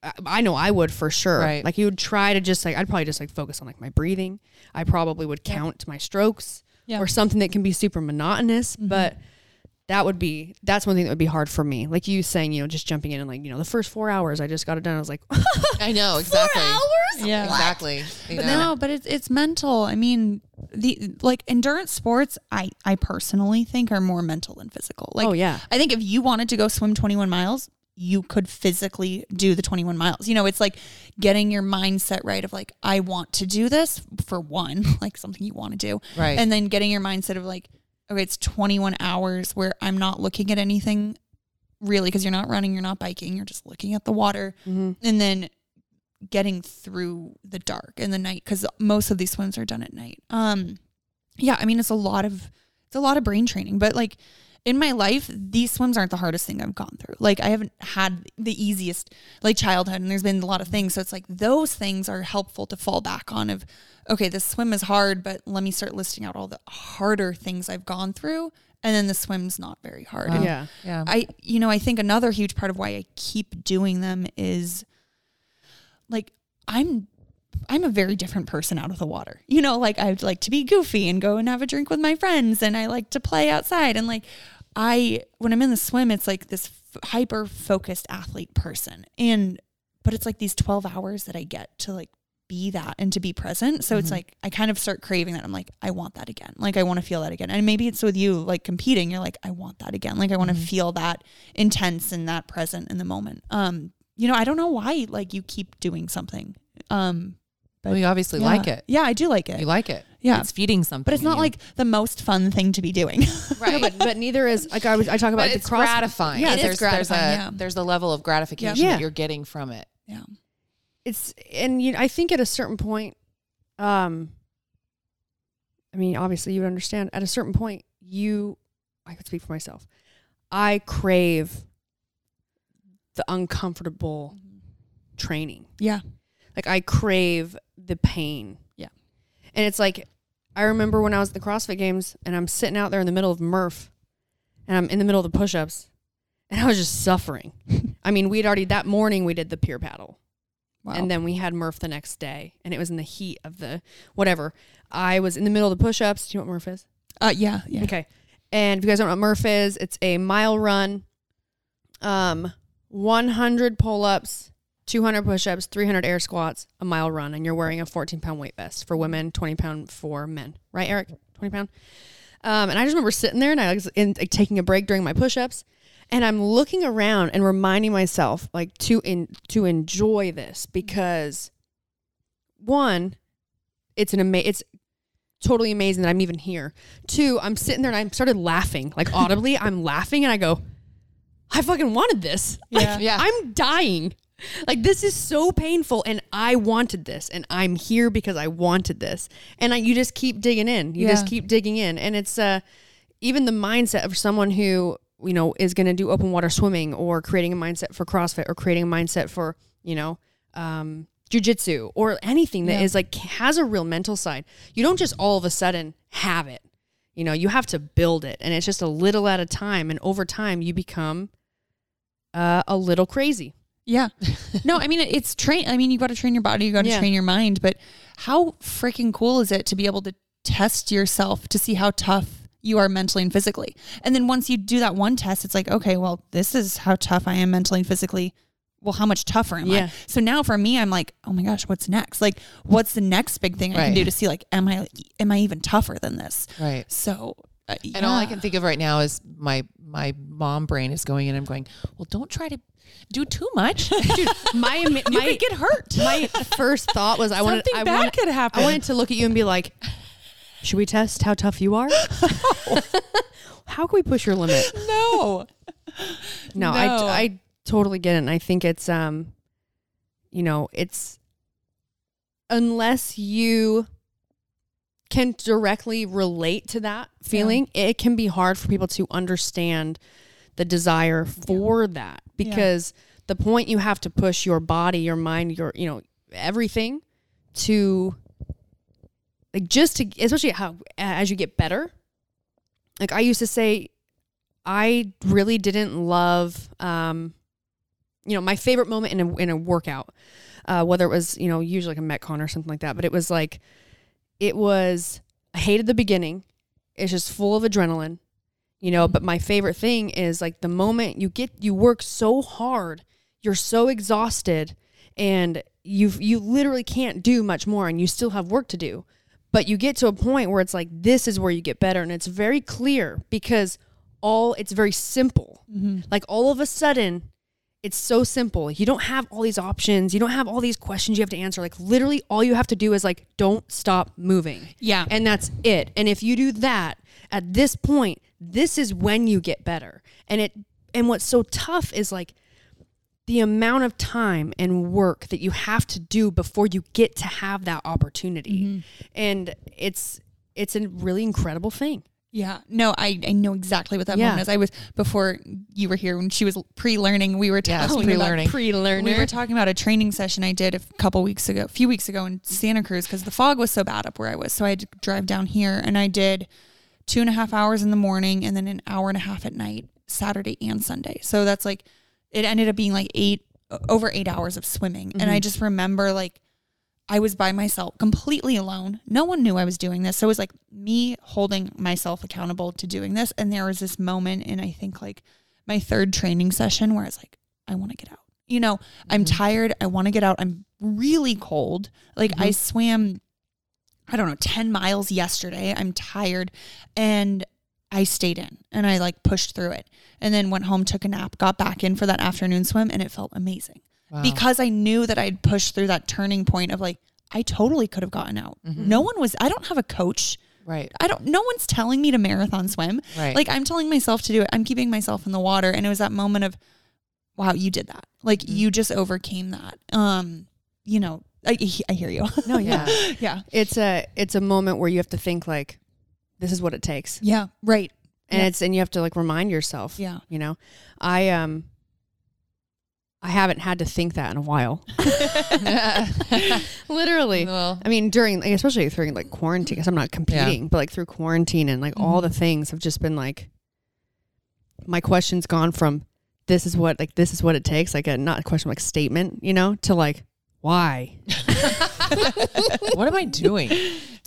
[SPEAKER 2] I, I know I would for sure
[SPEAKER 1] Right.
[SPEAKER 2] like you would try to just like I'd probably just like focus on like my breathing I probably would count my strokes
[SPEAKER 3] Yeah.
[SPEAKER 2] or something that can be super monotonous but that would be that's one thing that would be hard for me. Like you saying, you know, just jumping in and like, you know, the first four hours I just got it done. I was like,
[SPEAKER 1] I know exactly.
[SPEAKER 2] hours?
[SPEAKER 3] Yeah.
[SPEAKER 1] Exactly. You
[SPEAKER 3] But
[SPEAKER 1] know?
[SPEAKER 3] no, but it's it's mental. I mean, the like endurance sports, I I personally think are more mental than physical. Like,
[SPEAKER 2] Oh, yeah.
[SPEAKER 3] I think if you wanted to go swim 21 miles, you could physically do the 21 miles. You know, it's like getting your mindset right of like I want to do this for one, like something you want to do,
[SPEAKER 1] Right.
[SPEAKER 3] and then getting your mindset of like, okay, it's 21 hours where I'm not looking at anything really because you're not running, you're not biking, you're just looking at the water, and then getting through the dark and the night because most of these swims are done at night. Um, yeah, I mean it's a lot of it's a lot of brain training, but like in my life, these swims aren't the hardest thing I've gone through. Like I haven't had the easiest like childhood, and there's been a lot of things. So it's like those things are helpful to fall back on. Of okay, this swim is hard, but let me start listing out all the harder things I've gone through, and then the swim's not very hard. And
[SPEAKER 2] Yeah.
[SPEAKER 1] yeah.
[SPEAKER 3] I you know, I think another huge part of why I keep doing them is like I'm I'm a very different person out of the water. You know, like I'd like to be goofy and go and have a drink with my friends and I like to play outside and like I when I'm in the swim it's like this f- hyper focused athlete person. And but it's like these 12 hours that I get to like be that and to be present. So it's
[SPEAKER 1] Mm-hmm.
[SPEAKER 3] like I kind of start craving that. I'm like, I want that again. Like I want to feel that again. And maybe it's with you like competing. You're like, I want that again. Like I
[SPEAKER 1] Mm-hmm.
[SPEAKER 3] want to feel that intense and that present in the moment. Um, you know, I don't know why like you keep doing something. Um
[SPEAKER 1] well, you obviously
[SPEAKER 3] yeah.
[SPEAKER 1] like it.
[SPEAKER 3] Yeah, I do like it.
[SPEAKER 1] You like it.
[SPEAKER 3] Yeah.
[SPEAKER 1] It's feeding something.
[SPEAKER 3] but it's
[SPEAKER 1] in
[SPEAKER 3] not
[SPEAKER 1] you.
[SPEAKER 3] like the most fun thing to be doing.
[SPEAKER 2] Right. but, but neither is like I was I talk about
[SPEAKER 1] But
[SPEAKER 2] the
[SPEAKER 1] it's
[SPEAKER 2] cross
[SPEAKER 1] gratifying.
[SPEAKER 2] Yeah, it is
[SPEAKER 1] there's,
[SPEAKER 3] gratifying,
[SPEAKER 1] There's a
[SPEAKER 3] yeah.
[SPEAKER 1] there's a level of gratification
[SPEAKER 2] Yeah.
[SPEAKER 1] that you're getting from it.
[SPEAKER 3] yeah.
[SPEAKER 2] it's and you I think at a certain point, um I mean, obviously you would understand at a certain point you I could speak for myself. I crave the uncomfortable
[SPEAKER 1] Mm-hmm.
[SPEAKER 2] training.
[SPEAKER 3] Yeah.
[SPEAKER 2] Like I crave the pain.
[SPEAKER 3] Yeah.
[SPEAKER 2] And it's like I remember when I was at the CrossFit games and I'm sitting out there in the middle of Murph and I'm in the middle of the push ups and I was just suffering. I mean, we'd already that morning we did the pier paddle.
[SPEAKER 3] Wow.
[SPEAKER 2] And then we had Murph the next day and it was in the heat of the whatever. I was in the middle of the push ups. Do you know what Murph is?
[SPEAKER 3] uh, yeah, yeah.
[SPEAKER 2] Okay. And if you guys don't know what Murph is, it's a mile run, um, 100 pull ups, 200 push ups, 300 air squats, a mile run. And you're wearing a 14 pound weight vest for women, 20 pound for men. Right, Eric? 20 pound. Um, and I just remember sitting there and I was in, like, taking a break during my push ups. And I'm looking around and reminding myself like to in, to enjoy this because one, it's an ama- it's totally amazing that I'm even here. Two, I'm sitting there and I started laughing, like audibly. I'm laughing and I go, I fucking wanted this.
[SPEAKER 3] Yeah.
[SPEAKER 2] Like,
[SPEAKER 1] Yeah.
[SPEAKER 2] I'm dying. Like, this is so painful and I wanted this and I'm here because I wanted this. And I, you just keep digging in. You just
[SPEAKER 3] Yeah.
[SPEAKER 2] keep digging in. And it's, uh, even the mindset of someone who you know is going to do open water swimming or creating a mindset for CrossFit or creating a mindset for you know um, jujitsu or anything that is
[SPEAKER 3] Yeah.
[SPEAKER 2] like has a real mental side. You don't just all of a sudden have it. You know, you have to build it, and it's just a little at a time. And over time, you become uh, a little crazy.
[SPEAKER 3] Yeah. No, I mean it- it's train. I mean you got to train your body, you got to
[SPEAKER 2] Yeah.
[SPEAKER 3] train your mind. But how freaking cool is it to be able to test yourself to see how tough you are mentally and physically? And then once you do that one test, it's like, okay, well, this is how tough I am mentally and physically. Well, how much tougher am
[SPEAKER 2] Yeah.
[SPEAKER 3] I? So now for me, I'm like, oh my gosh, what's next? Like, what's the next big thing I
[SPEAKER 1] Right.
[SPEAKER 3] can do to see like, am I am I even tougher than this?
[SPEAKER 1] Right.
[SPEAKER 3] So, uh,
[SPEAKER 1] And all I can think of right now is my my mom brain is going in. I'm going, well, don't try to do too much. Dude,
[SPEAKER 2] My my
[SPEAKER 1] you could get hurt.
[SPEAKER 2] my first thought was I wanted
[SPEAKER 1] Something
[SPEAKER 2] I
[SPEAKER 1] bad
[SPEAKER 2] wanted,
[SPEAKER 1] could happen.
[SPEAKER 2] I wanted to look at you and be like, should we test how tough you are? how can we push your limit?
[SPEAKER 3] no.
[SPEAKER 2] No,
[SPEAKER 3] No.
[SPEAKER 2] I I totally get it. And I think it's um, you know, it's unless you can directly relate to that feeling, it can be hard for people to understand the desire for that because the point you have to push your body, your mind, your you know everything to like just to especially how as you get better. Like I used to say, I really didn't love, um, you know, my favorite moment in a in a workout, uh, whether it was you know usually like a metcon or something like that, but it was like, it was I hated the beginning. It's just full of adrenaline, you know. But my favorite thing is like the moment you get you work so hard, you're so exhausted, and you you literally can't do much more, and you still have work to do. But you get to a point where it's like this is where you get better, and it's very clear because all it's very simple. Like all of a sudden, it's so simple. You don't have all these options. You don't have all these questions you have to answer. Like literally, all you have to do is like don't stop moving.
[SPEAKER 3] Yeah.
[SPEAKER 2] And that's it. And if you do that at this point, this is when you get better. And it and what's so tough is like the amount of time and work that you have to do before you get to have that opportunity. And it's it's a really incredible thing.
[SPEAKER 3] Yeah. No, I, I know exactly what that
[SPEAKER 2] Yeah.
[SPEAKER 3] moment is. I was before you were here when she was pre-learning. We were
[SPEAKER 1] Yeah, it's
[SPEAKER 3] talking
[SPEAKER 1] pre-learning.
[SPEAKER 3] About,
[SPEAKER 2] Pre-learner.
[SPEAKER 3] we were talking about a training session I did a couple weeks ago, a few weeks ago in Santa Cruz because the fog was so bad up where I was. So I had to drive down here and I did two and a half hours in the morning and then an hour and a half at night, Saturday and Sunday. So that's like it ended up being like eight over eight hours of swimming. And I just remember like I was by myself, completely alone. No one knew I was doing this. So it was like me holding myself accountable to doing this. And there was this moment in I think like my third training session where I was like, I want to get out. You know, I'm tired. I want to get out. I'm really cold. Like I swam, I don't know, 10 miles yesterday. I'm tired. And I stayed in and I like pushed through it. And then went home, took a nap, got back in for that afternoon swim, and it felt amazing because I knew that I'd pushed through that turning point of like, I totally could have gotten out. No one was, I don't have a coach.
[SPEAKER 1] right.
[SPEAKER 3] I don't, no one's telling me to marathon swim.
[SPEAKER 1] Right.
[SPEAKER 3] Like, I'm telling myself to do it. I'm keeping myself in the water. And it was that moment of, wow, you did that. Like, you just overcame that. Um, you know, I, I hear you.
[SPEAKER 2] No,
[SPEAKER 1] yeah.
[SPEAKER 3] yeah.
[SPEAKER 2] It's a it's a moment where you have to think like, this is what it takes.
[SPEAKER 3] Yeah. Right.
[SPEAKER 2] and
[SPEAKER 3] Yeah.
[SPEAKER 2] it's and you have to like remind yourself.
[SPEAKER 3] Yeah.
[SPEAKER 2] you know, I um, I haven't had to think that in a while. Literally,
[SPEAKER 1] well,
[SPEAKER 2] I mean, during like, especially during like quarantine, because I'm not competing, but like through quarantine and like all the
[SPEAKER 1] Mm-hmm.
[SPEAKER 2] things have just been like, my question's gone from this is what like this is what it takes, like a not a question like statement, you know, to like why,
[SPEAKER 1] what am I doing?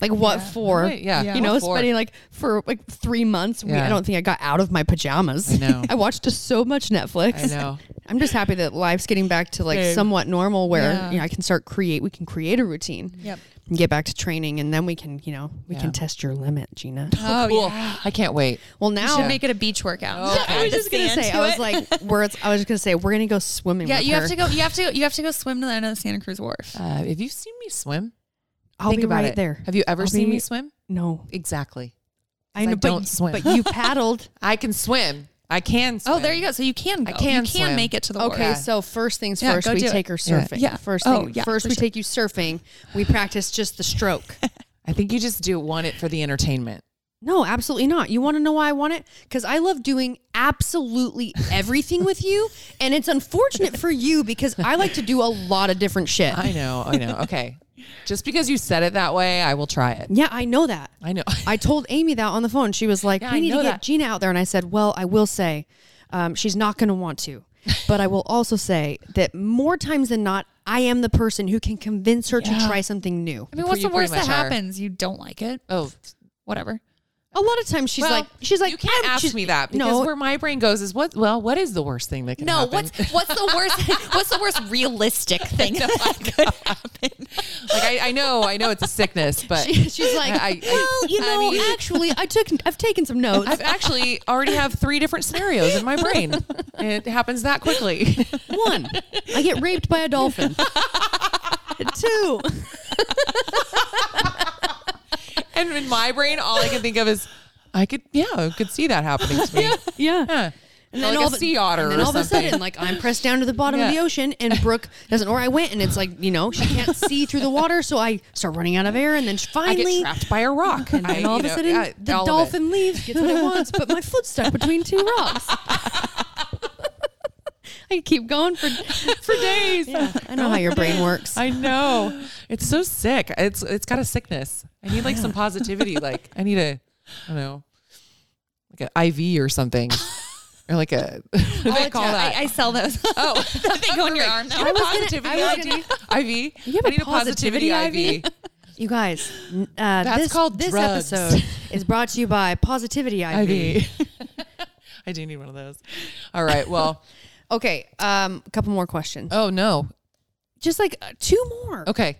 [SPEAKER 2] like what for,
[SPEAKER 1] Right, yeah,
[SPEAKER 3] Yeah.
[SPEAKER 2] you know,
[SPEAKER 1] what for?
[SPEAKER 2] spending like for like three months. We, I
[SPEAKER 1] Yeah.
[SPEAKER 2] don't think I got out of my pajamas.
[SPEAKER 1] I know.
[SPEAKER 2] I watched so much Netflix.
[SPEAKER 1] I know.
[SPEAKER 2] I'm just happy that life's getting back to like
[SPEAKER 1] Same.
[SPEAKER 2] somewhat normal where
[SPEAKER 3] Yeah.
[SPEAKER 2] you know I can start create we can create a routine.
[SPEAKER 3] Yep.
[SPEAKER 2] And get back to training and then we can, you know, we
[SPEAKER 1] Yeah.
[SPEAKER 2] can test your limit, Gina.
[SPEAKER 3] Oh,
[SPEAKER 1] cool. I can't wait.
[SPEAKER 2] Well
[SPEAKER 3] You
[SPEAKER 2] now
[SPEAKER 3] should make it a beach workout.
[SPEAKER 2] I was just gonna say I was like where it's, I was just gonna say we're gonna go swimming.
[SPEAKER 3] yeah,
[SPEAKER 2] with
[SPEAKER 3] you
[SPEAKER 2] her.
[SPEAKER 3] have to go. You have to. You have to go swim to the end of the Santa Cruz Wharf.
[SPEAKER 1] Uh, have you seen me swim?
[SPEAKER 2] I'll
[SPEAKER 1] Think
[SPEAKER 2] be
[SPEAKER 1] about
[SPEAKER 2] right
[SPEAKER 1] it.
[SPEAKER 2] there.
[SPEAKER 1] Have you ever
[SPEAKER 2] I'll
[SPEAKER 1] seen
[SPEAKER 2] be-
[SPEAKER 1] me swim?
[SPEAKER 2] No,
[SPEAKER 1] Exactly.
[SPEAKER 2] I
[SPEAKER 1] I
[SPEAKER 2] know, but,
[SPEAKER 1] don't swim.
[SPEAKER 2] but you paddled.
[SPEAKER 1] I can swim. I can swim.
[SPEAKER 3] Oh, there you go. So you can. Go.
[SPEAKER 1] I can
[SPEAKER 3] You can
[SPEAKER 1] swim.
[SPEAKER 3] make it to the wharf.
[SPEAKER 2] Okay, so first things
[SPEAKER 3] Yeah,
[SPEAKER 2] first,
[SPEAKER 3] go
[SPEAKER 2] we
[SPEAKER 3] do it.
[SPEAKER 2] take her surfing.
[SPEAKER 3] Yeah.
[SPEAKER 2] First thing,
[SPEAKER 3] Oh, yeah,
[SPEAKER 2] first
[SPEAKER 3] for
[SPEAKER 2] we
[SPEAKER 3] sure.
[SPEAKER 2] take you surfing. We practice just the stroke.
[SPEAKER 1] I think you just do want it for the entertainment.
[SPEAKER 2] No, absolutely not. You want to know why I want it? Because I love doing absolutely everything with you. And it's unfortunate for you because I like to do a lot of different shit.
[SPEAKER 1] I know. I know. Okay. just because you said it that way, I will try it.
[SPEAKER 2] yeah, I know that.
[SPEAKER 1] I know.
[SPEAKER 2] I told Amy that on the phone. She was like,
[SPEAKER 1] Yeah,
[SPEAKER 2] we
[SPEAKER 1] I
[SPEAKER 2] need to
[SPEAKER 1] know
[SPEAKER 2] get
[SPEAKER 1] that.
[SPEAKER 2] Gina out there. And I said, well, I will say um, she's not going to want to. But I will also say that more times than not, I am the person who can convince her to try something new.
[SPEAKER 3] I
[SPEAKER 1] Pre-
[SPEAKER 3] mean, what's the
[SPEAKER 1] pretty
[SPEAKER 3] worst that
[SPEAKER 1] much are.
[SPEAKER 3] happens? You don't like it.
[SPEAKER 1] oh,
[SPEAKER 3] Whatever.
[SPEAKER 2] A lot of times she's
[SPEAKER 1] well,
[SPEAKER 2] like, she's like,
[SPEAKER 1] you can't
[SPEAKER 2] "I'm-"
[SPEAKER 1] ask
[SPEAKER 2] she's-
[SPEAKER 1] me that because
[SPEAKER 2] no,
[SPEAKER 1] where my brain goes is what? Well, what is the worst thing that can
[SPEAKER 3] No.
[SPEAKER 1] happen?
[SPEAKER 3] What's What's the worst? what's the worst realistic thing that could happen?
[SPEAKER 1] like? I, I know. I know it's a sickness, but
[SPEAKER 2] She- she's like,
[SPEAKER 1] I- I-
[SPEAKER 2] well, you
[SPEAKER 1] I
[SPEAKER 2] know,
[SPEAKER 1] mean-
[SPEAKER 2] actually, I took, I've taken some notes.
[SPEAKER 1] I've actually already have three different scenarios in my brain. It happens that quickly.
[SPEAKER 2] One, I get raped by a dolphin. Two,
[SPEAKER 1] And in my brain, all I can think of is, I could, yeah, I could see that happening to me.
[SPEAKER 2] yeah.
[SPEAKER 1] Huh.
[SPEAKER 2] And
[SPEAKER 1] Like a
[SPEAKER 2] of a-
[SPEAKER 1] sea otter
[SPEAKER 2] and then
[SPEAKER 1] or
[SPEAKER 2] all of a
[SPEAKER 1] something.
[SPEAKER 2] sudden, like I'm pressed down to the bottom of
[SPEAKER 1] Yeah.
[SPEAKER 2] the ocean, and Brooke doesn't know where I went, and it's like you know she can't see through the water, so I start running out of air, and then
[SPEAKER 1] I
[SPEAKER 2] finally,
[SPEAKER 1] get trapped by a rock.
[SPEAKER 2] and then
[SPEAKER 1] I,
[SPEAKER 2] all of
[SPEAKER 1] you
[SPEAKER 2] a
[SPEAKER 1] know,
[SPEAKER 2] sudden,
[SPEAKER 1] yeah,
[SPEAKER 2] the
[SPEAKER 1] all of it.
[SPEAKER 2] dolphin leaves, gets what it wants, but my foot's stuck between two rocks. I keep going for for days. Oh, I know how your brain works.
[SPEAKER 1] I know. It's so sick. It's it's got a sickness. I need like some positivity. Like I need a, I don't know, like an IV or something, or like a what do they call that?
[SPEAKER 3] I, I sell those.
[SPEAKER 1] oh,
[SPEAKER 3] they go in your arm now.
[SPEAKER 1] I was
[SPEAKER 2] was gonna-
[SPEAKER 1] positivity
[SPEAKER 2] I was gonna-
[SPEAKER 1] ID, IV.
[SPEAKER 2] You have
[SPEAKER 1] I
[SPEAKER 2] a
[SPEAKER 1] need a positivity,
[SPEAKER 2] positivity
[SPEAKER 1] IV.
[SPEAKER 2] You guys, n- uh,
[SPEAKER 1] That's
[SPEAKER 2] this,
[SPEAKER 1] called
[SPEAKER 2] this
[SPEAKER 1] drugs.
[SPEAKER 2] episode is brought to you by Positivity IV.
[SPEAKER 1] IV. I do need one of those. All right. Well.
[SPEAKER 2] Okay, um, a couple more questions.
[SPEAKER 1] Oh no.
[SPEAKER 2] Just like uh, two more.
[SPEAKER 1] Okay.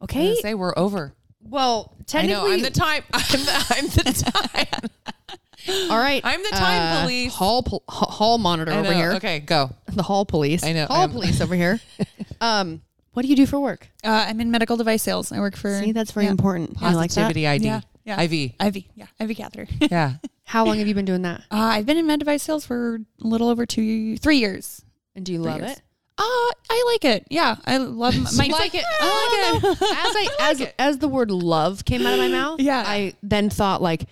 [SPEAKER 1] I
[SPEAKER 2] Okay.
[SPEAKER 1] was gonna say we're over.
[SPEAKER 2] well,
[SPEAKER 1] I know.
[SPEAKER 2] technically,
[SPEAKER 1] I'm the time. I'm the, I'm the time.
[SPEAKER 2] all right. uh,
[SPEAKER 1] I'm the time police.
[SPEAKER 2] Hall, pol- ha- hall monitor
[SPEAKER 1] I
[SPEAKER 2] over
[SPEAKER 1] know.
[SPEAKER 2] here.
[SPEAKER 1] Okay. Go.
[SPEAKER 2] The hall police.
[SPEAKER 1] I know,
[SPEAKER 2] Hall
[SPEAKER 1] I'm-
[SPEAKER 2] police over here. um, what do you do for work?
[SPEAKER 3] Uh, I'm in medical device sales. I work for.
[SPEAKER 2] See, that's very
[SPEAKER 3] yeah.
[SPEAKER 2] important. I like that.
[SPEAKER 1] Positivity ID.
[SPEAKER 3] Yeah, yeah.
[SPEAKER 1] IV.
[SPEAKER 3] Ivy. Yeah, Ivy catheter.
[SPEAKER 1] Yeah.
[SPEAKER 2] How long have you been doing that?
[SPEAKER 3] Uh, I've been in med device sales for a little over two, three years.
[SPEAKER 2] And do you love
[SPEAKER 3] years.
[SPEAKER 2] it?
[SPEAKER 3] Uh, I like it. Yeah, I love my. my
[SPEAKER 2] like it.
[SPEAKER 3] I like
[SPEAKER 2] As
[SPEAKER 3] it.
[SPEAKER 2] I, as as the word love came out of my mouth,
[SPEAKER 3] Yeah.
[SPEAKER 2] I then thought like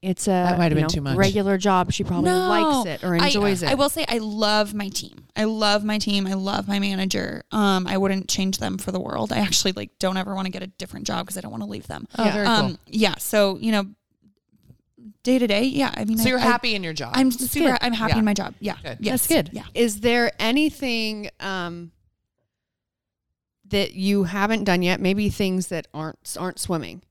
[SPEAKER 2] it's a
[SPEAKER 1] might have
[SPEAKER 2] you
[SPEAKER 1] been
[SPEAKER 2] know,
[SPEAKER 1] too much.
[SPEAKER 2] regular job. She probably likes it or
[SPEAKER 3] I-
[SPEAKER 2] enjoys it.
[SPEAKER 3] I will say I love my team. I love my team. I love my manager. Um, I wouldn't change them for the world. I actually like don't ever want to get a different job because I don't want to leave them.
[SPEAKER 1] Oh, very cool.
[SPEAKER 3] um, yeah. So you know, day to day, yeah. I mean,
[SPEAKER 1] So
[SPEAKER 3] I-
[SPEAKER 1] you're
[SPEAKER 3] I-
[SPEAKER 1] happy in your job.
[SPEAKER 3] I'm super.
[SPEAKER 2] good.
[SPEAKER 3] I'm happy
[SPEAKER 1] Yeah.
[SPEAKER 3] in my job. Yeah.
[SPEAKER 1] Good.
[SPEAKER 3] Yes.
[SPEAKER 2] That's good.
[SPEAKER 3] Yeah.
[SPEAKER 2] Is there anything um, that you haven't done yet? Maybe things that aren't aren't swimming,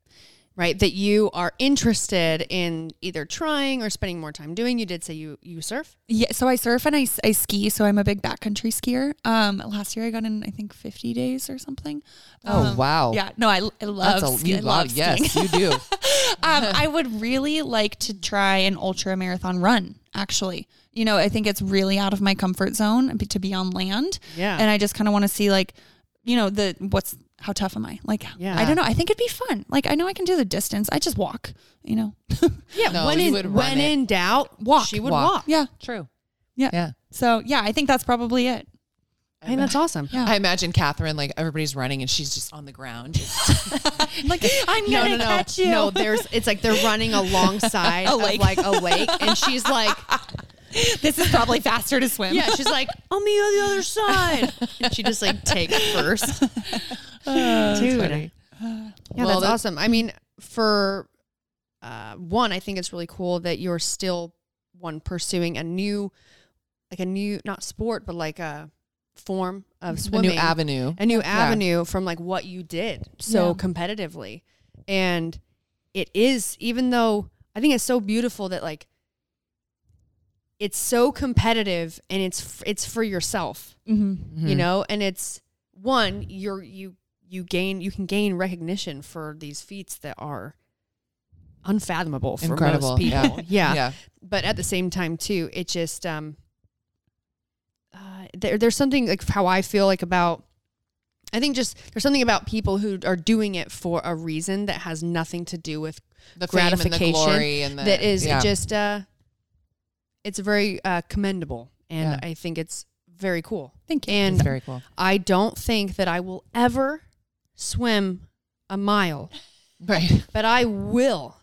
[SPEAKER 2] right? That you are interested in either trying or spending more time doing. You did say you you surf.
[SPEAKER 3] Yeah. So I surf and I, s- I ski. So I'm a big backcountry skier. Um, last year I got in I think 50 days or something.
[SPEAKER 1] Oh,
[SPEAKER 3] Um,
[SPEAKER 1] wow.
[SPEAKER 3] Yeah. No, I, l- I love.
[SPEAKER 1] That's a,
[SPEAKER 3] ski-
[SPEAKER 1] you
[SPEAKER 3] I
[SPEAKER 1] love,
[SPEAKER 3] love skiing.
[SPEAKER 1] yes, you do.
[SPEAKER 3] um, I would really like to try an ultra marathon run. Actually, you know, I think it's really out of my comfort zone to be on land,
[SPEAKER 2] Yeah.
[SPEAKER 3] and I just kind of want to see like, you know, the what's how tough am I? Like,
[SPEAKER 2] Yeah.
[SPEAKER 3] I don't know. I think it'd be fun. Like, I know I can do the distance. I just walk. You know.
[SPEAKER 2] yeah.
[SPEAKER 1] No,
[SPEAKER 2] when
[SPEAKER 1] you
[SPEAKER 2] in,
[SPEAKER 1] would run
[SPEAKER 2] when
[SPEAKER 1] it.
[SPEAKER 2] in doubt,
[SPEAKER 3] Walk.
[SPEAKER 2] She would
[SPEAKER 1] Walk.
[SPEAKER 2] walk.
[SPEAKER 3] yeah.
[SPEAKER 1] True.
[SPEAKER 3] Yeah.
[SPEAKER 1] Yeah.
[SPEAKER 3] So yeah, I think that's probably it.
[SPEAKER 2] I mean, that's awesome.
[SPEAKER 3] Yeah.
[SPEAKER 1] I imagine Catherine, like everybody's running and she's just on the ground. just-
[SPEAKER 2] Like I'm no, no,
[SPEAKER 3] gonna
[SPEAKER 2] no.
[SPEAKER 3] catch you.
[SPEAKER 2] No, there's it's like they're running alongside a lake.
[SPEAKER 3] lake.
[SPEAKER 2] of like a lake, and she's like,
[SPEAKER 3] This is probably faster to swim.
[SPEAKER 2] yeah, she's like, on me on the other side, and she just like takes first. Dude,
[SPEAKER 1] funny.
[SPEAKER 2] yeah,
[SPEAKER 1] Well,
[SPEAKER 2] that's
[SPEAKER 1] that-
[SPEAKER 2] awesome. I mean, for uh, one, I think it's really cool that you're still one pursuing a new, like a new not sport, but like a form of
[SPEAKER 1] a
[SPEAKER 2] swimming,
[SPEAKER 1] new avenue.
[SPEAKER 2] a new avenue from like what you did so
[SPEAKER 3] Yeah.
[SPEAKER 2] competitively and it is even though i think it's so beautiful that like it's so competitive and it's f- it's for yourself
[SPEAKER 3] Mm-hmm.
[SPEAKER 2] you
[SPEAKER 1] Mhm.
[SPEAKER 2] know and it's one you're you you gain you can gain recognition for these feats that are unfathomable for
[SPEAKER 1] Incredible,
[SPEAKER 2] most people yeah
[SPEAKER 1] yeah.
[SPEAKER 2] but at the same time too it just um uh, there, there's something like how i feel like about i think just there's something about people who are doing it for a reason that has nothing to do with
[SPEAKER 1] The gratification
[SPEAKER 2] gratification
[SPEAKER 1] and the glory and the,
[SPEAKER 2] that is
[SPEAKER 1] yeah.
[SPEAKER 2] just uh it's very uh commendable and
[SPEAKER 1] Yeah.
[SPEAKER 2] i think it's very cool
[SPEAKER 3] Thank you.
[SPEAKER 1] It's
[SPEAKER 2] and
[SPEAKER 1] very cool.
[SPEAKER 2] i don't think that i will ever swim a mile
[SPEAKER 1] Right.
[SPEAKER 2] but i will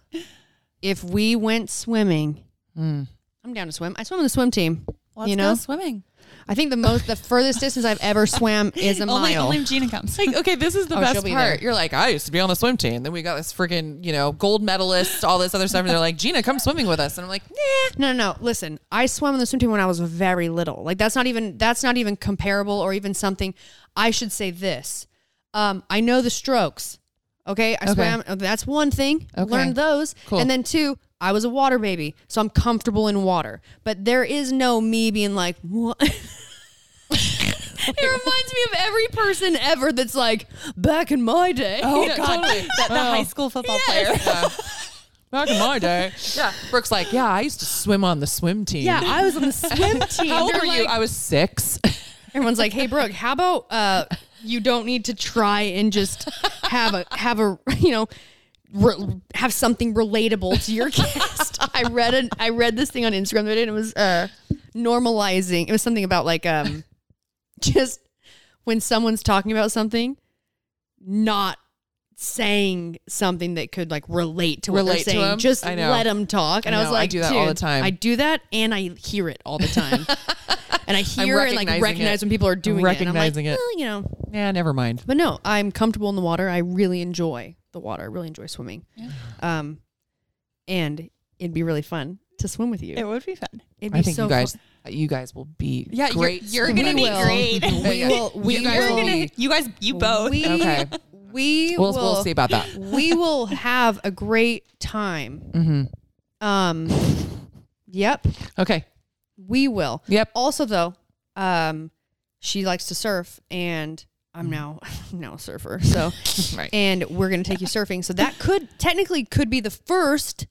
[SPEAKER 2] if we went swimming
[SPEAKER 1] Mm.
[SPEAKER 2] i'm down to swim i swim on the swim team
[SPEAKER 3] Let's
[SPEAKER 2] you know?
[SPEAKER 3] go swimming.
[SPEAKER 2] I think the most, the furthest distance I've ever swam is a
[SPEAKER 3] Only,
[SPEAKER 2] mile.
[SPEAKER 3] only if Gina comes.
[SPEAKER 1] Like, okay, this is the
[SPEAKER 2] Oh, she'll
[SPEAKER 1] best
[SPEAKER 2] be
[SPEAKER 1] part.
[SPEAKER 2] there.
[SPEAKER 1] You're like, I used to be on the swim team. Then we got this freaking, you know, gold medalist, all this other stuff. And they're like, Gina, come swimming with us. And I'm like, nah.
[SPEAKER 2] no, no, no. Listen, I swam in the swim team when I was very little. Like that's not even that's not even comparable or even something. I should say this. Um, I know the strokes. Okay, I swam. uh, That's one thing.
[SPEAKER 1] Okay.
[SPEAKER 2] Learned those.
[SPEAKER 1] Cool.
[SPEAKER 2] And then two, I was a water baby, so I'm comfortable in water. But there is no me being like what. It reminds me of every person ever that's like, back in my day.
[SPEAKER 3] Oh
[SPEAKER 1] Yeah,
[SPEAKER 3] God,
[SPEAKER 1] totally.
[SPEAKER 3] that, the
[SPEAKER 2] Oh.
[SPEAKER 3] high school football player.
[SPEAKER 1] Yeah. Back in my day. Yeah. Brooke's like, yeah, I used to swim on the swim team.
[SPEAKER 2] Yeah, I was on the swim team.
[SPEAKER 1] How old
[SPEAKER 2] You're
[SPEAKER 1] were you?
[SPEAKER 2] like-
[SPEAKER 1] I was six.
[SPEAKER 2] Everyone's like, "Hey, Brooke, how about uh, you don't need to try and just have a have a you know." Re- have something relatable to your guest. I read an, I read this thing on Instagram the other day and it was uh, normalizing. It was something about like um just when someone's talking about something, not saying something that could like relate to what
[SPEAKER 1] Relate to
[SPEAKER 2] they're saying.
[SPEAKER 1] 'em?
[SPEAKER 2] Just
[SPEAKER 1] I know.
[SPEAKER 2] let them talk. And I, was
[SPEAKER 1] know. I
[SPEAKER 2] like,
[SPEAKER 1] do that all the
[SPEAKER 2] "Dude,
[SPEAKER 1] time."
[SPEAKER 2] I do that and I hear it all the time. and I hear and like
[SPEAKER 1] recognizing
[SPEAKER 2] recognize
[SPEAKER 1] it.
[SPEAKER 2] when people are doing
[SPEAKER 1] recognizing
[SPEAKER 2] it.
[SPEAKER 1] it.
[SPEAKER 2] and I'm like, Well, you know,
[SPEAKER 1] nah, never mind.
[SPEAKER 2] but no, I'm comfortable in the water. I really enjoy the water. I really enjoy swimming. Um, and it'd be really fun to swim with you.
[SPEAKER 3] It would be fun.
[SPEAKER 2] It'd be
[SPEAKER 1] I think
[SPEAKER 2] so
[SPEAKER 1] you guys, you guys will be
[SPEAKER 3] Yeah, you're-
[SPEAKER 1] great.
[SPEAKER 3] you're
[SPEAKER 1] swimmers.
[SPEAKER 3] gonna
[SPEAKER 2] be We will.
[SPEAKER 3] great.
[SPEAKER 2] fun. We
[SPEAKER 1] Yeah.
[SPEAKER 2] will. We
[SPEAKER 1] You
[SPEAKER 2] guys
[SPEAKER 1] guys
[SPEAKER 2] will.
[SPEAKER 1] will be-
[SPEAKER 3] You guys, you both.
[SPEAKER 2] We,
[SPEAKER 1] Okay.
[SPEAKER 2] We
[SPEAKER 1] We'll,
[SPEAKER 2] will.
[SPEAKER 1] we'll see about that.
[SPEAKER 2] we will have a great time.
[SPEAKER 1] hmm
[SPEAKER 2] Um, yep,
[SPEAKER 1] Okay.
[SPEAKER 2] we will.
[SPEAKER 1] Yep.
[SPEAKER 2] Also, though, um, she likes to surf, and
[SPEAKER 1] Mm.
[SPEAKER 2] I'm now now a surfer. So,
[SPEAKER 1] Right.
[SPEAKER 2] and we're gonna take you surfing. So that could technically could be the first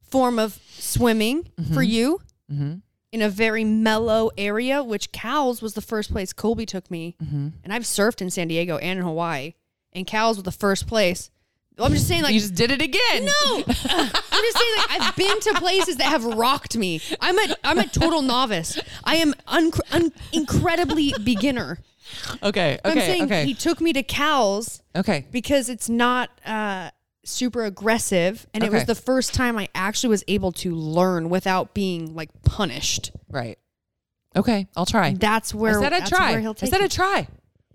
[SPEAKER 2] form of swimming for you
[SPEAKER 1] Mm-hmm.
[SPEAKER 2] in a very mellow area. Which Cowles was the first place Colby took me,
[SPEAKER 1] Mm-hmm.
[SPEAKER 2] and I've surfed in San Diego and in Hawaii, and Cowles was the first place. Well, I'm just saying, like
[SPEAKER 1] you just did it again.
[SPEAKER 2] no, I'm just saying. Like I've been to places that have rocked me. I'm a I'm a total novice. I am un- un- incredibly beginner.
[SPEAKER 1] Okay. Okay.
[SPEAKER 2] I'm saying
[SPEAKER 1] okay.
[SPEAKER 2] he took me to Cal's
[SPEAKER 1] okay.
[SPEAKER 2] because it's not uh, super aggressive, and it was
[SPEAKER 1] Okay.
[SPEAKER 2] the first time I actually was able to learn without being like punished.
[SPEAKER 1] Right. Okay. I'll try.
[SPEAKER 2] That's
[SPEAKER 1] I
[SPEAKER 2] where
[SPEAKER 1] said I'd
[SPEAKER 2] that's
[SPEAKER 1] try.
[SPEAKER 2] Where he'll
[SPEAKER 1] I
[SPEAKER 2] take
[SPEAKER 1] said
[SPEAKER 2] you.
[SPEAKER 1] I'd try.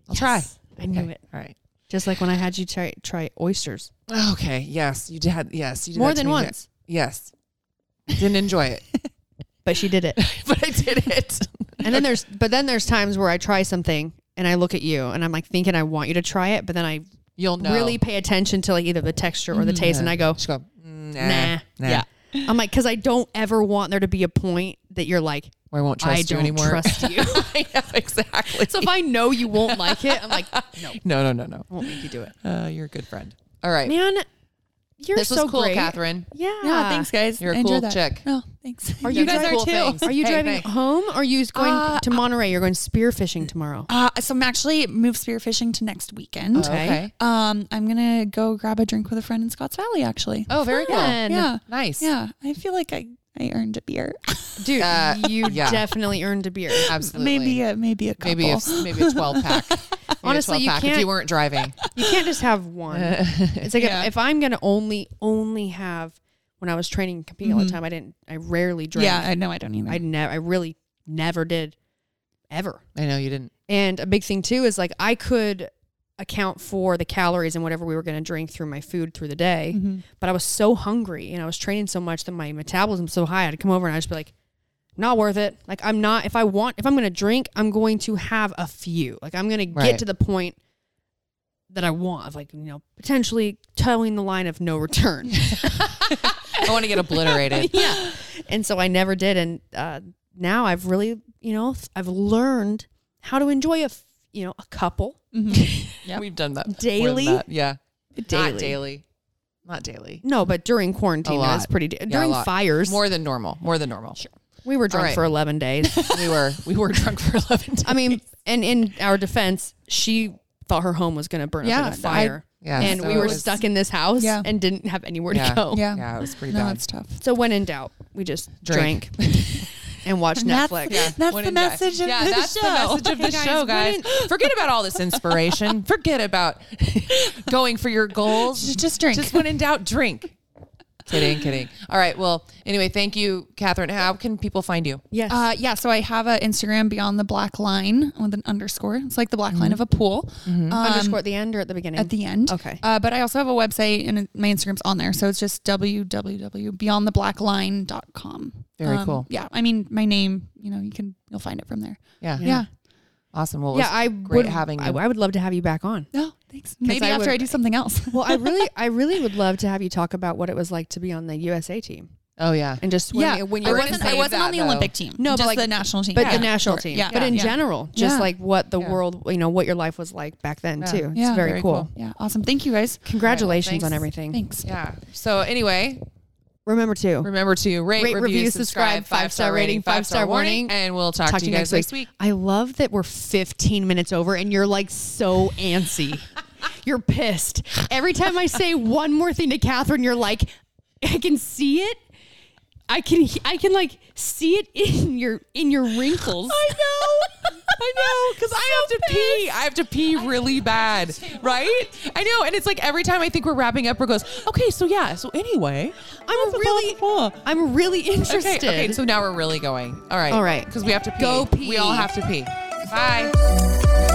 [SPEAKER 1] I'll try.
[SPEAKER 2] I knew it.
[SPEAKER 1] All right.
[SPEAKER 2] Just like when I had you try try oysters
[SPEAKER 1] Okay. Yes. You did. Yes. You did
[SPEAKER 2] more
[SPEAKER 1] that to
[SPEAKER 2] than
[SPEAKER 1] me.
[SPEAKER 2] once,
[SPEAKER 1] Yes. Didn't enjoy it,
[SPEAKER 2] but she did it.
[SPEAKER 1] but I did it.
[SPEAKER 2] And then there's but then there's times where I try something and I look at you and I'm like thinking I want you to try it, but then I
[SPEAKER 1] You'll know.
[SPEAKER 2] really pay attention to like either the texture or the taste and I go,
[SPEAKER 1] Just go. mm, Nah.
[SPEAKER 2] nah.
[SPEAKER 1] Nah.
[SPEAKER 3] Yeah.
[SPEAKER 2] I'm like, because I don't ever want there to be a point that you're like,
[SPEAKER 1] Or I won't trust
[SPEAKER 2] I
[SPEAKER 1] you
[SPEAKER 2] don't
[SPEAKER 1] anymore.
[SPEAKER 2] trust you.
[SPEAKER 1] I know exactly.
[SPEAKER 2] so if I know you won't like it, I'm like, no, I
[SPEAKER 1] no, no, no, no.
[SPEAKER 2] won't make you do it.
[SPEAKER 1] Uh, you're a good friend. All right.
[SPEAKER 2] Oh. Man, you're
[SPEAKER 1] this was
[SPEAKER 2] so
[SPEAKER 1] cool,
[SPEAKER 2] great.
[SPEAKER 1] Catherine.
[SPEAKER 2] Yeah.
[SPEAKER 3] Yeah, thanks guys.
[SPEAKER 1] You're a
[SPEAKER 3] Enjoy
[SPEAKER 1] cool
[SPEAKER 3] that.
[SPEAKER 1] chick.
[SPEAKER 3] No, thanks.
[SPEAKER 2] Are you
[SPEAKER 1] guys
[SPEAKER 2] guys
[SPEAKER 1] are cool things.
[SPEAKER 2] Are you
[SPEAKER 1] Hey,
[SPEAKER 2] driving
[SPEAKER 1] thanks.
[SPEAKER 2] home? Or are you going
[SPEAKER 3] Uh,
[SPEAKER 2] to Monterey? You're going spearfishing tomorrow.
[SPEAKER 3] Uh, so I'm actually move spearfishing to next weekend.
[SPEAKER 1] Oh, Okay.
[SPEAKER 3] Um, I'm gonna go grab a drink with a friend in Scotts Valley. Actually.
[SPEAKER 1] Oh, very
[SPEAKER 2] Fun.
[SPEAKER 1] cool.
[SPEAKER 3] Yeah.
[SPEAKER 1] Nice.
[SPEAKER 3] Yeah. I feel like I I earned a beer.
[SPEAKER 2] Dude,
[SPEAKER 1] Uh,
[SPEAKER 2] you
[SPEAKER 1] yeah.
[SPEAKER 2] definitely earned a beer.
[SPEAKER 1] Absolutely.
[SPEAKER 3] maybe a maybe a couple.
[SPEAKER 1] maybe a, maybe a 12 pack. Maybe
[SPEAKER 2] Honestly,
[SPEAKER 1] a 12
[SPEAKER 2] you
[SPEAKER 1] pack if
[SPEAKER 2] can't-
[SPEAKER 1] you weren't driving.
[SPEAKER 2] You can't just have one. It's like if-
[SPEAKER 3] Yeah.
[SPEAKER 2] if, I'm gonna only only have when I was training and competing all the
[SPEAKER 3] Mhm.
[SPEAKER 2] time, I didn't. I rarely drank.
[SPEAKER 3] yeah, I know I don't either.
[SPEAKER 2] I never. I really never did, ever.
[SPEAKER 1] I know you didn't.
[SPEAKER 2] And a big thing too is like I could account for the calories and whatever we were gonna drink through my food through the day,
[SPEAKER 3] Mhm.
[SPEAKER 2] but I was so hungry and I was training so much that my metabolism's so high. I'd come over and I'd just be like, not worth it. Like I'm not. If I want, if I'm gonna drink, I'm going to have a few. Like I'm gonna
[SPEAKER 1] Right.
[SPEAKER 2] get to the point that I want of like you know potentially towing the line of no return.
[SPEAKER 1] I want to get obliterated.
[SPEAKER 2] yeah. And so I never did. And uh, now I've really, you know, I've learned how to enjoy a, f- you know, a couple
[SPEAKER 3] Mhm.
[SPEAKER 1] We've done that. more than
[SPEAKER 2] Daily?
[SPEAKER 1] that. Yeah.
[SPEAKER 2] daily.
[SPEAKER 1] Not daily. Not daily.
[SPEAKER 2] No, but during quarantine,
[SPEAKER 1] A
[SPEAKER 2] it was
[SPEAKER 1] lot.
[SPEAKER 2] pretty. Da-
[SPEAKER 1] a
[SPEAKER 2] during
[SPEAKER 1] lot.
[SPEAKER 2] fires,
[SPEAKER 1] More than normal. More than normal. Sure.
[SPEAKER 2] we were drunk
[SPEAKER 1] All right.
[SPEAKER 2] for eleven days.
[SPEAKER 1] We were we were drunk for 11 days.
[SPEAKER 2] I mean, and in our defense, she thought her home was going to burn
[SPEAKER 3] Yeah,
[SPEAKER 2] up in a fire,
[SPEAKER 1] yeah.
[SPEAKER 2] and
[SPEAKER 1] so
[SPEAKER 2] we
[SPEAKER 1] it
[SPEAKER 2] were
[SPEAKER 1] was-
[SPEAKER 2] stuck in this house
[SPEAKER 3] Yeah.
[SPEAKER 2] and didn't have anywhere
[SPEAKER 1] Yeah.
[SPEAKER 2] to go.
[SPEAKER 3] yeah.
[SPEAKER 1] Yeah, it was pretty
[SPEAKER 3] No,
[SPEAKER 1] bad.
[SPEAKER 3] it's tough.
[SPEAKER 2] So when in doubt, we just
[SPEAKER 1] Drink.
[SPEAKER 2] drank and watched Netflix.
[SPEAKER 1] Yeah.
[SPEAKER 3] That's
[SPEAKER 1] When
[SPEAKER 3] the
[SPEAKER 1] in doubt.
[SPEAKER 3] message of
[SPEAKER 1] yeah,
[SPEAKER 3] the
[SPEAKER 1] that's
[SPEAKER 3] show.
[SPEAKER 1] the message of the
[SPEAKER 2] guys,
[SPEAKER 1] show,
[SPEAKER 2] when
[SPEAKER 1] guys. Forget about all this inspiration. Forget about going for your goals.
[SPEAKER 3] Just drink.
[SPEAKER 1] Just when in doubt, drink. kidding, kidding. All right. Well, anyway, thank you, Catherine. How can people find you?
[SPEAKER 2] Yes.
[SPEAKER 3] Uh, yeah, so I have an Instagram beyond the black line with an underscore. It's like the black line of a pool. Um,
[SPEAKER 2] Mm-hmm. Underscore at the end or at the beginning?
[SPEAKER 3] at the end.
[SPEAKER 2] Okay.
[SPEAKER 3] Uh, but I also have a website and my Instagram's on there. So it's just www.beyondtheblackline.com.
[SPEAKER 1] Very cool.
[SPEAKER 3] Um, Yeah. I mean, my name, you know, you can, you'll find it from there.
[SPEAKER 1] Yeah.
[SPEAKER 3] Yeah.
[SPEAKER 1] Awesome. Well, it
[SPEAKER 2] yeah,
[SPEAKER 1] was
[SPEAKER 2] I
[SPEAKER 1] great
[SPEAKER 2] would,
[SPEAKER 1] having
[SPEAKER 2] I,
[SPEAKER 1] you.
[SPEAKER 2] I would love to have you back on.
[SPEAKER 3] No, thanks. Maybe
[SPEAKER 2] I
[SPEAKER 3] after
[SPEAKER 2] would-
[SPEAKER 3] I do something else.
[SPEAKER 2] Well, I really, I really would love to have you talk about what it was like to be on the USA team
[SPEAKER 1] oh yeah.
[SPEAKER 2] and just swimming, when
[SPEAKER 3] I
[SPEAKER 2] you were
[SPEAKER 3] wasn't, I
[SPEAKER 1] save
[SPEAKER 3] wasn't
[SPEAKER 1] that,
[SPEAKER 3] on the
[SPEAKER 1] though.
[SPEAKER 3] Olympic team.
[SPEAKER 2] No, but
[SPEAKER 3] just
[SPEAKER 2] like-
[SPEAKER 3] the national team.
[SPEAKER 2] but
[SPEAKER 3] Yeah.
[SPEAKER 2] the national
[SPEAKER 3] Sure.
[SPEAKER 2] team.
[SPEAKER 3] Yeah.
[SPEAKER 2] But in
[SPEAKER 3] Yeah.
[SPEAKER 2] general, just
[SPEAKER 3] Yeah.
[SPEAKER 2] like what the
[SPEAKER 1] Yeah.
[SPEAKER 2] world, you know, what your life was like back then
[SPEAKER 1] Yeah.
[SPEAKER 2] too. It's
[SPEAKER 3] Yeah.
[SPEAKER 2] very,
[SPEAKER 1] Very
[SPEAKER 2] cool.
[SPEAKER 1] cool.
[SPEAKER 3] Yeah. Awesome. Thank you guys.
[SPEAKER 2] Congratulations on
[SPEAKER 1] thanks.
[SPEAKER 2] everything.
[SPEAKER 3] Thanks.
[SPEAKER 1] yeah. So anyway,
[SPEAKER 2] Remember too.
[SPEAKER 1] remember to rate,
[SPEAKER 2] Rate,
[SPEAKER 1] review,
[SPEAKER 2] review,
[SPEAKER 1] subscribe,
[SPEAKER 2] subscribe,
[SPEAKER 1] five star
[SPEAKER 2] five-star
[SPEAKER 1] rating,
[SPEAKER 2] rating,
[SPEAKER 1] five star
[SPEAKER 2] five-star
[SPEAKER 1] warning,
[SPEAKER 2] warning.
[SPEAKER 1] and we'll talk, to you guys next week.
[SPEAKER 2] I love that we're 15 minutes over and you're like so antsy. you're pissed. Every time I say one more thing to Catherine, you're like, I can see it. I can he- I can like see it in your in your wrinkles. I know.
[SPEAKER 1] I know, because I have to pee. I have to pee really bad, right? I know, and it's like every time I think we're wrapping up, we're goes, okay, so yeah, so anyway,
[SPEAKER 2] I'm really I'm really
[SPEAKER 1] okay,
[SPEAKER 2] interested.
[SPEAKER 1] okay, so now we're really going. All right,
[SPEAKER 2] All right.
[SPEAKER 1] because we have to pee.
[SPEAKER 2] Go pee.
[SPEAKER 1] We all have to pee. Bye.